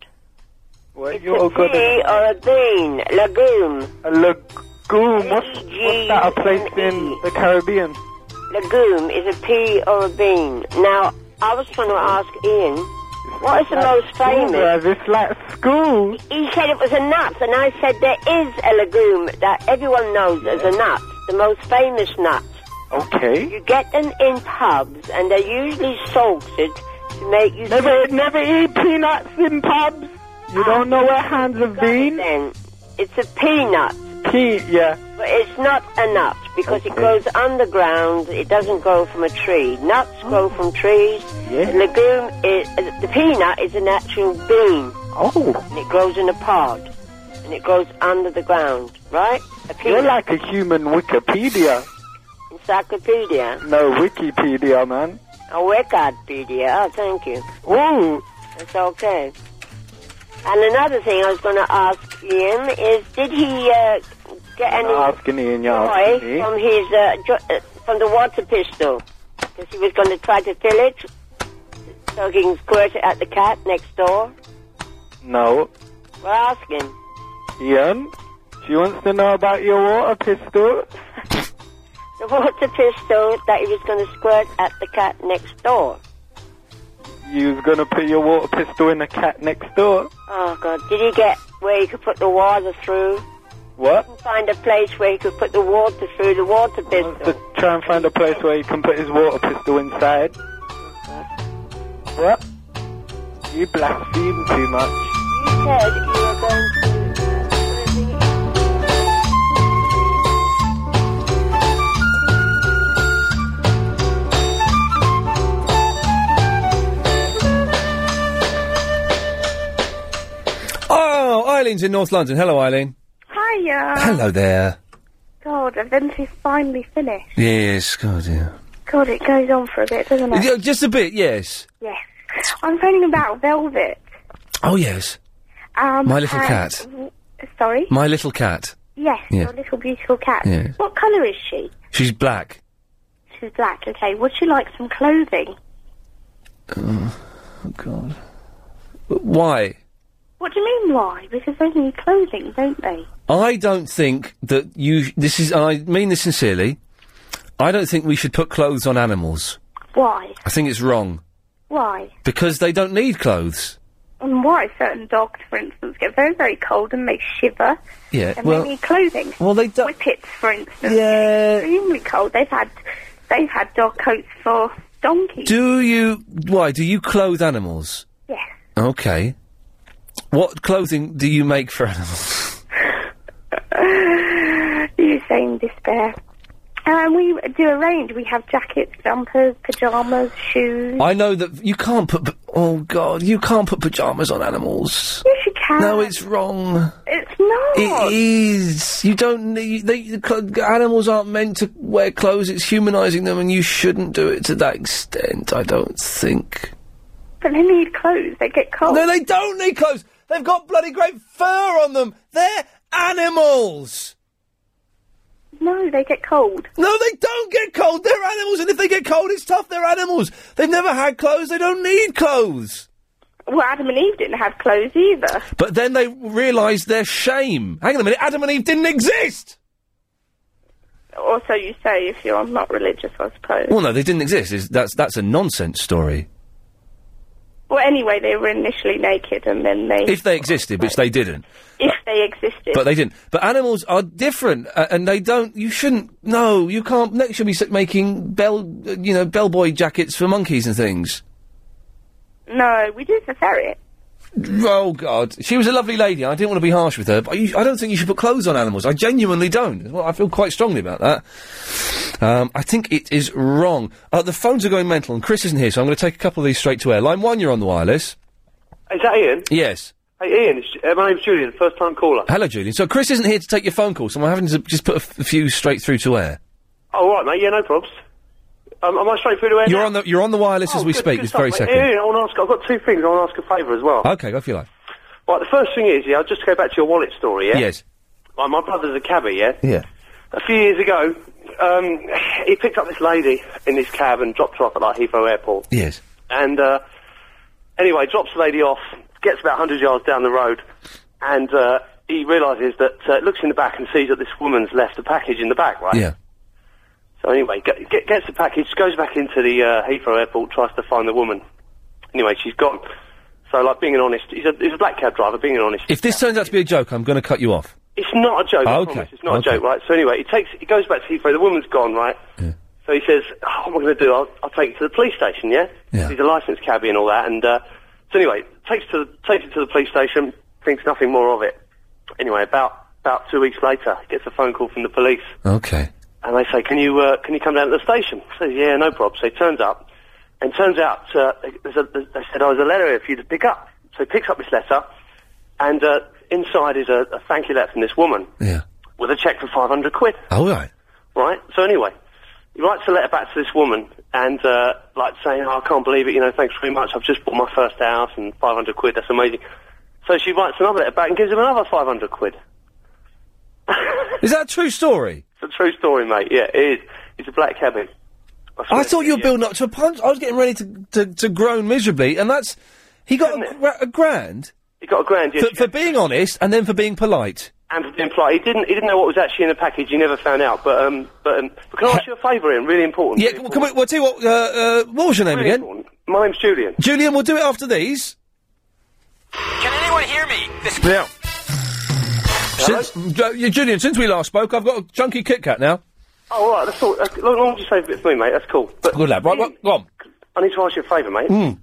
Speaker 7: What?
Speaker 35: It's a pea or a bean. Lagoon.
Speaker 7: A lagoon? What's, what's that? A place
Speaker 35: E.
Speaker 7: in the Caribbean?
Speaker 35: Legume is a pea or a bean. Now, I was trying to ask Ian, what is the most
Speaker 7: School,
Speaker 35: famous?
Speaker 7: bruv, It's like school.
Speaker 35: He said it was a nut, and I said there is a legume that everyone knows as a nut, the most famous nut.
Speaker 7: Okay.
Speaker 35: You get them in pubs, and they're usually salted to make you.
Speaker 7: Never, never eat peanuts in pubs. You don't know where hands have been.
Speaker 35: Then it's a peanut,
Speaker 7: Pea, yeah.
Speaker 35: but it's not a nut because it grows underground. It doesn't grow from a tree. Nuts grow from trees.
Speaker 7: Yeah.
Speaker 35: The legume is the peanut is an actual bean.
Speaker 7: Oh,
Speaker 35: and it grows in a pod, and it grows under the ground, right? A
Speaker 7: you're
Speaker 35: peanut
Speaker 7: like a human Wikipedia.
Speaker 35: encyclopedia,
Speaker 7: No, Wikipedia, man.
Speaker 35: a Wikipedia. Oh, thank you.
Speaker 7: Ooh.
Speaker 35: It's okay. And another thing I was going to ask him is, did he uh, get any
Speaker 7: You're asking Ian, you're
Speaker 35: joy
Speaker 7: asking me.
Speaker 35: from his uh, jo- uh, from the water pistol? Because he was going to try to fill it so he can squirt it at the cat next door.
Speaker 7: No.
Speaker 35: We're asking.
Speaker 7: Ian, she wants to know about your water pistol.
Speaker 35: The water pistol that he was going to squirt at the cat next door.
Speaker 7: you was gonna put your water pistol in the cat next door.
Speaker 35: Oh God! Did you get where you could put the water through?
Speaker 7: What?
Speaker 35: Find a place where you could put the water through the water
Speaker 3: Oh.
Speaker 7: To
Speaker 35: pistol.
Speaker 7: try and find a place where he can put his water pistol inside. What? You blaspheme too much.
Speaker 35: You said you were going to.
Speaker 3: Oh, Eileen's in North London. Hello, Eileen.
Speaker 9: Hiya.
Speaker 3: Hello there.
Speaker 9: God, event is finally finished.
Speaker 3: Yes, God, yeah.
Speaker 9: God, it goes on for a bit, doesn't it?
Speaker 3: Yeah, Just a bit, yes.
Speaker 9: Yes. I'm phoning about Velvet.
Speaker 3: Oh, yes.
Speaker 9: Um,
Speaker 3: My little
Speaker 9: and-
Speaker 3: cat.
Speaker 9: w- Sorry?
Speaker 3: My little cat.
Speaker 9: Yes,
Speaker 3: Yeah.
Speaker 9: your little beautiful cat.
Speaker 3: Yeah.
Speaker 9: What colour is she?
Speaker 3: She's black.
Speaker 9: She's black, okay. Would she like some clothing?
Speaker 3: Oh, oh, God. But Why?
Speaker 9: What do you mean, why? Because they need clothing, don't they?
Speaker 3: I don't think that you. This is. and I mean this sincerely. I don't think we should put clothes on animals.
Speaker 9: Why?
Speaker 3: I think it's wrong
Speaker 9: Why?
Speaker 3: because they don't need clothes.
Speaker 9: And why certain dogs, for instance, get very, very cold and they shiver.
Speaker 3: Yeah,
Speaker 9: And
Speaker 3: well-
Speaker 9: they need clothing.
Speaker 3: Well, they don't.
Speaker 9: Whippets, for instance. Yeah. Extremely cold. They've had, they've had dog coats for donkeys.
Speaker 3: Do you? Why do you clothe animals?
Speaker 9: Yes.
Speaker 3: Okay. What clothing do you make for animals?
Speaker 9: (laughs) you say in despair. Um, we do a range. We have jackets, jumpers, pajamas, shoes.
Speaker 3: I know that you can't put. p- Oh God, you can't put pajamas on animals.
Speaker 9: Yes, you can.
Speaker 3: No, it's wrong.
Speaker 9: It's not.
Speaker 3: It is. You don't need. They, the cl- animals aren't meant to wear clothes. It's humanising them, and you shouldn't do it to that extent. I don't think.
Speaker 9: But they need clothes. They get cold.
Speaker 3: No, they don't need clothes. They've got bloody great fur on them. They're animals.
Speaker 9: No, they get cold.
Speaker 3: No, they don't get cold. They're animals, and if they get cold, it's tough. They're animals. They've never had clothes. They don't need clothes.
Speaker 9: Well, Adam and Eve didn't have clothes either.
Speaker 3: But then they realise their shame. Hang on a minute. Adam and Eve didn't exist.
Speaker 9: Also, you say if you're not religious, I suppose.
Speaker 3: Well, no, they didn't exist. It's, that's that's a nonsense story.
Speaker 9: Well, anyway, they were initially naked, and then they,
Speaker 3: If they existed, which they didn't.
Speaker 9: if they existed.
Speaker 3: But they didn't. But animals are different, uh, and they don't. You shouldn't. No, you can't. Next, you'll be s- making bell, uh, you know, bellboy jackets for monkeys and things.
Speaker 9: No, we do for ferret.
Speaker 3: Oh God, she was a lovely lady. I didn't want to be harsh with her, but you, I don't think you should put clothes on animals. I genuinely don't. Well, I feel quite strongly about that. Um, I think it is wrong. Uh, the phones are going mental, and Chris isn't here, so I'm going to take a couple of these straight to air. Line one, you're on the wireless.
Speaker 24: Is that Ian?
Speaker 3: Yes.
Speaker 24: Hey, Ian, it's, uh, my name's Julian, first time caller.
Speaker 3: Hello, Julian. So Chris isn't here to take your phone call, so I'm having to just put a, f- a few straight through to air.
Speaker 24: Oh, all right, mate, yeah, no probs. Um, am I straight through to air
Speaker 3: You're
Speaker 24: now?
Speaker 3: on the you're on the wireless
Speaker 24: Oh,
Speaker 3: as we
Speaker 24: good-
Speaker 3: speak
Speaker 24: good
Speaker 3: this
Speaker 24: stuff,
Speaker 3: very
Speaker 24: mate.
Speaker 3: second.
Speaker 24: Ian, Ian, I want to ask, I've got two things I want to ask a favour as well.
Speaker 3: Okay, go for your life.
Speaker 24: Right, the first thing is, yeah, just to go back to your wallet story, yeah?
Speaker 3: Yes.
Speaker 24: Right, my brother's a cabbie, yeah?
Speaker 3: Yeah.
Speaker 24: A few years ago, um, (sighs) he picked up this lady in his cab and dropped her off at, like, Heathrow Airport.
Speaker 3: Yes.
Speaker 24: And uh, anyway, drops the lady off, gets about 100 yards down the road, and uh, he realises that, uh, looks in the back and sees that this woman's left a package in the back, right?
Speaker 3: Yeah.
Speaker 24: So anyway, g- get, gets the package, goes back into the uh, Heathrow Airport, tries to find the woman. Anyway, she's gone. So, like, being an honest, he's a, he's a black cab driver, being an honest.
Speaker 3: If this turns out to be a joke, I'm going to cut you off.
Speaker 24: It's not a joke. I
Speaker 3: Okay,
Speaker 24: promise. It's not
Speaker 3: okay.
Speaker 24: a joke, right? So anyway, he takes, he goes back to Heathrow. The woman's gone, right? So he says, oh, "What am I going to do? I'll, I'll take it to the police station." Yeah. He's a licensed cabbie and all that. And uh, so anyway, takes to the, takes it to the police station. Thinks nothing more of it. Anyway, about about two weeks later, he gets a phone call from the police,
Speaker 3: Okay.
Speaker 24: and they say, "Can you uh, can you come down to the station?" He says, "Yeah, no problem." So he turns up, and turns out uh, there's a, there's, they said, "Oh, there's a letter here for you to pick up." So he picks up this letter, and uh, inside is a, a thank you letter from this woman
Speaker 3: Yeah.
Speaker 24: with a cheque for 500 quid,
Speaker 3: All right.
Speaker 24: right? So anyway, he writes a letter back to this woman and, uh, like saying, oh, I can't believe it, you know, thanks very much, I've just bought my first house and 500 quid, that's amazing. So she writes another letter back and gives him another 500 quid.
Speaker 3: Is that a true story?
Speaker 24: It's a true story, mate, yeah, it is. He's a black cabin.
Speaker 3: I thought you were building up to a punch. I was getting ready to, to, to groan miserably, and that's he got a, gra- a grand.
Speaker 24: He got a grand yes,
Speaker 3: for, for being honest, and then for being polite.
Speaker 24: And for being polite, he didn't, he didn't know what was actually in the package, he never found out, but, um, but, um, but can I ask you a favour, Ian? Really important.
Speaker 3: Yeah, well, can we, well, tell you what, uh, uh, what was your name again?
Speaker 24: My name's Julian.
Speaker 3: Julian, we'll do it after these.
Speaker 24: Can anyone hear me? This
Speaker 3: Yeah. Since, Ju- yeah, Julian, since we last spoke, I've got a chunky Kit Kat now.
Speaker 24: Oh, all right, that's all. As long as you save a bit for me, mate, that's cool. But
Speaker 3: Good lad. Right, well, go on.
Speaker 24: I need to ask you a favour, mate.
Speaker 3: Mm.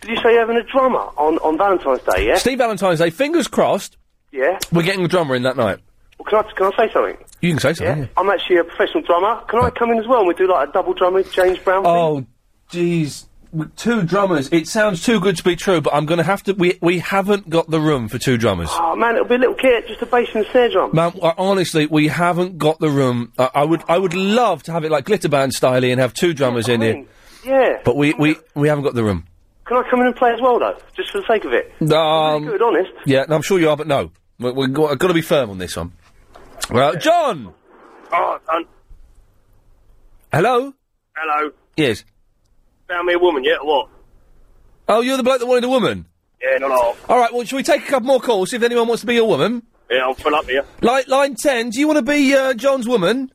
Speaker 24: Did you say you're having a drummer on, on Valentine's Day, yeah?
Speaker 3: Steve Valentine's Day, fingers crossed,
Speaker 24: Yeah?
Speaker 3: we're getting a drummer in that night.
Speaker 24: Well, can, I, can I say something?
Speaker 3: You can say something. yeah.
Speaker 24: I'm actually a professional drummer. Can I come in as well and we do like a double drummer, James Brown?
Speaker 3: Oh, jeez. With Two drummers. It sounds too good to be true, but I'm going to have to. We we haven't got the room for two drummers.
Speaker 24: Oh, man, it'll be a little kit, just a bass and a snare drum.
Speaker 3: Man, uh, honestly, we haven't got the room. Uh, I I would I would love to have it like glitter band style and have two drummers in here,
Speaker 24: Yeah.
Speaker 3: but we, we, we haven't got the room.
Speaker 24: Can I come in and play as well, though? Just for the sake of it?
Speaker 3: Um,
Speaker 24: Good, honest.
Speaker 3: Yeah, no, I'm sure you are, but no. We, we've got, got to be firm on this one. Well, John!
Speaker 24: Oh, um,
Speaker 3: Hello?
Speaker 24: hello.
Speaker 3: Yes.
Speaker 24: Found me a woman yet, or what?
Speaker 3: Oh, you're the bloke that wanted a woman?
Speaker 24: Yeah, not all.
Speaker 3: All right, well, shall we take a couple more calls, see if anyone wants to be your woman?
Speaker 24: Yeah, I'm full up here.
Speaker 3: Line, line 10, do you want to be uh, John's woman?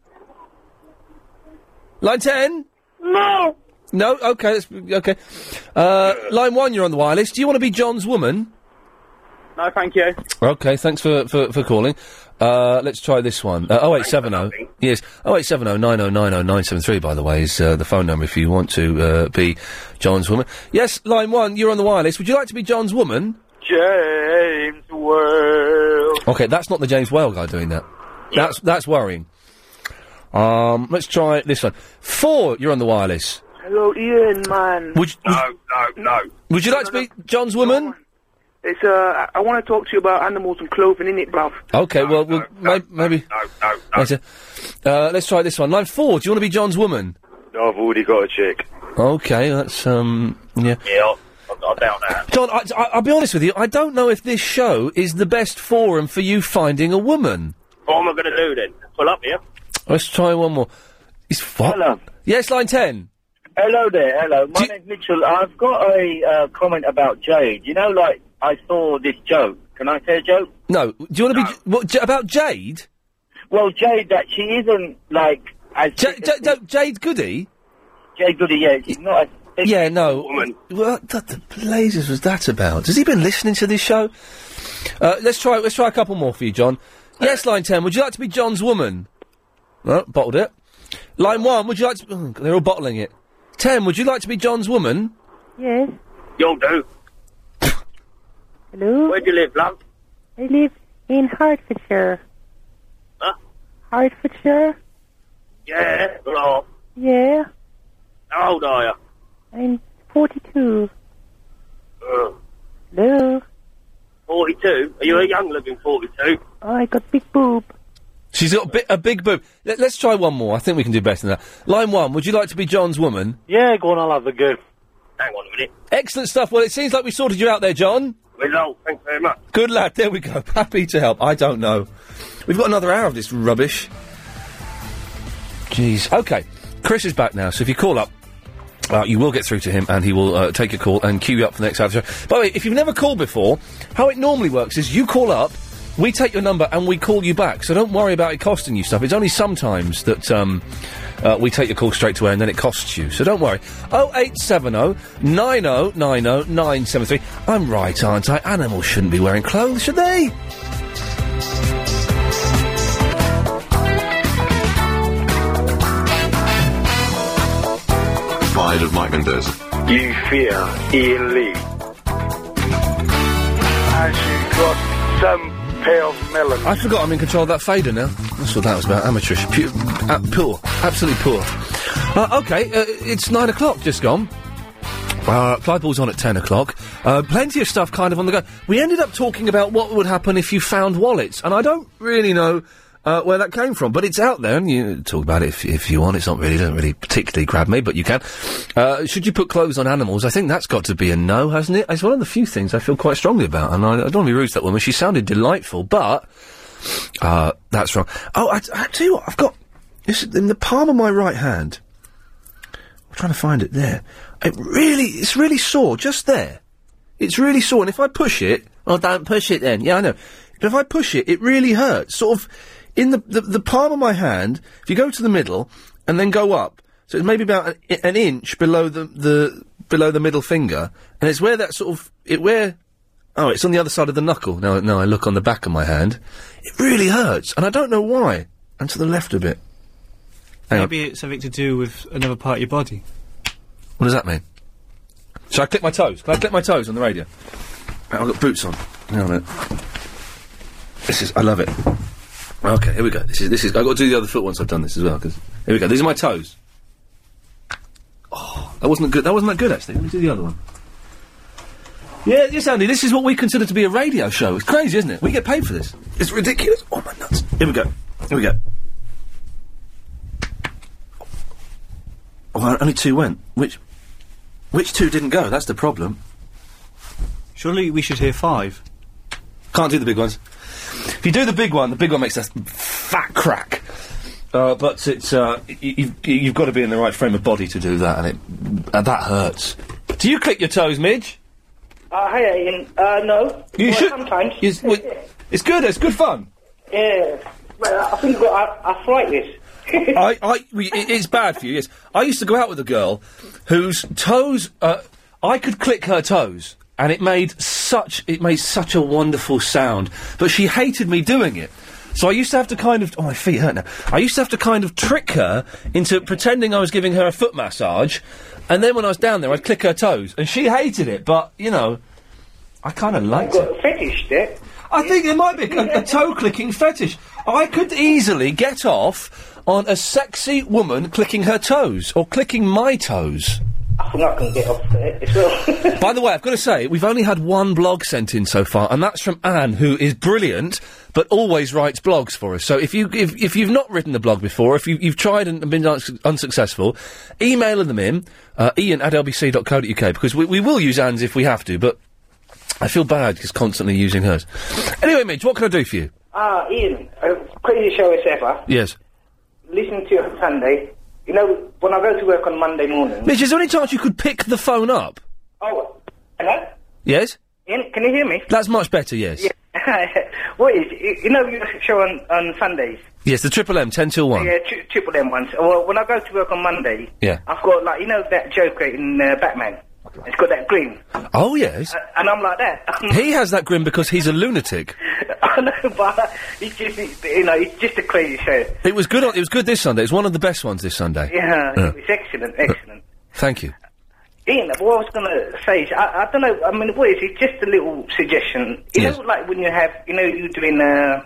Speaker 3: Line 10? No! No? Okay, that's, okay. Uh, line 1, you're on the wireless. Do you want to be John's woman?
Speaker 11: No, thank you.
Speaker 3: Okay, thanks for, for, for calling. Uh, let's try this one. Uh, 0870. Yes, 0870 oh, 9090973, by the way, is uh, the phone number if you want to uh, be John's woman. Yes, line one, you're on the wireless. Would you like to be John's woman?
Speaker 11: James World.
Speaker 3: Okay, that's not the James Whale guy doing that. That's that's worrying. Um, let's try this one. Four, you're on the wireless.
Speaker 11: Hello, Ian, man.
Speaker 3: Would, would,
Speaker 11: no, no.
Speaker 3: would you like to be John's woman?
Speaker 11: It's, uh, I, I want to talk to you about animals and clothing, innit, bruv?
Speaker 3: Okay, well, we'll may- maybe. No, no, Later. Uh, let's try this one. Line four, do you want to be John's woman?
Speaker 24: I've already got a chick.
Speaker 3: Okay, that's, um, yeah.
Speaker 24: Yeah, I, I doubt that.
Speaker 3: John, I, I, I'll be honest with you. I don't know if this show is the best forum for you finding a woman.
Speaker 24: What am I going to do then? Pull up here.
Speaker 3: Let's try one more. It's what? Hello. Yes, line ten.
Speaker 25: Hello there, hello. My name's Mitchell. I've got a uh, comment about Jade. You know, like, I saw this joke. Can I say a joke?
Speaker 3: No. Do you want to be what, J- about Jade?
Speaker 25: Well, Jade, that she isn't, like, as...
Speaker 3: J- J- J- Jade Goody.
Speaker 25: Jade Goody, yeah, she's not as...
Speaker 3: Yeah, no. What the, the blazes was that about? Has he been listening to this show? Uh, let's try. Let's try a couple more for you, John.
Speaker 24: Uh,
Speaker 3: Yes, line ten. Would you like to be John's woman? No, bottled it. Line one. Would you like to? oh, they're all bottling it. Ten. Would you like to be John's woman?
Speaker 9: Yes.
Speaker 24: You'll do.
Speaker 9: Hello.
Speaker 24: Where do you live, love?
Speaker 9: I live in Hertfordshire.
Speaker 24: Huh?
Speaker 9: Hertfordshire?
Speaker 24: Yeah, hello.
Speaker 9: Yeah.
Speaker 24: How old are you?
Speaker 9: I'm 42.
Speaker 24: Uh,
Speaker 9: Hello.
Speaker 24: 42? Are you a young living 42?
Speaker 9: Oh, I got big boob.
Speaker 3: She's got a, bi- a big boob. Let, let's try one more. I think we can do better than that. Line one. Would you like to be John's woman?
Speaker 25: Yeah, go on, I'll have a go.
Speaker 24: Hang on a minute.
Speaker 3: Excellent stuff. Well, it seems like we sorted you out there, John.
Speaker 24: Result, thanks very much.
Speaker 3: Good lad. There we go. (laughs) Happy to help. I don't know. We've got another hour of this rubbish. Jeez. Okay. Chris is back now, so if you call up, uh, you will get through to him and he will uh, take your call and queue you up for the next hour of the show. By the way, if you've never called before, how it normally works is you call up, we take your number and we call you back. So don't worry about it costing you stuff. It's only sometimes that um, uh, we take your call straight to air and then it costs you. So don't worry. 0870 9090 973. I'm right, aren't I? Animals shouldn't be wearing clothes, should they?
Speaker 17: Fired of Mike Mendes.
Speaker 11: You fear Ian Lee. As you got some pale melon.
Speaker 3: I forgot I'm in control of that fader now. That's what that was about. Amateurish. Pure. Uh, poor. Absolutely poor. Uh, okay, uh, it's nine o'clock, just gone. Uh, Clyde Ball's on at ten o'clock. Uh, plenty of stuff kind of on the go. We ended up talking about what would happen if you found wallets, and I don't really know uh, where that came from, but it's out there, and you talk about it if, if you want. It's not really, doesn't really particularly grab me, but you can. Uh, should you put clothes on animals? I think that's got to be a no, hasn't it? It's one of the few things I feel quite strongly about, and I, I don't want to be rude to that woman. She sounded delightful, but uh, that's wrong. Oh, I, I tell you what, I've got this in the palm of my right hand. I'm trying to find it there. It really, it's really sore just there. It's really sore, and if I push it, oh, don't push it then. Yeah, I know. But if I push it, it really hurts. Sort of in the, the the palm of my hand. If you go to the middle and then go up, so it's maybe about an, an inch below the the below the middle finger, and it's where that sort of it where. Oh, it's on the other side of the knuckle. Now, now I look on the back of my hand. It really hurts, and I don't know why. And to the left a bit. Hang on.
Speaker 13: Maybe it's something to do with another part of your body.
Speaker 3: What does that mean? Shall I click my toes? Can I click my toes on the radio? Right, I've got boots on. Hang on a minute. This is. I love it. Okay, here we go. This is. This is. I've got to do the other foot once I've done this as well. 'cause- here we go. These are my toes. Oh, that wasn't good. That wasn't that good actually. Let me do the other one. Yeah, yes, Andy. This is what we consider to be a radio show. It's crazy, isn't it? We get paid for this. It's ridiculous. Oh my nuts! Here we go. Here we go. Oh, only two went. Which, which two didn't go? That's the problem. Surely we should hear five. Can't do the big ones. If you do the big one, the big one makes a fat crack. Uh, but it's uh, y- you've, you've got to be in the right frame of body to do that, and it and that hurts. Do you click your toes, Midge?
Speaker 36: Uh, hi, Ian. Uh, no.
Speaker 3: You
Speaker 36: Well,
Speaker 3: should-
Speaker 36: Sometimes.
Speaker 3: It's, it's good. It's good fun.
Speaker 36: Yeah. Well, I think I've got ar- arthritis.
Speaker 3: I, I, we- it- it's bad for you. Yes, I used to go out with a girl whose toes. Uh, I could click her toes, and it made such it made such a wonderful sound. But she hated me doing it. So I used to have to kind of oh my feet hurt now. I used to have to kind of trick her into pretending I was giving her a foot massage, and then when I was down there, I'd click her toes, and she hated it. But you know, I kind of liked it.
Speaker 36: Fetish, that.
Speaker 3: I think there might be a, a toe clicking fetish. I could easily get off on a sexy woman clicking her toes or clicking my toes.
Speaker 36: I think I can get off it as well.
Speaker 3: By the way, I've got to say, we've only had one blog sent in so far, and that's from Anne, who is brilliant, but always writes blogs for us. So if you if, if you've not written a blog before, if you, you've tried and been unsu- unsuccessful, email them in, uh, ian at lbc.co.uk, because we, we will use Anne's if we have to, but I feel bad because constantly using hers. Anyway, Midge, what can I do for you?
Speaker 36: (laughs) Ah, Ian, uh, crazy show as ever.
Speaker 3: Yes.
Speaker 36: Listen to you on Sunday. You know, when I go to work on Monday morning.
Speaker 3: Mitch, is there any chance you could pick the phone up?
Speaker 36: Oh, hello?
Speaker 3: Yes?
Speaker 36: Ian, can you hear me?
Speaker 3: That's much better, yes.
Speaker 36: Yeah. (laughs) what is, you you know, your show on, on Sundays?
Speaker 3: Yes, the Triple M, 10 till 1.
Speaker 36: Yeah, tri- triple M ones. Well, when I go to work on Monday,
Speaker 3: Yeah.
Speaker 36: I've got, like, you know, that Joker in uh, Batman? It's got that green.
Speaker 3: Oh, yes.
Speaker 36: Uh, and I'm like that. (laughs)
Speaker 3: He has that grin because he's a lunatic.
Speaker 36: I know, but it's just, it's, you know, it's just a crazy show.
Speaker 3: It was good. On, it was good this Sunday. It's one of the best ones this Sunday.
Speaker 36: Yeah,
Speaker 3: Yeah.
Speaker 36: it's excellent, excellent.
Speaker 3: Thank you.
Speaker 36: Ian, what I was going to say is, I, I don't know, I mean, what is it? Just a little suggestion. You
Speaker 3: Yes.
Speaker 36: know, like when you have, you know, you're doing, uh,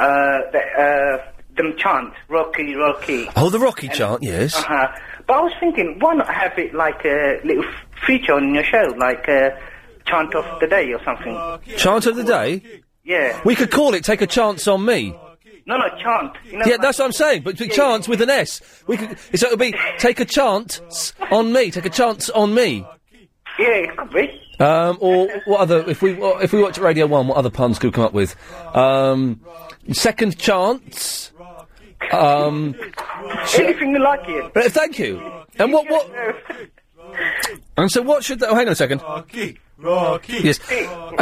Speaker 36: uh, that, uh, them chant, Rocky, Rocky.
Speaker 3: Oh, the Rocky chant. Yes.
Speaker 36: Uh-huh. But I was thinking, why not have it like a little f- feature on your show, like, uh, chant of the day or something?
Speaker 3: Chant of the day.
Speaker 36: Yeah.
Speaker 3: We could call it "Take a Chance on Me."
Speaker 36: No, no, chant. You know,
Speaker 3: yeah, that's what I'm saying. But, but chance with an S. We could. So it would be "Take a Chance on Me." Take a chance on me.
Speaker 36: Yeah, it could be.
Speaker 3: Um, or what other? If we if we watch Radio One, what other puns could we come up with? Um, second chance. Um,
Speaker 36: Anything you like, Ian.
Speaker 3: But thank you. And what what? And so what should that? Oh, hang on a second.
Speaker 36: Rocky,
Speaker 3: Rocky. Yes. Uh,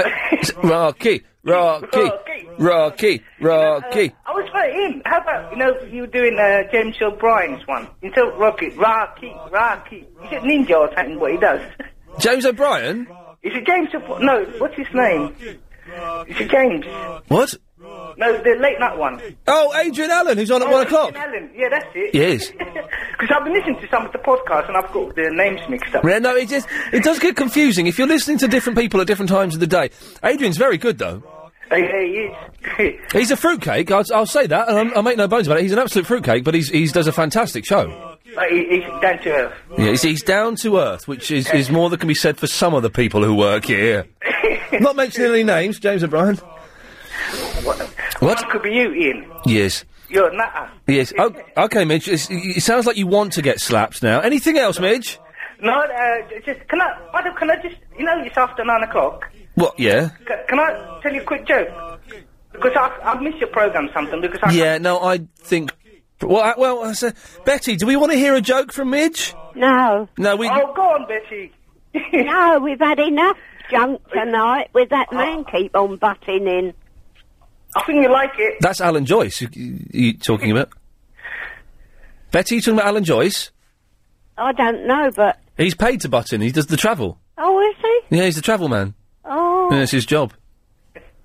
Speaker 3: s- Rocky, Rocky, Rocky, Rocky.
Speaker 36: Uh, I was right in. How about, you know, you were doing uh, James O'Brien's one. Instead of Rocky, Rocky, Rocky. Is it Ninja or something, what he does?
Speaker 3: (laughs) James O'Brien.
Speaker 36: Is it James O'Brien? No, what's his name? Is it James?
Speaker 3: What?
Speaker 36: No, the late night one.
Speaker 3: Oh, Adrian Allen, who's on at
Speaker 36: Oh,
Speaker 3: one o'clock.
Speaker 36: Ian Allen. Yeah, that's it. (laughs)
Speaker 3: Yes.
Speaker 36: Because I've been listening to some of the podcasts and I've got the names mixed up.
Speaker 3: Yeah, no, it just it does get confusing if you're listening to different people at different times of the day. Adrian's very good though.
Speaker 36: Hey, hey, yes.
Speaker 3: He's a fruitcake. I'll, I'll say that, and I'm, I make no bones about it. He's an absolute fruitcake, but he's, he's does a fantastic show.
Speaker 36: (laughs) Like, he- he's down to earth.
Speaker 3: Yeah, he's, he's down to earth, which is, is more than can be said for some of the people who work here. Not mentioning any names, James O'Brien. What?
Speaker 36: One could be you, Ian.
Speaker 3: Yes.
Speaker 36: You're a nutter.
Speaker 3: Yes. Oh, okay, Midge. It's, it sounds like you want to get slapped now. Anything else, Midge?
Speaker 36: No, uh, j- just, can I, Adam, can I just, you know, it's after nine o'clock.
Speaker 3: What? Yeah.
Speaker 36: C- can I tell you a quick joke? Because I, I missed your program something because I.
Speaker 3: Yeah. No, I think. Well, I, well, I said, Betty, do we want to hear a joke from Midge?
Speaker 9: No.
Speaker 3: No, we.
Speaker 36: Oh, go on, Betty. (laughs)
Speaker 9: no, we've had enough junk tonight with that man keep on butting in.
Speaker 36: Oh. I think you like it.
Speaker 3: That's Alan Joyce. You, you, you talking about? Betty, you talking about Alan Joyce?
Speaker 9: I don't know, but
Speaker 3: He's paid to Button. He does the travel.
Speaker 4: Oh, is he?
Speaker 3: Yeah, he's the travel man.
Speaker 4: Oh.
Speaker 3: Yeah, it's his job.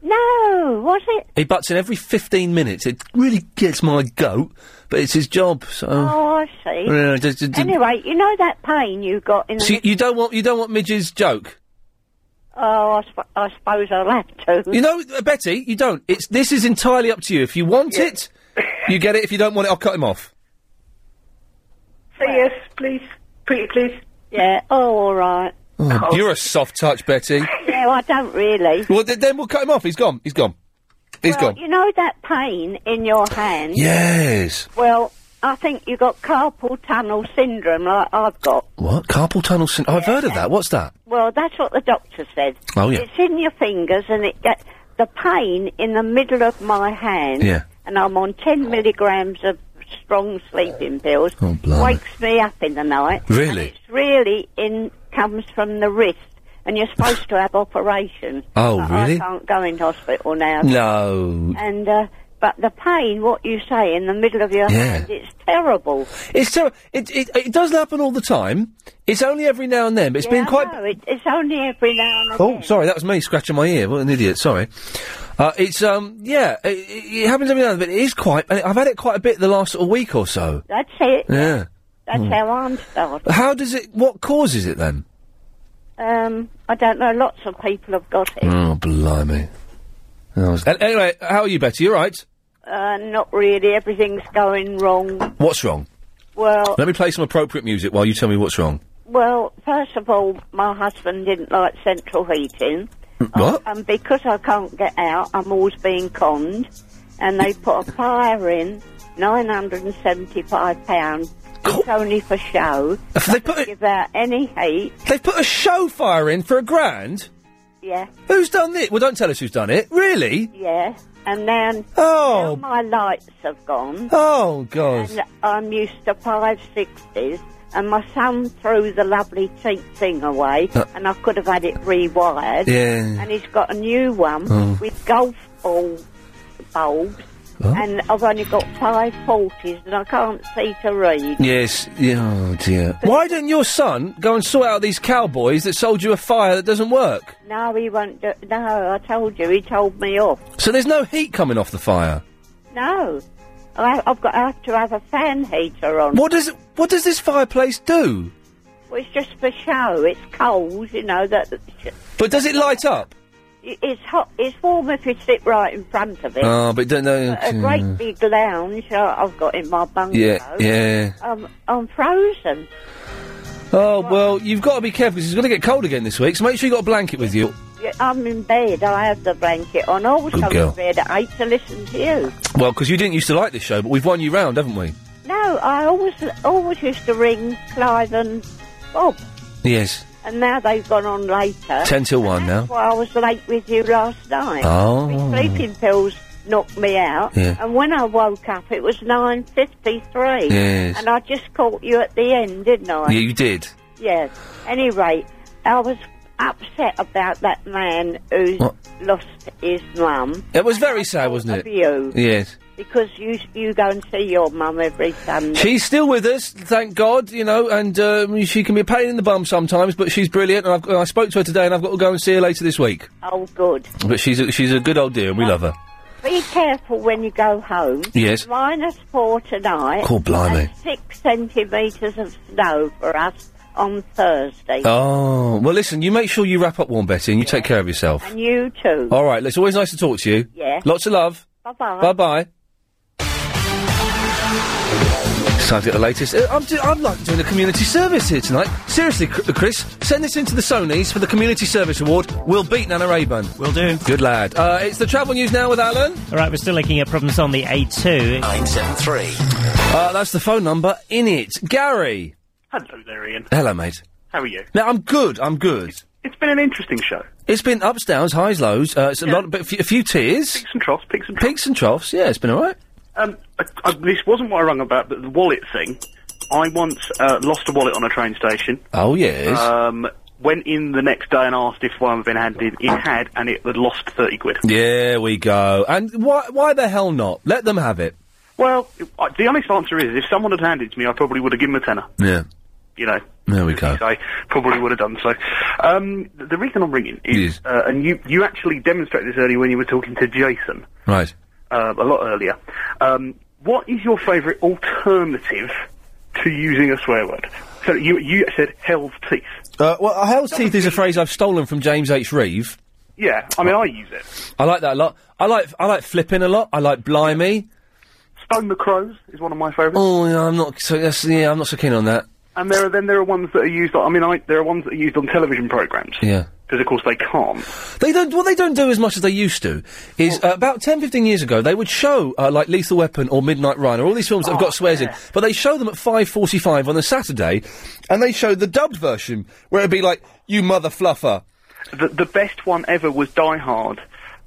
Speaker 4: No, was it?
Speaker 3: He butts in every 15 minutes. It really gets my goat, but it's his job, so...
Speaker 4: Oh, I see.
Speaker 3: Yeah, d- d- d-
Speaker 4: Anyway, you know that pain you got in
Speaker 3: So you-
Speaker 4: the...
Speaker 3: you don't want you don't want Midge's joke.
Speaker 4: Oh, I, sp- I suppose I'll have to.
Speaker 3: You know, uh, Betty, you don't. It's this is entirely up to you. If you want it, you get it. If you don't want it, I'll cut him off.
Speaker 36: Say yes, please. Pretty please.
Speaker 4: Yeah, oh, all right. Oh.
Speaker 3: You're a soft touch, Betty.
Speaker 4: No, I don't really.
Speaker 3: well, th- then we'll cut him off. He's gone. He's gone. He's
Speaker 4: well,
Speaker 3: gone.
Speaker 4: you know that pain in your hand?
Speaker 3: Yes.
Speaker 4: Well, I think you got carpal tunnel syndrome like I've got.
Speaker 3: What carpal tunnel syndrome? I've heard of that. What's that?
Speaker 4: Well, that's what the doctor said.
Speaker 3: Oh, yeah.
Speaker 4: It's in your fingers and it get the pain in the middle of my hand.
Speaker 3: Yeah.
Speaker 4: And I'm on 10 milligrams of strong sleeping pills.
Speaker 3: Oh, blimey.
Speaker 4: Wakes me up in the night.
Speaker 3: Really?
Speaker 4: It's really in comes from the wrist. And you're supposed to have operation.
Speaker 3: Oh,
Speaker 4: But
Speaker 3: really?
Speaker 4: I can't go into hospital now.
Speaker 3: No.
Speaker 4: And, uh, but the pain, what you say, in the middle of your
Speaker 3: Yeah.
Speaker 4: hand, it's terrible.
Speaker 3: It's ter- it, it it does happen all the time. It's only every now and then, but it's
Speaker 4: Yeah,
Speaker 3: been quite.
Speaker 4: I know, it, it's only every now and
Speaker 3: Oh, sorry, that was me scratching my ear. What an idiot! Sorry. Uh, it's um, yeah, it, it it happens every now and then, but it is quite. and I've had it quite a bit the last sort of week or so.
Speaker 4: That's it.
Speaker 3: Yeah.
Speaker 4: That's
Speaker 3: Hmm.
Speaker 4: how I'm started.
Speaker 3: How does it? What causes it then?
Speaker 4: Um, I don't know. Lots of people have got it.
Speaker 3: Oh, blimey. That was- An- Anyway, how are you, Betty? You all right?
Speaker 4: Uh, not really. Everything's going wrong.
Speaker 3: What's wrong?
Speaker 4: Well,
Speaker 3: Let me play some appropriate music while you tell me what's wrong.
Speaker 4: well. First of all, my husband didn't like central heating,
Speaker 3: What?
Speaker 4: and because I can't get out, I'm always being conned. And they put a fire in, nine hundred and seventy-five pounds. It's only for show.
Speaker 3: They put
Speaker 4: it without any heat.
Speaker 3: They've put a show fire in for a grand.
Speaker 4: Yeah,
Speaker 3: Who's done it? Well, don't tell us who's done it. Really?
Speaker 4: yeah. And then
Speaker 3: Oh.
Speaker 4: now my lights have gone.
Speaker 3: Oh God.
Speaker 4: And uh, I'm used to five sixties, and my son threw the lovely cheap thing away,
Speaker 3: Uh.
Speaker 4: and I could have had it rewired.
Speaker 3: Yeah.
Speaker 4: And he's got a new one
Speaker 3: Oh.
Speaker 4: with golf ball bulbs,
Speaker 3: What?
Speaker 4: and I've only got five forties, and I can't see to read.
Speaker 3: Yes. Yeah, oh dear. Why didn't your son go and sort out these cowboys that sold you a fire that doesn't work?
Speaker 4: No, he won't do. No, I told you, he told me off.
Speaker 3: So there's no heat coming off the fire.
Speaker 4: No, I, I've got. I have to have a fan heater on.
Speaker 3: What does what does this fireplace do?
Speaker 4: Well, it's just for show. It's cold, you know that.
Speaker 3: But does it light up?
Speaker 4: It's hot. It's warm if you sit right in front of it.
Speaker 3: Oh, but don't know.
Speaker 4: a great big lounge uh, I've got in my bungalow.
Speaker 3: Yeah, yeah.
Speaker 4: Um, I'm frozen.
Speaker 3: Oh well, you've got to be careful because it's going to get cold again this week. So make sure you have got a blanket with you.
Speaker 4: Yeah, I'm in bed. I have the blanket on. I was
Speaker 3: Good
Speaker 4: up
Speaker 3: girl.
Speaker 4: in bed at eight to listen to you.
Speaker 3: Well, because you didn't used to like this show, but we've won you round, haven't we?
Speaker 4: No, I always always used to ring Clive and Bob,
Speaker 3: Yes.
Speaker 4: and now they've gone on later.
Speaker 3: Ten till one now.
Speaker 4: Well, I was late with you last night.
Speaker 3: Oh.
Speaker 4: Sleeping pills knocked me out,
Speaker 3: Yeah.
Speaker 4: and when I woke up, it was nine fifty-three.
Speaker 3: Yes.
Speaker 4: And I just caught you at the end, didn't I?
Speaker 3: Yeah, you did.
Speaker 4: Yes. Anyway, I was upset about that man who
Speaker 3: What?
Speaker 4: lost his mum
Speaker 3: It was very sad, wasn't
Speaker 4: of
Speaker 3: it?
Speaker 4: you.
Speaker 3: Yes.
Speaker 4: because you you go and see your mum every Sunday.
Speaker 3: She's still with us, thank God, you know, and um, she can be a pain in the bum sometimes, but she's brilliant. And I've, I spoke to her today, and I've got to go and see her later this week.
Speaker 4: oh, good.
Speaker 3: But she's a, she's a good old Oh, dear, and we love her.
Speaker 4: Be careful when you go home.
Speaker 3: Yes.
Speaker 4: Minus four tonight.
Speaker 3: Cool, blimey.
Speaker 4: and Six centimetres of snow for us on Thursday.
Speaker 3: Oh well, listen, you make sure you wrap up warm, Betty, and you take care of yourself.
Speaker 4: And you too.
Speaker 3: All right, it's always nice to talk to you.
Speaker 4: Yeah.
Speaker 3: Lots of love. Bye
Speaker 4: Bye-bye.
Speaker 3: bye. It's time to get the latest. Uh, I'm, do- I'm like doing a community service here tonight. Seriously, C- Chris, send this into the Sonys for the Community Service Award. We'll beat Nana Rayburn. We'll do. Good lad. Uh, it's the travel news now with Alan.
Speaker 2: All right, we're still looking at problems on the A2. 973.
Speaker 3: Uh, that's the phone number in it. Gary.
Speaker 16: Hello there, Ian.
Speaker 3: Hello, mate.
Speaker 16: How are you?
Speaker 3: Now, I'm good. I'm good.
Speaker 16: It's been an interesting show.
Speaker 3: It's been ups, downs, highs, lows. Uh, it's a
Speaker 16: Yeah.
Speaker 3: lot, but a few, a few tears. Peaks
Speaker 16: and troughs. Peaks and
Speaker 3: troughs. Peaks and troughs. Yeah, it's been all right.
Speaker 16: Um, I, I, this wasn't what I rung about, but the wallet thing. I once uh, lost a wallet on a train station.
Speaker 3: Oh yes.
Speaker 16: Um, went in the next day and asked if one had been handed. It had, and it had lost thirty quid.
Speaker 3: There we go. And why why the hell not? Let them have it.
Speaker 16: Well, I, the honest answer is, if someone had handed it to me, I probably would have given them a tenner.
Speaker 3: Yeah.
Speaker 16: you know.
Speaker 3: There we go.
Speaker 16: I probably would have done so. Um, th- the reason I'm ringing is, uh, and you, you actually demonstrated this earlier when you were talking to Jason,
Speaker 3: Right.
Speaker 16: uh, a lot earlier. Um, what is your favourite alternative to using a swear word? So you, you said hell's teeth.
Speaker 3: Uh, well, hell's teeth is a phrase I've stolen from James H. Reeve.
Speaker 16: Yeah, I mean, I use it.
Speaker 3: I like that a lot. I like I like flipping a lot. I like blimey.
Speaker 16: Stone the Crows is one of my favourites.
Speaker 3: Oh, yeah, I'm not so that's, yeah, I'm not so keen on that.
Speaker 16: And there are, then there are ones that are used. On, I mean, I, there are ones that are used on television programs
Speaker 3: Yeah.
Speaker 16: because, of course, they can't.
Speaker 3: They don't. What they don't do as much as they used to is uh, about 10, 15 years ago. They would show uh, like Lethal Weapon or Midnight Run or all these films that have
Speaker 16: Oh,
Speaker 3: got swears in, but they show them at five forty-five on a Saturday, and they show the dubbed version where it'd be like "You mother fluffer."
Speaker 16: The, the best one ever was Die Hard.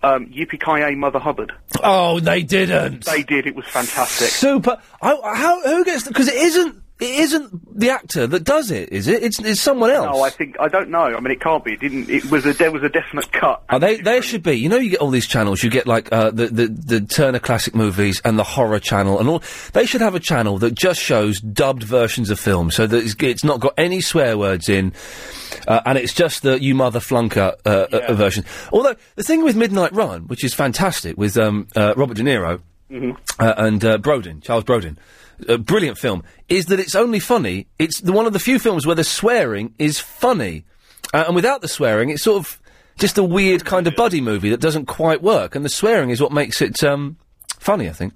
Speaker 16: Um, Yippee Mother Hubbard.
Speaker 3: Oh, they didn't.
Speaker 16: They did. It was fantastic.
Speaker 3: Super. I, how who gets because it isn't it isn't the actor that does it, is it? It's it's someone else.
Speaker 16: No, I think I don't know. I mean, it can't be. It didn't. It was a there was a definite cut.
Speaker 3: Oh, they there should be. You know, you get all these channels. You get like uh, the, the the Turner Classic Movies and the Horror Channel, and all. They should have a channel that just shows dubbed versions of films, so that it's, it's not got any swear words in, uh, and it's just the you mother flunker uh, uh, uh, version. Although the thing with Midnight Run, which is fantastic, with um, uh, Robert De Niro uh, and uh, Broden, Charles Broden. A brilliant film is that it's only funny. It's the one of the few films where the swearing is funny, uh, and without the swearing, it's sort of just a weird kind of buddy movie that doesn't quite work. And the swearing is what makes it um, funny, I think.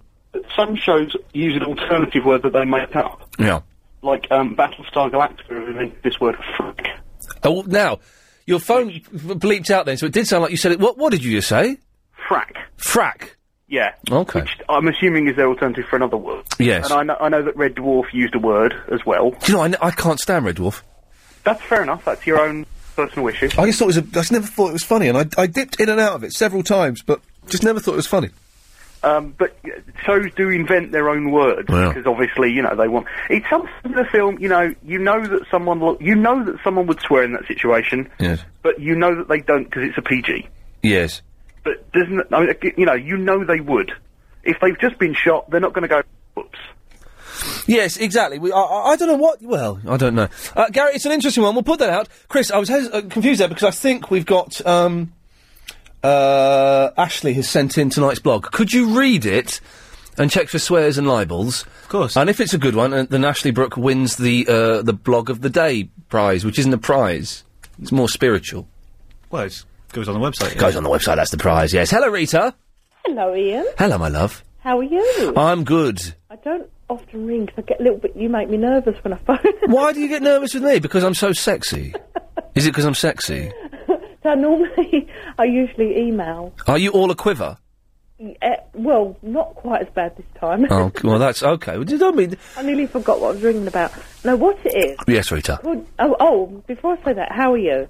Speaker 16: Some shows use an alternative word that they make up,
Speaker 3: Yeah.
Speaker 16: like um, Battlestar Galactica invented this word "frick."
Speaker 3: Oh, now your phone b- bleeped out then, so it did sound like you said it. What What did you just say?
Speaker 16: Frack.
Speaker 3: Frack.
Speaker 16: Yeah.
Speaker 3: Okay.
Speaker 16: I'm assuming is their alternative for another word.
Speaker 3: Yes.
Speaker 16: And I know, I know that Red Dwarf used a word as well.
Speaker 3: Do you know I, n- I can't stand Red Dwarf.
Speaker 16: That's fair enough. That's your own personal issue.
Speaker 3: I just thought it was. A, I just never thought it was funny, and I, I dipped in and out of it several times, but just never thought it was funny.
Speaker 16: Um, but uh, shows do invent their own words
Speaker 3: Yeah.
Speaker 16: because obviously, you know, they want. It's something in the film, you know, you know that someone, lo- you know that someone would swear in that situation,
Speaker 3: Yes.
Speaker 16: but you know that they don't because it's a PG.
Speaker 3: Yes.
Speaker 16: But doesn't, I mean, you know, you know they would. If they've just been shot, they're not going to go. Whoops.
Speaker 3: Yes, exactly. We, I, I I don't know what. Well, I don't know. Uh, Gary, it's an interesting one. We'll put that out. Chris, I was hes- uh, confused there because I think we've got. Um, uh, Ashley has sent in tonight's blog. Could you read it and check for swears and libels? Of course. And if it's a good one, uh, then Ashley Brooke wins the uh, the blog of the day prize, which isn't a prize. It's more spiritual.
Speaker 13: Well, it goes on the website.
Speaker 3: Goes on the website. That's the prize. Yes. Hello, Rita.
Speaker 17: Hello, Ian.
Speaker 3: Hello, my love.
Speaker 17: How are you?
Speaker 3: I'm good.
Speaker 17: I don't often ring 'cause I get a little bit. You make me nervous when I phone. (laughs)
Speaker 3: Why do you get nervous with me? Because I'm so sexy. Is it because I'm sexy?
Speaker 17: so normally, (laughs) I usually email.
Speaker 3: Are you all a quiver?
Speaker 17: Uh, well, not quite as bad this time.
Speaker 3: (laughs) Oh,
Speaker 17: (laughs)
Speaker 3: c- well, that's okay. Well, you don't mean.
Speaker 17: I nearly forgot what I was ringing about. No, what it is?
Speaker 3: Yes, Rita.
Speaker 17: Could, oh, oh, before I say that, how are you?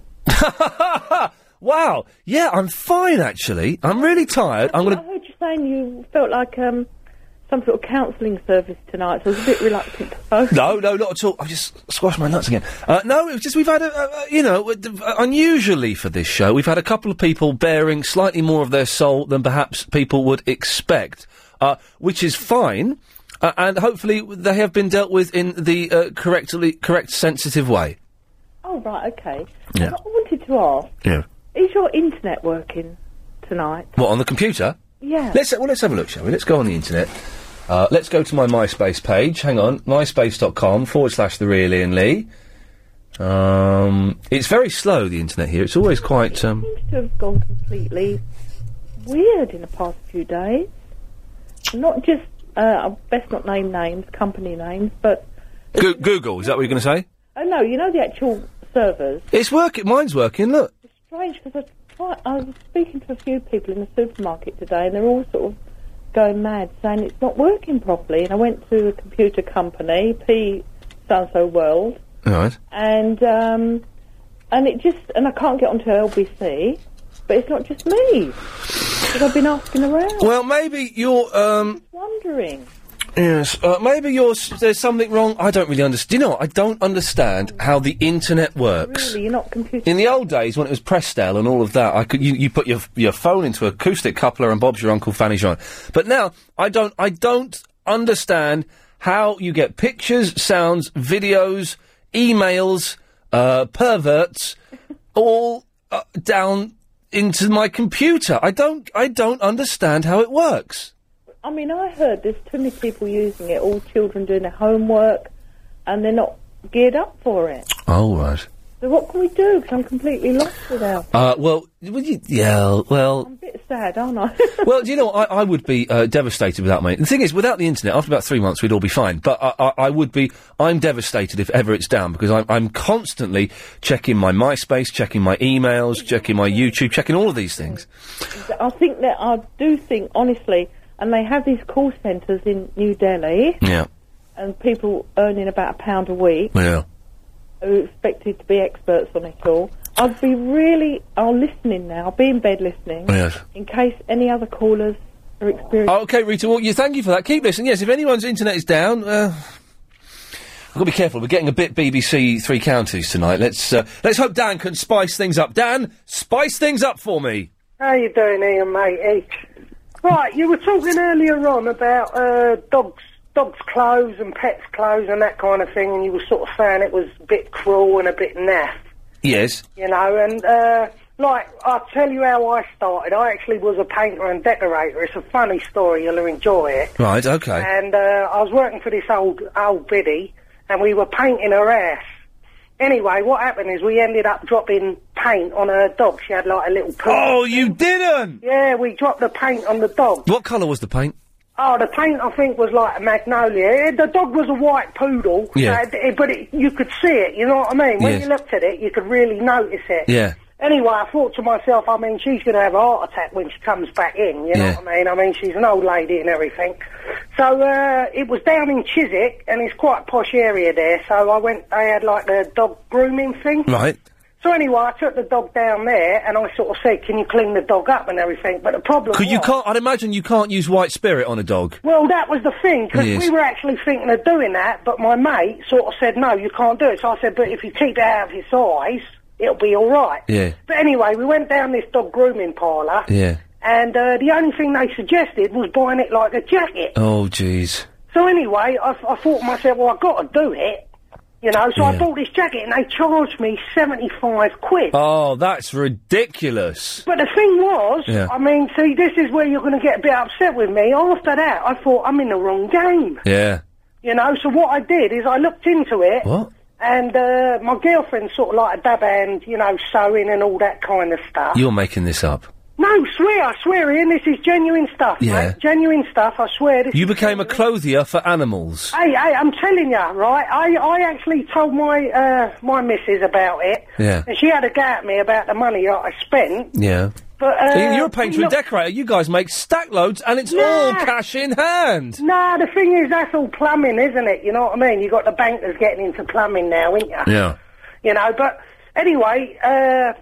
Speaker 3: Wow. Yeah, I'm fine, actually. I'm really tired. I'm
Speaker 17: I
Speaker 3: going to.
Speaker 17: heard you saying you felt like um, some sort of counselling service tonight, so I was a bit reluctant to phone.
Speaker 3: No, no, not at all. I've just squashed my nuts again. Uh, no, it was just we've had, a, a, a- you know, a- d- unusually for this show, we've had a couple of people bearing slightly more of their soul than perhaps people would expect, uh, which is fine, uh, and hopefully they have been dealt with in the uh, correctly, correct, sensitive way.
Speaker 17: Oh, right, okay.
Speaker 3: Yeah.
Speaker 17: What I wanted to ask
Speaker 3: Yeah.
Speaker 17: is your internet working tonight?
Speaker 3: What on the computer?
Speaker 17: Yeah.
Speaker 3: Let's well, let's have a look, shall we? Let's go on the internet. Uh, let's go to my MySpace page. Hang on, myspace.com forward slash the real Ian Lee. Um, it's very slow the internet here. It's always quite. Um,
Speaker 17: seems to have gone completely weird in the past few days. Not just, uh, I'll best not name names, company names, but,
Speaker 3: Goo Google is that what you're going to say?
Speaker 17: oh no, you know the actual servers.
Speaker 3: It's working. Mine's working. Look.
Speaker 17: Strange, because I, try- I was speaking to a few people in the supermarket today and they're all sort of going mad saying it's not working properly. And I went to a computer company, P so-and-so World,
Speaker 3: All right.
Speaker 17: and, um, and it just, and I can't get onto LBC, but it's not just me. Because I've been asking around.
Speaker 3: Well, maybe you're. Um,
Speaker 17: wondering.
Speaker 3: Yes, uh, maybe yours. There's something wrong. I don't really understand. Do you know what? I don't understand how the internet works.
Speaker 17: Really, you're not computer.
Speaker 3: In the old days, when it was Prestel and all of that, I could you, you put your your phone into acoustic coupler and Bob's your uncle Fanny Jean. But now I don't I don't understand how you get pictures, sounds, videos emails, uh, perverts, all uh, down into my computer. I don't, I don't understand how it works.
Speaker 17: I mean, I heard there's too many people using it, all children doing their homework, and they're not geared up for it.
Speaker 3: Oh, right.
Speaker 17: So what can we do? Because I'm completely lost without.
Speaker 3: Uh, well, would you, yeah, well,
Speaker 17: I'm a bit sad, aren't I? (laughs)
Speaker 3: well, do you know, what? I, I would be uh, devastated without my. The thing is, without the internet, after about three months, we'd all be fine. But I, I, I would be. I'm devastated if ever it's down because I'm, I'm constantly checking my MySpace, checking my emails, checking my YouTube, checking all of these things.
Speaker 17: I think that I do think honestly, and they have these call centres in New Delhi,
Speaker 3: Yeah,
Speaker 17: and people earning about a pound a week
Speaker 3: yeah.
Speaker 17: who are expected to be experts on it all. I'd be really. I'll listening now. I'll be in bed listening
Speaker 3: Yes.
Speaker 17: in case any other callers are experiencing.
Speaker 3: Okay, Rita. Well, you thank you for that. Keep listening. Yes, if anyone's internet is down, uh, I've got to be careful. We're getting a bit BBC Three Counties tonight. Let's uh, let's hope Dan can spice things up. Dan, spice things up for me.
Speaker 30: How you doing, Ian, mate? H. Right, you were talking earlier on about uh, dogs, dogs' clothes and pets' clothes and that kind of thing, and you were sort of saying it was a bit cruel and a bit naff,
Speaker 3: Yes.
Speaker 30: you know. And uh, like, I'll tell you how I started. I actually was a painter and decorator. It's a funny story. You'll enjoy it.
Speaker 3: Right. Okay.
Speaker 30: And uh, I was working for this old old biddy, and we were painting her ass. Anyway, what happened is we ended up dropping paint on her dog. She had like a little. poo.
Speaker 3: Oh, you didn't!
Speaker 30: Yeah, we dropped the paint on the dog.
Speaker 3: What colour was the paint?
Speaker 30: Oh, the paint I think was like a magnolia. Eh, The dog was a white poodle,
Speaker 3: Yeah.
Speaker 30: uh, d- eh, but it, you could see it. You know what I mean? When
Speaker 3: Yes.
Speaker 30: you looked at it, you could really notice it.
Speaker 3: Yeah.
Speaker 30: Anyway, I thought to myself, I mean, she's going to have a heart attack when she comes back in. You know
Speaker 37: Yeah.
Speaker 30: what I mean? I mean, she's an old lady and everything. So uh, it was down in Chiswick, and it's quite a posh area there. So I went. They had like the dog grooming thing.
Speaker 3: Right.
Speaker 30: So anyway, I took the dog down there, and I sort of said, "Can you clean the dog up and everything?" But the problem
Speaker 3: Could
Speaker 30: was,
Speaker 3: you can't? I'd imagine you can't use white spirit on a dog.
Speaker 30: well, that was the thing, 'cause
Speaker 3: Yes.
Speaker 30: we were actually thinking of doing that, but my mate sort of said, no, you can't do it. So I said, but if you keep it out of his eyes, it'll be all right.
Speaker 3: Yeah.
Speaker 30: But anyway, we went down this dog grooming parlour,
Speaker 3: Yeah.
Speaker 30: and uh, the only thing they suggested was buying it like a jacket.
Speaker 3: Oh, jeez.
Speaker 30: So anyway, I, I thought to myself, well, I've got to do it, you know, so I bought this jacket, and they charged me 75 quid.
Speaker 3: Oh, that's ridiculous.
Speaker 30: But the thing was,
Speaker 3: Yeah.
Speaker 30: I mean, see, this is where you're going to get a bit upset with me. After that, I thought, I'm in the wrong game.
Speaker 3: Yeah.
Speaker 30: You know, so what I did is I looked into it.
Speaker 3: What?
Speaker 30: And uh, my girlfriend sort of like a dab hand, you know, sewing and all that kind of stuff.
Speaker 3: You're making this up.
Speaker 30: No, swear, I swear, Ian, this is genuine stuff.
Speaker 3: Yeah.
Speaker 30: mate. Genuine stuff, I swear. This
Speaker 3: You became a clothier for animals.
Speaker 30: Hey, hey, I'm telling you, right? I, I actually told my uh, my missus about it.
Speaker 3: Yeah.
Speaker 30: And she had a go at me about the money that I spent.
Speaker 3: Yeah.
Speaker 30: But, uh,
Speaker 3: Ian, you're a painter and
Speaker 30: look-
Speaker 3: decorator. You guys make stack loads, and it's all
Speaker 30: Nah.
Speaker 3: cash in hand.
Speaker 30: Nah, the thing is, that's all plumbing, isn't it? You know what I mean? you got the bankers getting into plumbing now, ain't you?
Speaker 3: Yeah.
Speaker 30: you know. But anyway, uh,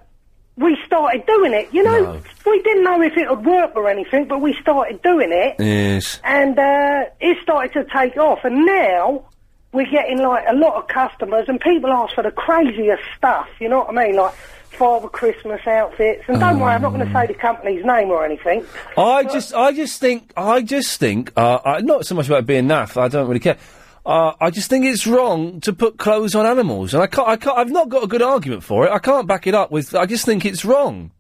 Speaker 30: we started doing it. You know, we didn't know if it would work or anything, but we started doing it,
Speaker 3: Yes.
Speaker 30: and uh, it started to take off. And now we're getting like a lot of customers, and people ask for the craziest stuff. You know what I mean? Like Father Christmas outfits. And don't worry, I'm not going to say the company's name or anything.
Speaker 3: I just, I just think, I just think, uh, I, not so much about being naff. I don't really care. Uh, I just think it's wrong to put clothes on animals, and I can't, I can't, I've not got a good argument for it. I can't back it up with. I just think it's wrong.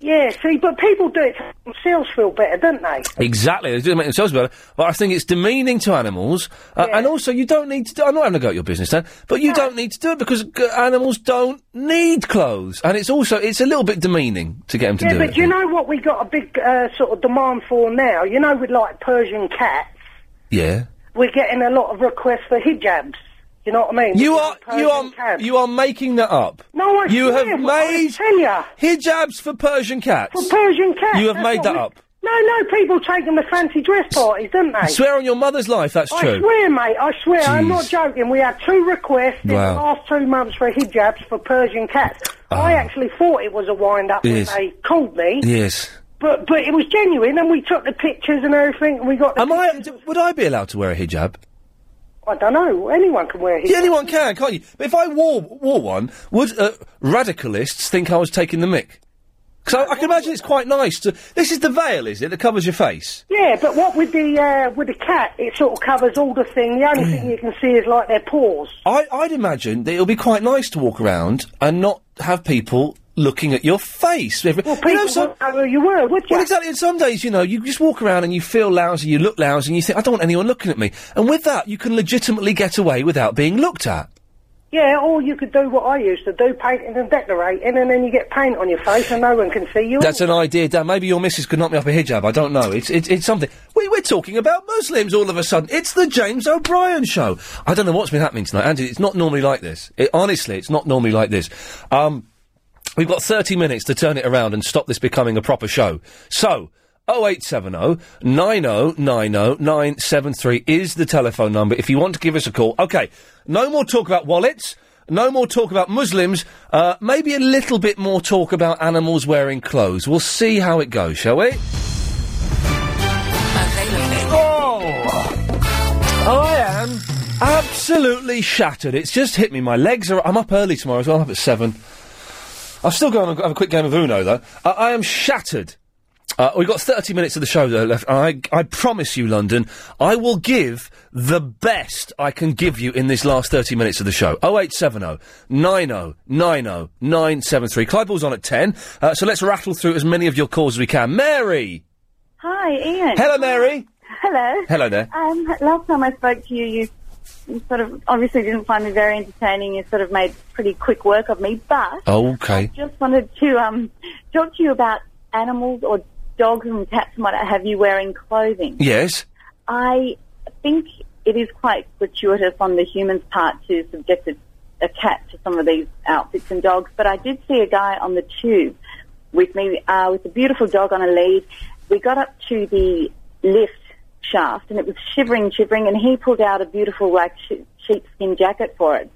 Speaker 30: Yeah, see, but people do it to make themselves feel better, don't they?
Speaker 3: Exactly, they do make themselves better, but I think it's demeaning to animals, uh, and also you don't need to. Do, I'm not having a go at your business, Dan, but you don't need to do it because g- animals don't need clothes, and it's also it's a little bit demeaning to get them to
Speaker 30: yeah,
Speaker 3: do
Speaker 30: but
Speaker 3: it.
Speaker 30: you know what we got a big uh, sort of demand for now? You know, with like Persian cats,
Speaker 3: yeah,
Speaker 30: we're getting a lot of requests for hijabs. You know what I mean?
Speaker 3: you
Speaker 30: With
Speaker 3: are
Speaker 30: Persian
Speaker 3: you are
Speaker 30: cats.
Speaker 3: you are making that up.
Speaker 30: No, I
Speaker 3: you
Speaker 30: swear,
Speaker 3: have
Speaker 30: but I
Speaker 3: made
Speaker 30: tell ya.
Speaker 3: hijabs for Persian cats.
Speaker 30: for Persian cats.
Speaker 3: You have
Speaker 30: that's
Speaker 3: made
Speaker 30: what
Speaker 3: that
Speaker 30: we-
Speaker 3: up.
Speaker 30: No, no, people take them to fancy dress parties, don't they?
Speaker 3: I swear on your mother's life, that's
Speaker 30: I
Speaker 3: true.
Speaker 30: swear, mate. I swear, I'm not
Speaker 3: Jeez.
Speaker 30: joking. We had two requests in the
Speaker 3: Wow. Ah.
Speaker 30: last two months for hijabs for Persian cats. I actually thought it was a wind-up when
Speaker 3: Yes.
Speaker 30: they called me.
Speaker 3: Yes.
Speaker 30: But but it was genuine, and we took the pictures and everything, and we got. The
Speaker 3: Am I? d- Would I be allowed to wear a hijab?
Speaker 30: I don't know. Anyone can wear hijab.
Speaker 3: Yeah, anyone can, can't you? But if I wore wore one, would uh, radicalists think I was taking the mick? Because I, I can imagine it's quite nice to. This is the veil, is it, that covers your face?
Speaker 30: Yeah, but what with the uh, with the cat, it sort of covers all the thing. The only thing you can see is like their paws.
Speaker 3: I, I'd imagine that it'll be quite nice to walk around and not have people looking at your face. Well, people you know, some,
Speaker 30: you were, would
Speaker 3: you? Well, exactly. And some days, you know, you just walk around and you feel lousy, you look lousy, and you think, I don't want anyone looking at me. And with that, you can legitimately get away without being looked at.
Speaker 30: Yeah, or you could do what I used to do, painting and decorating, and then you get paint on your face and no one can see you.
Speaker 3: That's an idea, Dan. Maybe your missus could knock me up a hijab. I don't know. It's it's, it's something. We, we're talking about Muslims all of a sudden. It's the James O'Brien show. I don't know what's been happening tonight, Andy. It's not normally like this. It, honestly, it's not normally like this. Um, we've got 30 minutes to turn it around and stop this becoming a proper show. So. 0870 oh, 9090 973 is the telephone number if you want to give us a call. Okay, no more talk about wallets, no more talk about Muslims, uh, maybe a little bit more talk about animals wearing clothes. We'll see how it goes, shall we? Oh, I am absolutely shattered. It's just hit me. My legs are. I'm up early tomorrow as well. I'm up at seven. I've still gone and have a quick game of Uno though. I, I am shattered. Uh, we've got 30 minutes of the show though, left. and I, I promise you, London, I will give the best I can give you in this last 30 minutes of the show. 0870 90 90 973. Clive Ball's on at 10, uh, so let's rattle through as many of your calls as we can. Mary!
Speaker 37: Hi, Ian.
Speaker 3: Hello, Mary.
Speaker 37: Hello.
Speaker 3: Hello there.
Speaker 37: Um, last time I spoke to you, you, you sort of obviously didn't find me very entertaining. You sort of made pretty quick work of me, but
Speaker 3: Okay.
Speaker 37: just wanted to um, talk to you about animals or dogs and cats and what have you wearing clothing.
Speaker 3: Yes.
Speaker 37: I think it is quite gratuitous on the human's part to subject a, a cat to some of these outfits and dogs, but I did see a guy on the tube with me uh, with a beautiful dog on a lead. We got up to the lift shaft and it was shivering, shivering, and he pulled out a beautiful like she- sheepskin jacket for it.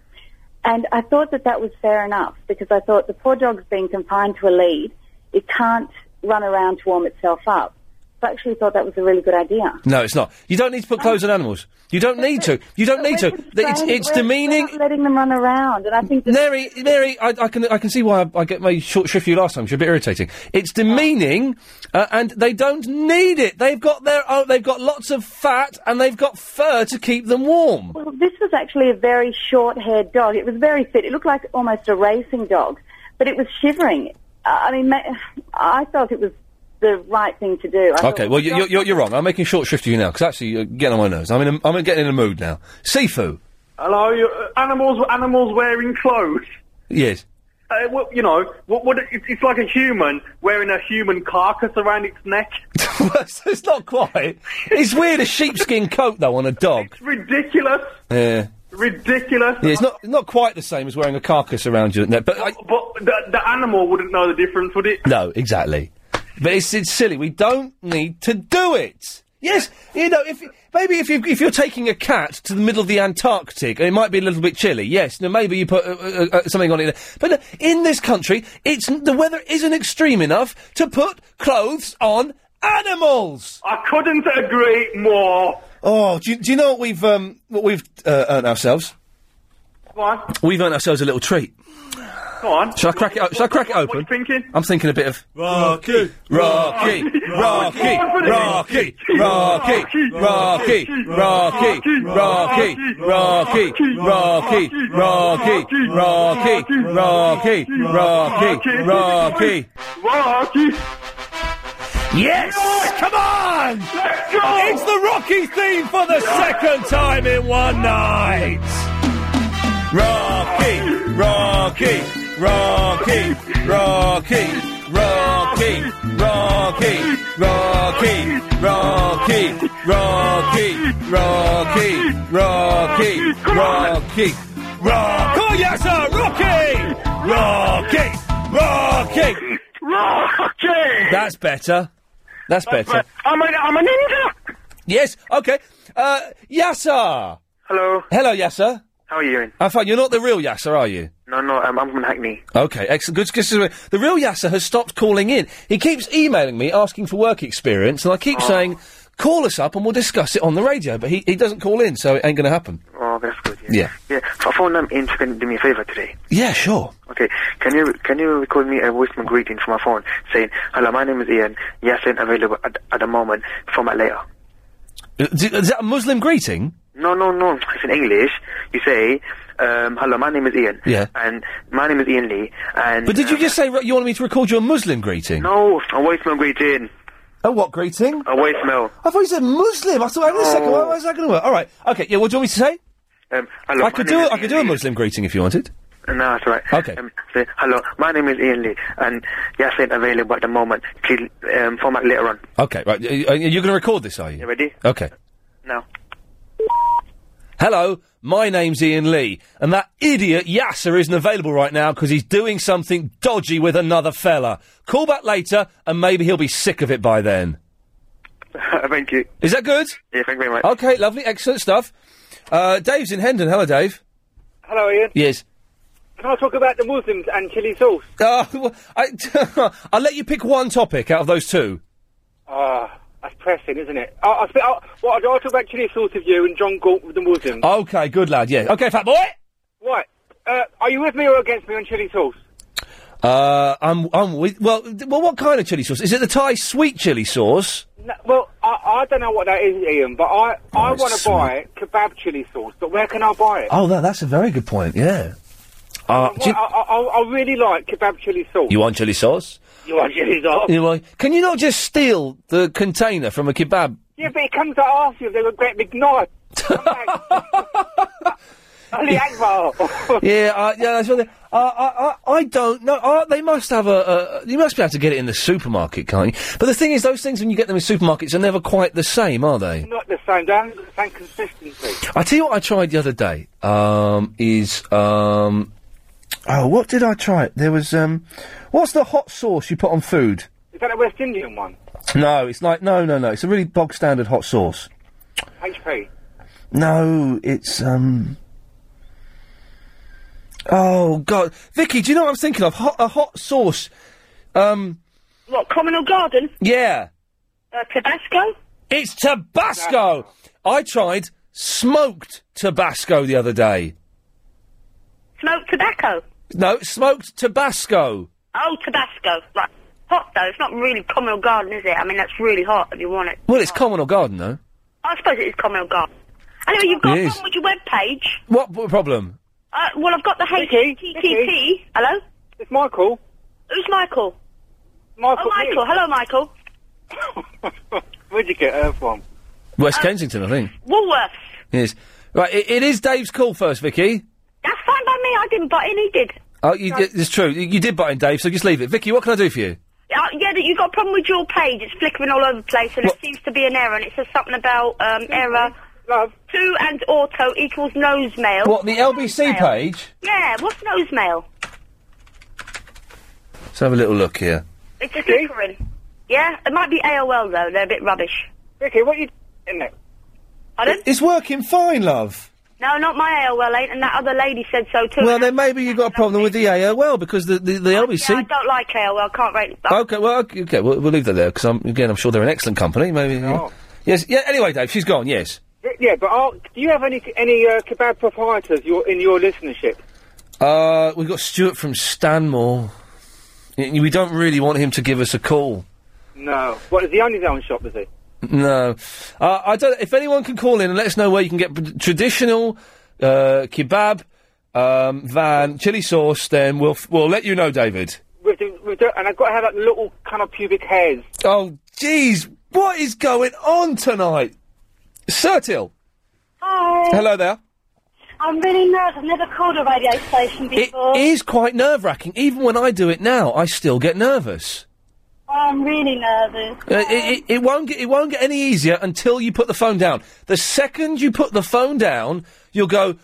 Speaker 37: And I thought that that was fair enough because I thought the poor dog's being confined to a lead. It can't run around to warm itself up. So I actually thought that was a really good idea.
Speaker 3: No, it's not. You don't need to put clothes on animals. You don't need to. You don't need to. It's,
Speaker 37: Saying
Speaker 3: it's
Speaker 37: we're-
Speaker 3: demeaning.
Speaker 37: we're not letting them run around, and I think that
Speaker 3: Mary, Mary, I, I can I can see why I, I get my short shrift for you last time. She's a bit irritating. It's demeaning, uh, and they don't need it. They've got their own, they've got lots of fat, and they've got fur to keep them warm.
Speaker 37: Well, this was actually a very short-haired dog. It was very fit. It looked like almost a racing dog, but it was shivering. Uh, I I mean, ma- I felt it was the right thing to do. I
Speaker 3: Okay, well you, you're, you're you're wrong. I'm making short shrift of you now because actually you're getting on my nerves. I'm in a, I'm getting in a mood now. Sifu,
Speaker 11: Hello, you, uh, animals. Animals wearing clothes.
Speaker 3: yes.
Speaker 11: Uh, well, you know, what, what, it, it's like a human wearing a human carcass around its
Speaker 3: (laughs)
Speaker 11: neck.
Speaker 3: it's not
Speaker 11: (laughs)
Speaker 3: quite. It's weird a sheepskin coat though on a dog.
Speaker 11: It's ridiculous.
Speaker 3: Yeah.
Speaker 11: Ridiculous.
Speaker 3: Yeah, it's not not quite the same as wearing a carcass around your neck, but I,
Speaker 11: But the, the animal wouldn't know the difference, would it?
Speaker 3: No, exactly. But it's, it's silly. We don't need to do it. Yes, you know, if maybe if you if you're taking a cat to the middle of the Antarctic, it might be a little bit chilly. Yes, now maybe you put uh, uh, uh, something on it. But uh, in this country, it's the weather isn't extreme enough to put clothes on animals.
Speaker 11: I couldn't agree more.
Speaker 3: Oh, do you, do you know what we've um, what we've uh, earned ourselves?
Speaker 11: Go on,
Speaker 3: We've earned ourselves a little treat.
Speaker 11: go on.
Speaker 3: Shall I crack it? o- Shall I crack it open?
Speaker 11: What are you thinking?
Speaker 3: I'm thinking a bit of
Speaker 11: Rocky,
Speaker 3: Rocky, Rocky, Rocky, Rocky, Rocky, Rocky, Rocky, Rocky, Rocky, Rocky, Rocky, Rocky, Rocky, Rocky.
Speaker 11: Rocky.
Speaker 3: Yes! Come on! It's the Rocky theme for the second time in one night! Rocky, Rocky, Rocky, Rocky, Rocky, Rocky, Rocky, Rocky, Rocky, Rocky, Rocky, Rocky, Rocky. Oh, yes, Oh, sir! Rocky! Rocky! Rocky!
Speaker 11: Rocky!
Speaker 3: That's better. That's better.
Speaker 11: I'm an, I'm an ninja!
Speaker 3: Yes, okay. Uh, Yasser!
Speaker 31: Hello.
Speaker 3: Hello, Yasser.
Speaker 31: How are you doing?
Speaker 3: I'm fine. You're not the real Yasser, are you?
Speaker 31: No, no, um, I'm from Hackney.
Speaker 3: Okay, excellent. Good, good, good. The real Yasser has stopped calling in. He keeps emailing me asking for work experience, and I keep saying, call us up and we'll discuss it on the radio, but he, he doesn't call in, so it ain't going to happen.
Speaker 31: Oh,
Speaker 5: Oh, that's good.
Speaker 3: Yeah.
Speaker 5: Yeah, f- phone them in. You can do me a favor today.
Speaker 3: Yeah, sure.
Speaker 5: Okay, can you can you record me a voicemail greeting from my phone saying, "Hello, my name is Ian. Yes, I'm available at, at the moment. Format later."
Speaker 3: Uh, d- Is that a Muslim greeting?
Speaker 5: No, no, no. It's in English. You say, um, "Hello, my name is Ian.
Speaker 3: Yeah.
Speaker 5: And my name is Ian Lee. And um,
Speaker 3: But did
Speaker 21: uh,
Speaker 3: you just say right, you wanted me to record you a Muslim greeting?
Speaker 5: no a voicemail greeting?
Speaker 3: A what greeting?
Speaker 5: A voicemail.
Speaker 3: I thought you said Muslim. I thought, hang on a second, why, why is that going to work? All right, okay. Yeah, what do you want me to say?
Speaker 5: Oh. Um, hello,
Speaker 3: I could
Speaker 5: my name
Speaker 3: do
Speaker 5: is
Speaker 3: I could do a Muslim greeting if you wanted.
Speaker 5: No, that's all right. Okay. Um, say, hello, my name is Ian Lee, and yes, I'm available at the moment. Please um, format later on.
Speaker 3: Okay, right. Are you going to record this? Are you?
Speaker 5: You ready?
Speaker 3: Okay.
Speaker 5: No.
Speaker 3: Hello, my name's Ian Lee, and that idiot Yasser isn't available right now because he's doing something dodgy with another fella. Call back later, and maybe he'll be sick of it by then.
Speaker 5: (laughs) thank you.
Speaker 3: Is that good?
Speaker 5: Yeah, thank you very much.
Speaker 3: Okay, lovely, excellent stuff. Uh, Dave's in Hendon. Hello, Dave.
Speaker 21: Hello, Ian.
Speaker 3: Yes.
Speaker 21: Can I talk about the Muslims and chili
Speaker 3: (laughs)
Speaker 21: sauce?
Speaker 3: Uh, well, I, (laughs) I'll let you pick one topic out of those two.
Speaker 21: Ah, that's pressing, isn't it? I, I, think- I, well, I'll talk about chili sauce with you and John Galt with the Muslims.
Speaker 3: Okay, good lad. Yeah. Okay, fat boy.
Speaker 21: Right. Uh, are you with me or against me on chili sauce?
Speaker 3: Uh, I'm, I'm with, well, th- well, what kind of chili sauce? Is it the Thai sweet chili sauce?
Speaker 21: No, well, I, I don't know what that is, Ian, but I, I want to buy kebab chili sauce, but where can I buy it?
Speaker 3: Oh, that, that's a very good point, yeah. Uh, do
Speaker 21: Well, I, I, I I really like kebab chili sauce.
Speaker 3: you, you want chili sauce?
Speaker 21: You want chili sauce?
Speaker 3: You want, can you not just steal the container from a kebab?
Speaker 21: Yeah, but it comes out after you. They've got a great big knife.
Speaker 3: (laughs)
Speaker 21: (laughs) Ali Akbar.
Speaker 3: yeah, uh, yeah, that's what they, uh, I, I, I don't know. Uh, they must have a, a. You must be able to get it in the supermarket, can't you? But the thing is, those things when you get them in supermarkets are never quite the same, are they?
Speaker 21: Not the same. They haven't got the same consistency.
Speaker 3: I tell you what I tried the other day um, is um, oh what did I try? There was um, what's the hot sauce you put on food?
Speaker 21: Is that a West Indian one?
Speaker 3: No, it's like no no no. It's a really bog standard hot sauce.
Speaker 21: HP.
Speaker 3: No, it's um. Oh God, Vicky, do you know what I'm thinking of? Hot, a hot sauce. Um,
Speaker 9: What, communal garden?
Speaker 3: yeah,
Speaker 9: Uh, Tabasco?
Speaker 3: it's Tabasco. I tried smoked Tabasco the other day.
Speaker 9: Smoked tobacco?
Speaker 3: No, smoked Tabasco.
Speaker 9: Oh, Tabasco. Right. Hot, though. It's not really communal garden, is it? I mean, that's really hot if you want it.
Speaker 3: Well, it's common or garden though.
Speaker 9: I suppose it is communal garden. Anyway, you've got
Speaker 3: It
Speaker 9: a
Speaker 3: is.
Speaker 9: problem with your web page.
Speaker 3: What p- problem?
Speaker 9: Uh, well, I've got the HTTP. Hello?
Speaker 21: It's Michael.
Speaker 9: Who's Michael?
Speaker 21: Michael.
Speaker 9: Oh, Michael. Hello, Michael.
Speaker 21: Where'd you get her from?
Speaker 9: Uh,
Speaker 3: West Kensington, I think.
Speaker 9: Woolworths.
Speaker 3: Yes. Right, it, it is Dave's call first, Vicky.
Speaker 9: That's fine by me. I didn't butt in. He did.
Speaker 3: Oh, you, did- it's true. You, you did butt in, Dave, so just leave it. Vicky, what can I do for you?
Speaker 9: Uh, yeah, that you've got a problem with your page. It's flickering all over the place, and it seems to be an error. And it says something about um, error.
Speaker 21: Love.
Speaker 9: Two and auto equals nose mail.
Speaker 3: What, the LBC
Speaker 9: Nose mail.
Speaker 3: page?
Speaker 9: Yeah. What's nose mail?
Speaker 3: Let's have a little look here.
Speaker 9: It's a flickering. Yeah. It might be AOL though. They're a bit rubbish.
Speaker 21: Okay. What you doing there?
Speaker 9: Pardon?
Speaker 3: It's working fine, love.
Speaker 9: No, not my AOL ain't. And that other lady said so too.
Speaker 3: Well, then maybe you've got a problem with the AOL because the, the, the
Speaker 9: Oh, yeah, I
Speaker 3: LBC.
Speaker 9: don't like AOL. Can't rate.
Speaker 21: Oh.
Speaker 3: Okay, well, okay, okay, we'll, we'll leave that there because I'm, again, I'm sure they're an excellent company. Maybe.
Speaker 9: Oh.
Speaker 3: Yes, yeah, anyway, Dave, she's gone, yes.
Speaker 21: Yeah, but are, do you have any any uh, kebab proprietors your, in your listenership?
Speaker 3: Uh, we've got Stuart from Stanmore. Y- We don't really want him to give us a call.
Speaker 21: No. What is he own his own shop? Is he?
Speaker 3: No, uh, I don't. If anyone can call in and let us know where you can get p- traditional uh, kebab um, van chili sauce, then we'll f- we'll let you know, David.
Speaker 21: With the, with the, and I've got to have like little kind of pubic hairs.
Speaker 3: Oh, jeez, what is going on tonight, Sertil?
Speaker 38: Hi.
Speaker 3: Hello there.
Speaker 38: I'm really nervous. I've never called a radio station
Speaker 3: It
Speaker 38: before.
Speaker 3: is quite nerve wracking. Even when I do it now, I still get nervous.
Speaker 38: I'm really nervous.
Speaker 3: Uh, it, it, it won't get it won't get any easier until you put the phone down. The second you put the phone down, you'll go,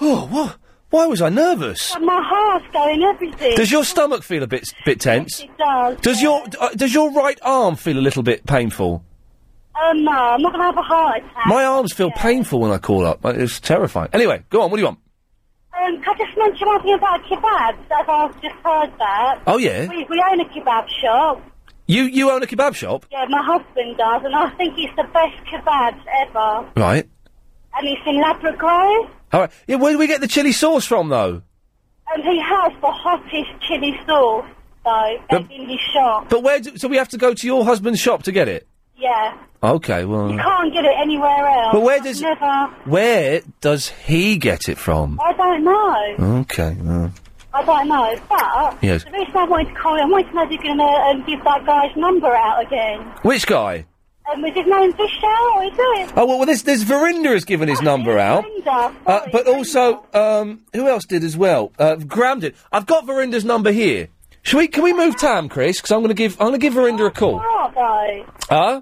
Speaker 3: oh, what? Why was I nervous?
Speaker 38: But My heart's going everything.
Speaker 3: Does your stomach feel a bit bit tense?
Speaker 38: It does.
Speaker 3: Does your d- uh, does your right arm feel a little bit painful?
Speaker 38: Oh no, I'm not going to have a heart attack.
Speaker 3: My arms feel painful when I call up. Uh, It's terrifying. Anyway, go on. What do you want?
Speaker 38: Um, can I just mention one thing about kebabs? As I've just heard that.
Speaker 3: Oh, yeah?
Speaker 38: We, we own a kebab shop.
Speaker 3: You you own a kebab shop,
Speaker 38: Yeah, my husband does, and I think it's the best kebabs ever.
Speaker 3: right?
Speaker 38: And it's in Labrador.
Speaker 3: All right. Yeah, where do we get the chili sauce from, though?
Speaker 15: And Um, he has the hottest chili sauce, though,
Speaker 3: Yep.
Speaker 15: in his shop.
Speaker 3: But where? Do, so we have to go to your husband's shop to get it.
Speaker 15: Yeah.
Speaker 3: Okay. Well,
Speaker 21: Mm.
Speaker 15: You can't get it anywhere else.
Speaker 3: But where
Speaker 15: I've
Speaker 3: does-
Speaker 15: Never. I
Speaker 3: where does he get it from?
Speaker 15: don't know.
Speaker 3: Okay. well.
Speaker 15: I don't know. But
Speaker 3: Yes.
Speaker 15: the reason I wanted to call you, I wanted to know if you're going to
Speaker 38: uh,
Speaker 15: um, give that guy's number out again.
Speaker 3: Which guy?
Speaker 15: Um, was his name Vishal? What are you doing?
Speaker 3: Oh well, well this this Verinder has given his number out.
Speaker 15: Linda.
Speaker 3: Uh, but also, um, who else did as well? Uh, Graham did. I've got Verinder's number here. Should we? Can we move Tam, Chris? Because I'm going to give I'm going to give Verinder a call.
Speaker 15: Start, though.
Speaker 3: Huh?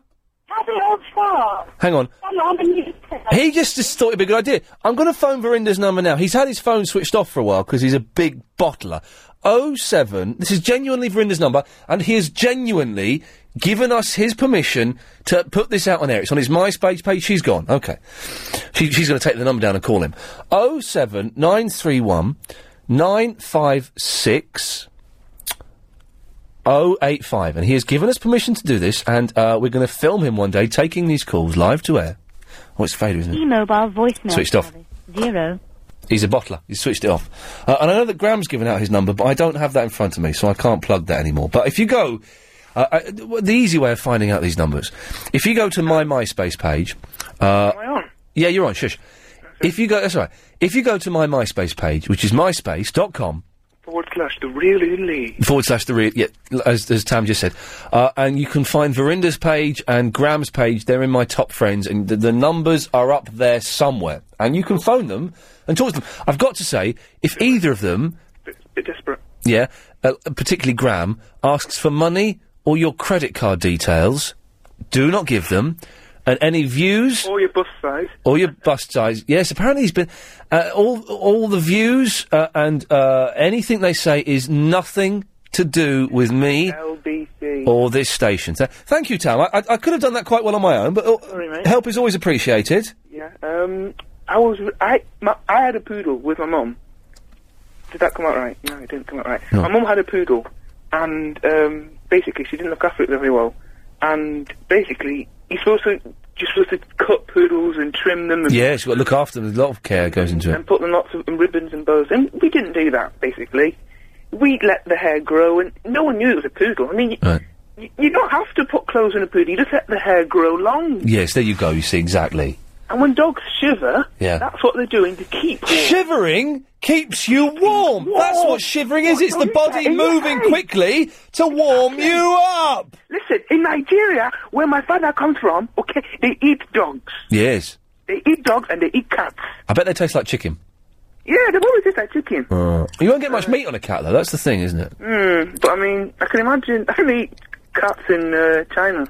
Speaker 15: How did it all start?
Speaker 3: Hang on.
Speaker 15: I'm not on the news.
Speaker 3: He just, just thought it'd be a good idea. I'm going to phone Verinder's number now. He's had his phone switched off for a while because he's a big bottler. 07, this is genuinely Verinder's number, and he has genuinely given us his permission to put this out on air. It's on his MySpace page. She's gone. Okay. She, she's going to take the number down and call him. 07931 956 085. And he has given us permission to do this, and uh, we're going to film him one day taking these calls live to air. Oh, it's faded, isn't it?
Speaker 1: E-mobile voicemail.
Speaker 3: Switched off.
Speaker 1: Zero.
Speaker 3: He's a bottler. He's switched it off. Uh, and I know that Graham's given out his number, but I don't have that in front of me, so I can't plug that anymore. But if you go, uh, I, the easy way of finding out these numbers, if you go to my MySpace page, uh,
Speaker 5: Am I on?
Speaker 3: yeah, you're on. Shush. If you go, that's all right. If you go to my MySpace page, which is myspace.com
Speaker 5: Forward slash the real Inley.
Speaker 3: forward slash the real, yeah, l- as, as Tam just said. Uh, and you can find Verinda's page and Graham's page. They're in my top friends, and the, the numbers are up there somewhere. And you can phone them and talk to them. I've got to say, if either of them,
Speaker 5: Bit desperate.
Speaker 3: yeah, uh, particularly Graham, asks for money or your credit card details, do not give them. And any views
Speaker 5: Or your bus size.
Speaker 3: or your bust size. Yes, apparently he's been uh, all all the views uh, and uh, anything they say is nothing to do with me
Speaker 5: LBC.
Speaker 3: or this station. Th- thank you, Tam. I, I, I could have done that quite well on my own, but uh,
Speaker 5: Sorry, mate.
Speaker 3: help is always appreciated.
Speaker 5: Yeah. Um. I was. I. My, I had a poodle with my mum. Did that come out right? No, it didn't come out right.
Speaker 3: No.
Speaker 5: My mum had a poodle, and um, basically she didn't look after it very well. And basically, you're supposed to you're supposed to cut poodles and trim them and
Speaker 3: Yes, you've got to look after them. A lot of care goes into it.
Speaker 5: Hmm. and put them lots of in ribbons and bows. And we didn't do that, basically. We let the hair grow, and no one knew it was a poodle. I mean, y
Speaker 3: Right.
Speaker 5: y- you don't have to put clothes on a poodle. You just let the hair grow long.
Speaker 3: Yes, there you go. You see exactly.
Speaker 5: And when dogs shiver,
Speaker 3: Yeah.
Speaker 5: that's what they're doing to keep
Speaker 3: Shivering keeps you warm. That's what shivering is. It's the body moving quickly to warm you up.
Speaker 5: Listen, in Nigeria, where my father comes from, okay, they eat dogs.
Speaker 3: Yes,
Speaker 5: They eat dogs and they eat cats.
Speaker 3: I bet they taste like chicken.
Speaker 5: Yeah, they've always tasted like chicken.
Speaker 3: Uh, you won't get much meat on a cat, though. That's the thing, isn't it?
Speaker 5: Mm, but I mean, I can imagine. (laughs) I can eat cats in uh, China.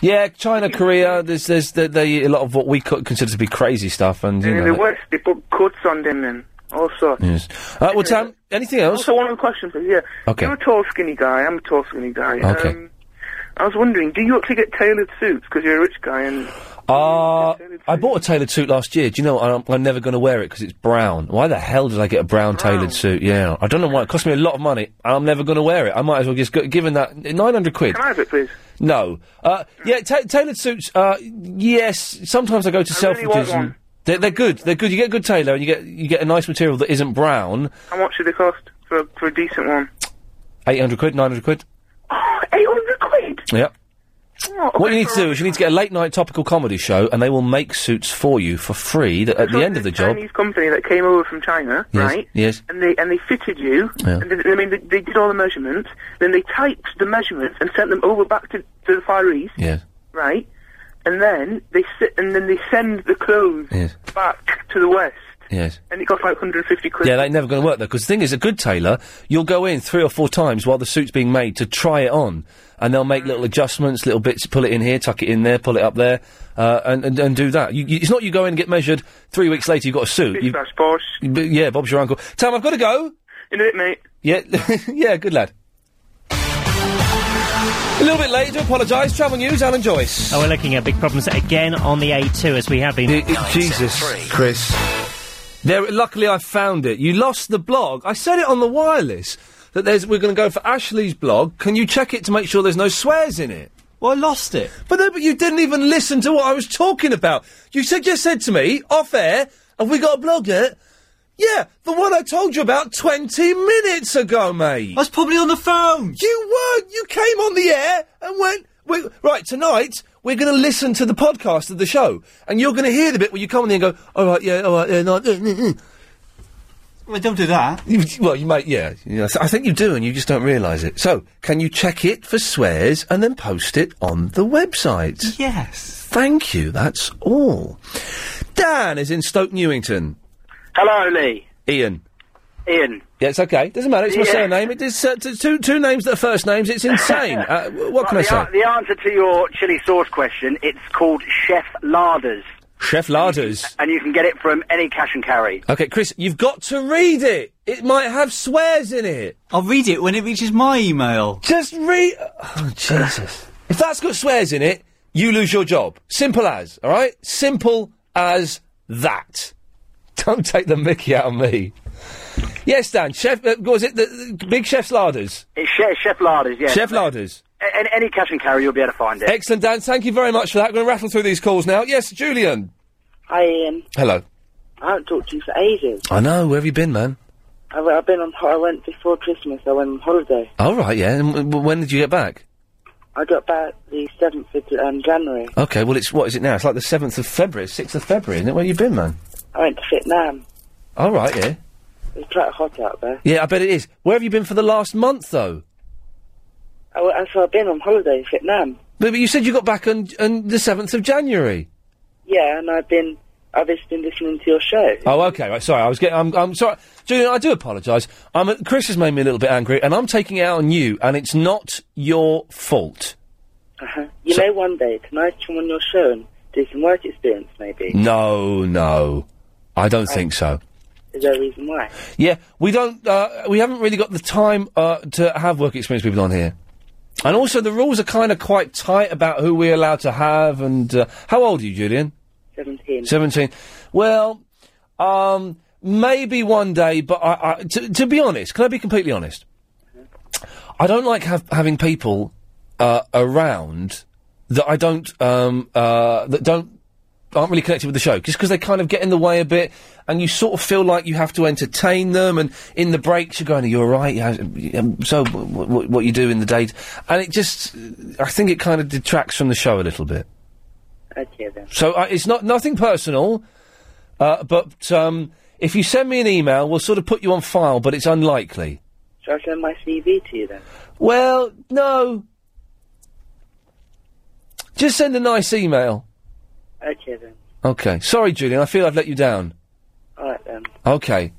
Speaker 3: Yeah, China, Korea. There's, there's, they, they eat a lot of what we co- consider to be crazy stuff, and you
Speaker 5: And in
Speaker 3: know.
Speaker 5: the
Speaker 3: that-
Speaker 5: West, they put coats on them and all sorts.
Speaker 3: Yes. Uh, well, Tam, anything else?
Speaker 5: Also, one other question, please. Yeah.
Speaker 3: Okay.
Speaker 5: You're a tall, skinny guy. I'm a tall, skinny guy.
Speaker 3: Okay.
Speaker 5: Um, I was wondering, do you actually get tailored suits because you're a rich guy and
Speaker 3: Uh, I bought a tailored suit last year. Do you know? I'm, I'm never going to wear it because it's brown. Why the hell did I get a brown, tailored suit? Yeah, I don't know why. It cost me a lot of money. and I'm never going to wear it. I might as well just go, given that nine hundred quid.
Speaker 5: can I have it, please?
Speaker 3: No. Uh, yeah, ta tailored suits. Uh, yes. Sometimes I go to
Speaker 5: really want
Speaker 3: Selfridges. and-
Speaker 5: one.
Speaker 3: they're, they're good. They're good. You get a good tailor, and you get you get a nice material that isn't brown.
Speaker 5: How much should it cost for a, for a decent one?
Speaker 3: Eight hundred quid, nine hundred quid.
Speaker 5: (gasps) Eight hundred quid.
Speaker 3: Yep.
Speaker 5: Oh, okay,
Speaker 3: What you need to
Speaker 5: all
Speaker 3: do is you need to get a late night topical comedy show, and they will make suits for you for free. That at the end of the job.
Speaker 5: Chinese company that came over from China,
Speaker 3: Yes,
Speaker 5: right?
Speaker 3: yes.
Speaker 5: And they and they fitted you.
Speaker 3: Yeah.
Speaker 5: And they, I mean, they, they did all the measurements. Then they typed the measurements and sent them over back to, to the Far East,
Speaker 3: Yes.
Speaker 5: right? And then they sit and then they send the clothes
Speaker 3: Yes.
Speaker 5: back to the West,
Speaker 3: Yes.
Speaker 5: and it cost like 150 quid.
Speaker 3: Yeah, that ain't never going to work though. Because the thing is, a good tailor, you'll go in three or four times while the suit's being made to try it on, and they'll make little adjustments, little bits, pull it in here, tuck it in there, pull it up there, uh, and, and and do that. You, you, it's not you go in and get measured three weeks later. You've got a suit. You, B- yeah, Bob's your uncle. Tom, I've got to go.
Speaker 5: In a bit, mate.
Speaker 3: Yeah, (laughs) yeah, good lad. A little bit late. Do apologise. Travel news, Alan Joyce.
Speaker 2: Oh, we're looking at big problems again on the A2 as we have been.
Speaker 3: Jesus, Chris. There, luckily, I found it. You lost the blog. I said it on the wireless that there's. We're going to go for Ashley's blog. Can you check it to make sure there's no swears in it? Well, I lost it. But no, but you didn't even listen to what I was talking about. You said just said to me off air. Have we got a blog yet? Yeah, the one I told you about 20 minutes ago, mate. I was probably on the phone. You weren't. You came on the air and went, we, right, tonight we're going to listen to the podcast of the show. And you're going to hear the bit where you come on there and go, all right, yeah, all right, yeah, no, mm, mm, mm." Well, don't do that. You, well, you might, yeah. yeah, I th- I think you do, and you just don't realise it. So, can you check it for swears and then post it on the website? Yes. Thank you. That's all. Dan is in Stoke Newington.
Speaker 1: Hello, Lee.
Speaker 3: Ian.
Speaker 1: Ian.
Speaker 3: Yeah, it's okay. Doesn't matter. It's my
Speaker 1: Yeah.
Speaker 3: surname. It is uh, t- two two names that are first
Speaker 1: (laughs)
Speaker 3: names. It's insane. uh, w- what can I
Speaker 1: Right,
Speaker 3: say?
Speaker 1: the, a- The answer to your chili sauce question, it's called Chef Larders,
Speaker 3: Chef Larders.
Speaker 1: and you can get it from any cash and carry.
Speaker 3: Okay, Chris, you've got to read it. It might have swears in it.
Speaker 13: I'll read it when it reaches my email.
Speaker 3: Just read. Oh, Jesus. if that's got swears in it, you lose your job. Simple as, all right? Simple as that. (laughs) Don't take the mickey out of me. Yes, Dan. Chef, uh, was it the, the Big Chef's Larders?
Speaker 1: It's Chef, Chef Larders, yeah.
Speaker 3: Chef Larders.
Speaker 1: A- any- any cash and carry, you'll be able to find it.
Speaker 3: Excellent, Dan. Thank you very much for that. I'm going to rattle through these calls now. Yes, Julian.
Speaker 7: Hi, Ian.
Speaker 3: Hello.
Speaker 7: um, I haven't talked to you for ages.
Speaker 3: I know. Where have you been, man?
Speaker 7: I, w- I've been on. ho- I went before Christmas. I went on holiday.
Speaker 3: All right, yeah. And w- w- when did you get back?
Speaker 7: I got back the seventh of um, January.
Speaker 3: Okay, well, it's what is it now? It's like the seventh of February, sixth of February, isn't it? Where you been, man?
Speaker 7: I went to Vietnam.
Speaker 3: All right, yeah.
Speaker 7: It's quite hot out there.
Speaker 3: Yeah, I bet it is. Where have you been for the last month, though?
Speaker 7: I, w- I- so I've been on holiday in Vietnam.
Speaker 3: But but you said you got back on, on the seventh of January.
Speaker 7: Yeah, and I've been. I've just been listening to your show.
Speaker 3: Oh, okay, right. Sorry, I was getting. I'm, I'm sorry, Julian. I do apologise. I'm. Chris has made me a little bit angry, and I'm taking it out on you. And it's not your fault.
Speaker 7: Uh-huh. You know, one day tonight come on your show and do some work experience,
Speaker 3: Mm.
Speaker 7: maybe.
Speaker 3: No, no, I don't think so.
Speaker 7: Is there a reason why?
Speaker 3: Yeah, we don't. Uh, we haven't really got the time uh, to have work experience people on here, and also the rules are kind of quite tight about who we're allowed to have. And uh, how old are you, Julian?
Speaker 7: Seventeen.
Speaker 3: Seventeen. Well, um, maybe one day, but I, I, to, to be honest, can I be completely honest? I don't like hav having people uh, around that I don't um, uh, that don't aren't really connected with the show, just because they kind of get in the way a bit, and you sort of feel like you have to entertain them. And in the breaks, you're going, "You're right." Yeah, um, so, w- w- what you do in the day, and it just, I think it kind of detracts from the show a little bit.
Speaker 7: Okay then.
Speaker 3: So uh, it's not nothing personal, uh, but um, if you send me an email, we'll sort of put you on file, but it's unlikely.
Speaker 7: Shall I send my CV to you then?
Speaker 3: Well, no. Just send a nice email.
Speaker 7: Okay then.
Speaker 3: Okay. Sorry, Julian. I feel I've let you down.
Speaker 7: All right then.
Speaker 3: Okay.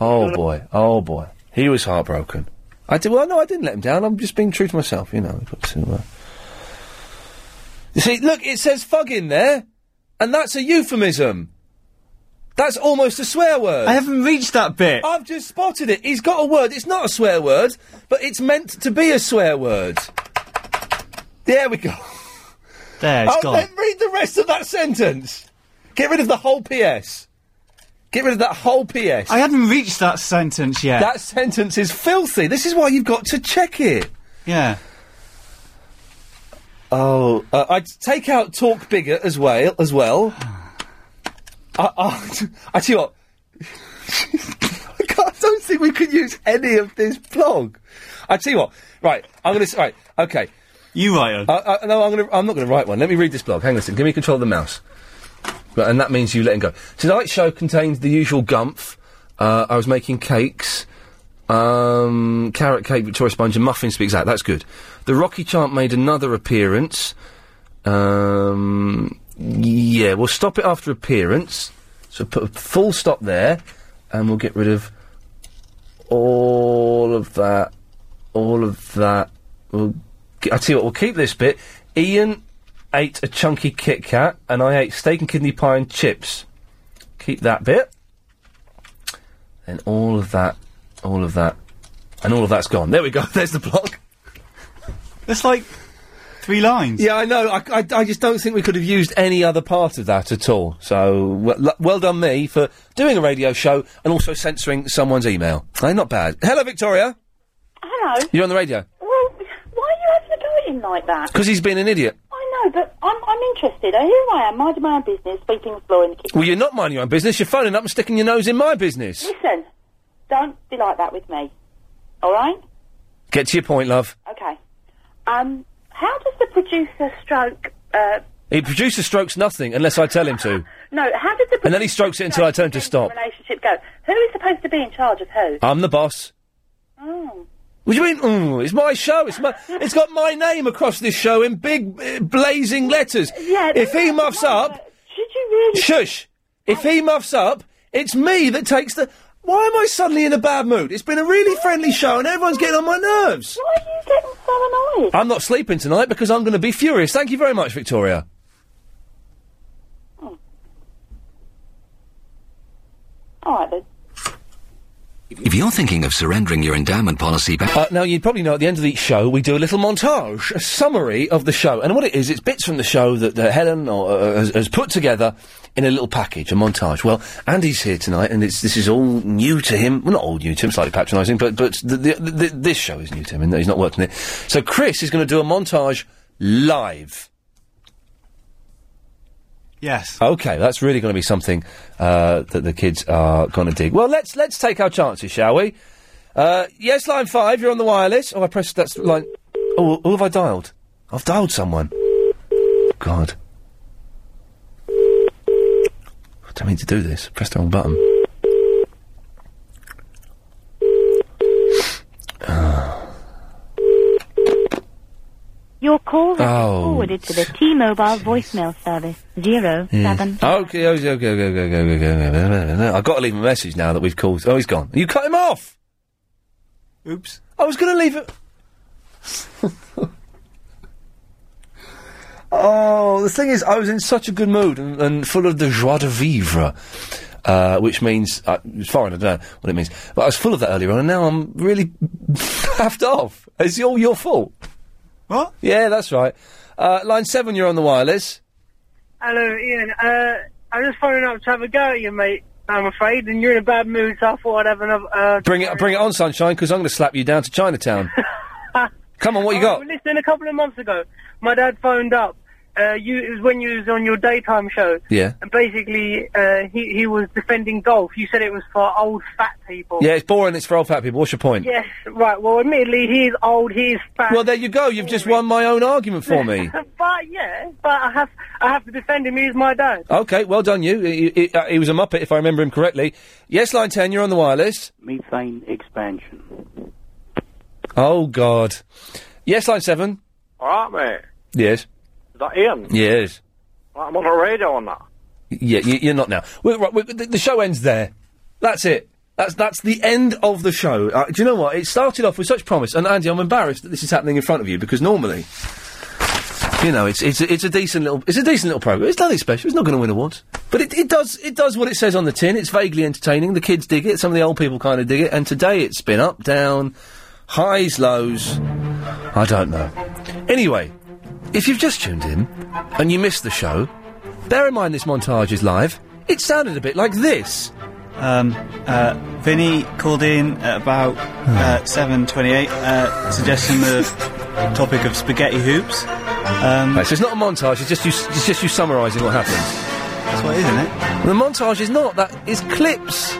Speaker 3: Oh boy. Oh boy. He was heartbroken. I did. Well, no, I didn't let him down. I'm just being true to myself. You know. I've got to, uh, You see, look, it says "fug" in there, and that's a euphemism. That's almost a swear word. I haven't reached that bit. I've just spotted it. He's got a word. It's not a swear word, but it's meant to be a swear word. There we go.
Speaker 13: There, it's
Speaker 3: oh,
Speaker 13: gone.
Speaker 3: Then read the rest of that sentence. Get rid of the whole PS. Get rid of that whole PS.
Speaker 13: I hadn't reached that sentence yet.
Speaker 3: That sentence is filthy. This is why you've got to check it.
Speaker 13: Yeah.
Speaker 3: Oh, uh, I'd take out talk bigger as well. As well. (sighs) I, I, I tell you what. (laughs) I, can't, I don't think we could use any of this blog. I tell you what. Right, I'm going to. Right, okay.
Speaker 13: You write it.
Speaker 3: Uh, uh, no, I'm going to. I'm not going to write one. Let me read this blog. Hang on a second. Give me control of the mouse. Right, and that means you letting go. Tonight's show contains the usual gumph. Uh, I was making cakes. Um, carrot cake, Victoria sponge, and muffins to be exact. That's good. The Rocky Chant made another appearance. Um, yeah, we'll stop it after appearance. So put a full stop there, and we'll get rid of all of that, all of that. We'll, g- I tell you what, we'll keep this bit. Ian ate a chunky Kit Kat, and I ate steak and kidney pie and chips. Keep that bit. Then all of that, all of that, and all of that's gone. There we go. (laughs) There's the block.
Speaker 13: That's like three lines.
Speaker 3: Yeah, I know. I, I, I just don't think we could have used any other part of that at all. So, well, well done me for doing a radio show and also censoring someone's email. Eh, not bad. Hello, Victoria.
Speaker 21: Hello.
Speaker 3: You're on the radio.
Speaker 21: Well, why are you having a go at him like that?
Speaker 3: Because he's been an idiot.
Speaker 21: I
Speaker 15: No, but I'm, I'm interested. Uh, Here I am, minding my own business, sweeping the floor in the kitchen.
Speaker 3: Well, you're not minding your own business. You're phoning up and sticking your nose in my business.
Speaker 15: Listen, don't be like that with me. All right?
Speaker 3: Get to your point, love.
Speaker 15: Okay. Um, how does the producer stroke? Uh,
Speaker 3: He produces strokes nothing unless I tell him to.
Speaker 15: no, how does the
Speaker 3: And then he strokes it until I tell him to stop.
Speaker 15: relationship go? Who is supposed to be in charge of who?
Speaker 3: I'm the boss. Uh,
Speaker 15: Oh.
Speaker 3: What do you mean? Mm, it's my show. It's my. It's got my name across this show in big uh, blazing letters.
Speaker 15: Yeah,
Speaker 3: If he muffs up,
Speaker 15: should you really?
Speaker 3: Shush. If he muffs up, it's me that takes the. Why am I suddenly in a bad mood? It's been a really friendly show and everyone's getting on my nerves.
Speaker 15: Why are you getting so annoyed?
Speaker 3: I'm not sleeping tonight because I'm going to be furious. Thank you very much, Victoria.
Speaker 15: All right then.
Speaker 6: If you're thinking of surrendering your endowment policy back.
Speaker 3: Uh, now, you probably know at the end of each show, we do a little montage, a summary of the show. And what it is, it's bits from the show that uh, Helen or, uh, has, has put together in a little package, a montage. Well, Andy's here tonight, and it's, this is all new to him. Well, not all new to him, slightly patronising, but, but the, the, the, this show is new to him, and he's not worked on it. So, Chris is going to do a montage live.
Speaker 13: Yes.
Speaker 3: Okay, that's really going to be something uh, that the kids are going to dig. Well, let's let's take our chances, shall we? Uh, yes, line five. You're on the wireless. Oh, I pressed that's line. Oh, who have I dialed? I've dialed someone. God, I don't mean to do this. Press the wrong button.
Speaker 12: Your call has
Speaker 3: Oh.
Speaker 12: been forwarded to the T-Mobile voicemail service. Zero
Speaker 3: Yeah.
Speaker 12: seven.
Speaker 3: Okay, okay, okay, okay, okay, okay, okay, okay, okay. I've got to leave a message now that we've called. Oh, he's gone. You cut him off. Oops. I was going to leave it. Oh, the thing is, I was in such a good mood and, and full of the joie de vivre, uh, which means uh, it's fine. I don't know what it means, but I was full of that earlier on, and now I'm really (laughs) half off. It's all your fault. What? Yeah, that's right. Uh, line seven, you're on the wireless.
Speaker 21: Hello, Ian. Uh, I'm just phoning up to have a go at you, mate. I'm afraid, and you're in a bad mood, so I thought I'd have another. Uh,
Speaker 3: Bring it, bring it on, sunshine, because I'm going to slap you down to Chinatown. Come on, what you got?
Speaker 21: Oh, listen, a couple of months ago, my dad phoned up. Uh, you, it was when you was on your daytime show.
Speaker 3: Yeah.
Speaker 21: And basically, uh, he he was defending golf. You said it was for old fat people.
Speaker 3: Yeah, it's boring. It's for old fat people. What's your point?
Speaker 21: Yes, right. Well, admittedly, he's old. He's fat.
Speaker 3: Well, there you go. You've just won my own argument for me.
Speaker 21: (laughs) but yeah, but I have I have to defend him. He's my dad.
Speaker 3: Okay, well done, you. He, he- uh, he was a muppet, if I remember him correctly. Yes, line ten. You're on the wireless.
Speaker 32: Methane expansion.
Speaker 3: Oh God. Yes, line seven.
Speaker 32: All right, mate.
Speaker 3: Yes.
Speaker 32: Is that Ian?
Speaker 3: Yes.
Speaker 32: Right, I'm on the radio on that.
Speaker 3: Yeah, you, you're not now. We're, right, we're, the, the show ends there. That's it. That's that's the end of the show. Uh, do you know what? It started off with such promise, and Andy, I'm embarrassed that this is happening in front of you because normally, you know, it's it's a, it's a decent little it's a decent little program. It's nothing special. It's not going to win awards, but it, it does it does what it says on the tin. It's vaguely entertaining. The kids dig it. Some of the old people kind of dig it. And today it's been up, down, highs, lows. I don't know. Anyway, if you've just tuned in and you missed the show, bear in mind this montage is live. It sounded a bit like this.
Speaker 13: Um, uh, Vinny called in at about uh, seven twenty-eight, uh, suggesting the topic of spaghetti hoops. Um,
Speaker 3: Right, so it's not a montage. It's just you. It's just you summarising what happened.
Speaker 13: That's what it is, isn't it?
Speaker 3: The montage is not that. It's clips.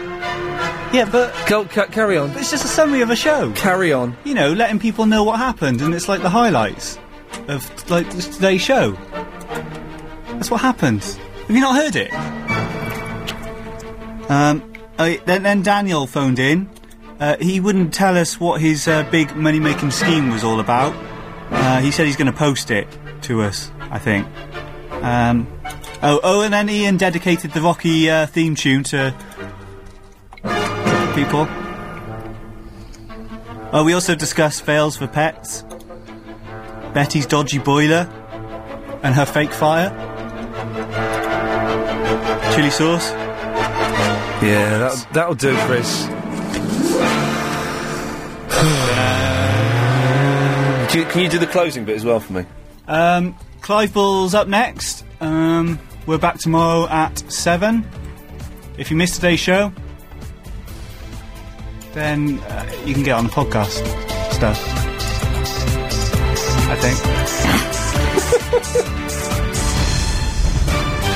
Speaker 13: Yeah, but
Speaker 3: Go, ca- carry on.
Speaker 13: it's just a summary of a show.
Speaker 3: Carry on.
Speaker 13: You know, letting people know what happened, and it's like the highlights of like this- today's show. That's what happened. Have you not heard it? Um, I, then, then Daniel phoned in. Uh, he wouldn't tell us what his uh, big money-making scheme was all about. Uh, he said he's going to post it to us. I think. Um, oh, oh, and then Ian dedicated the Rocky uh, theme tune to people. Uh, we also discussed fails for pets, Betty's dodgy boiler, and her fake fire. Chili sauce.
Speaker 3: Yeah, that, that'll do, Chris. (sighs) Do you- can you do the closing bit as well for me?
Speaker 13: Um, Clive Bull's up next. Um, we're back tomorrow at 7. If you missed today's show, then uh, you can get on the podcast stuff. I think. (laughs)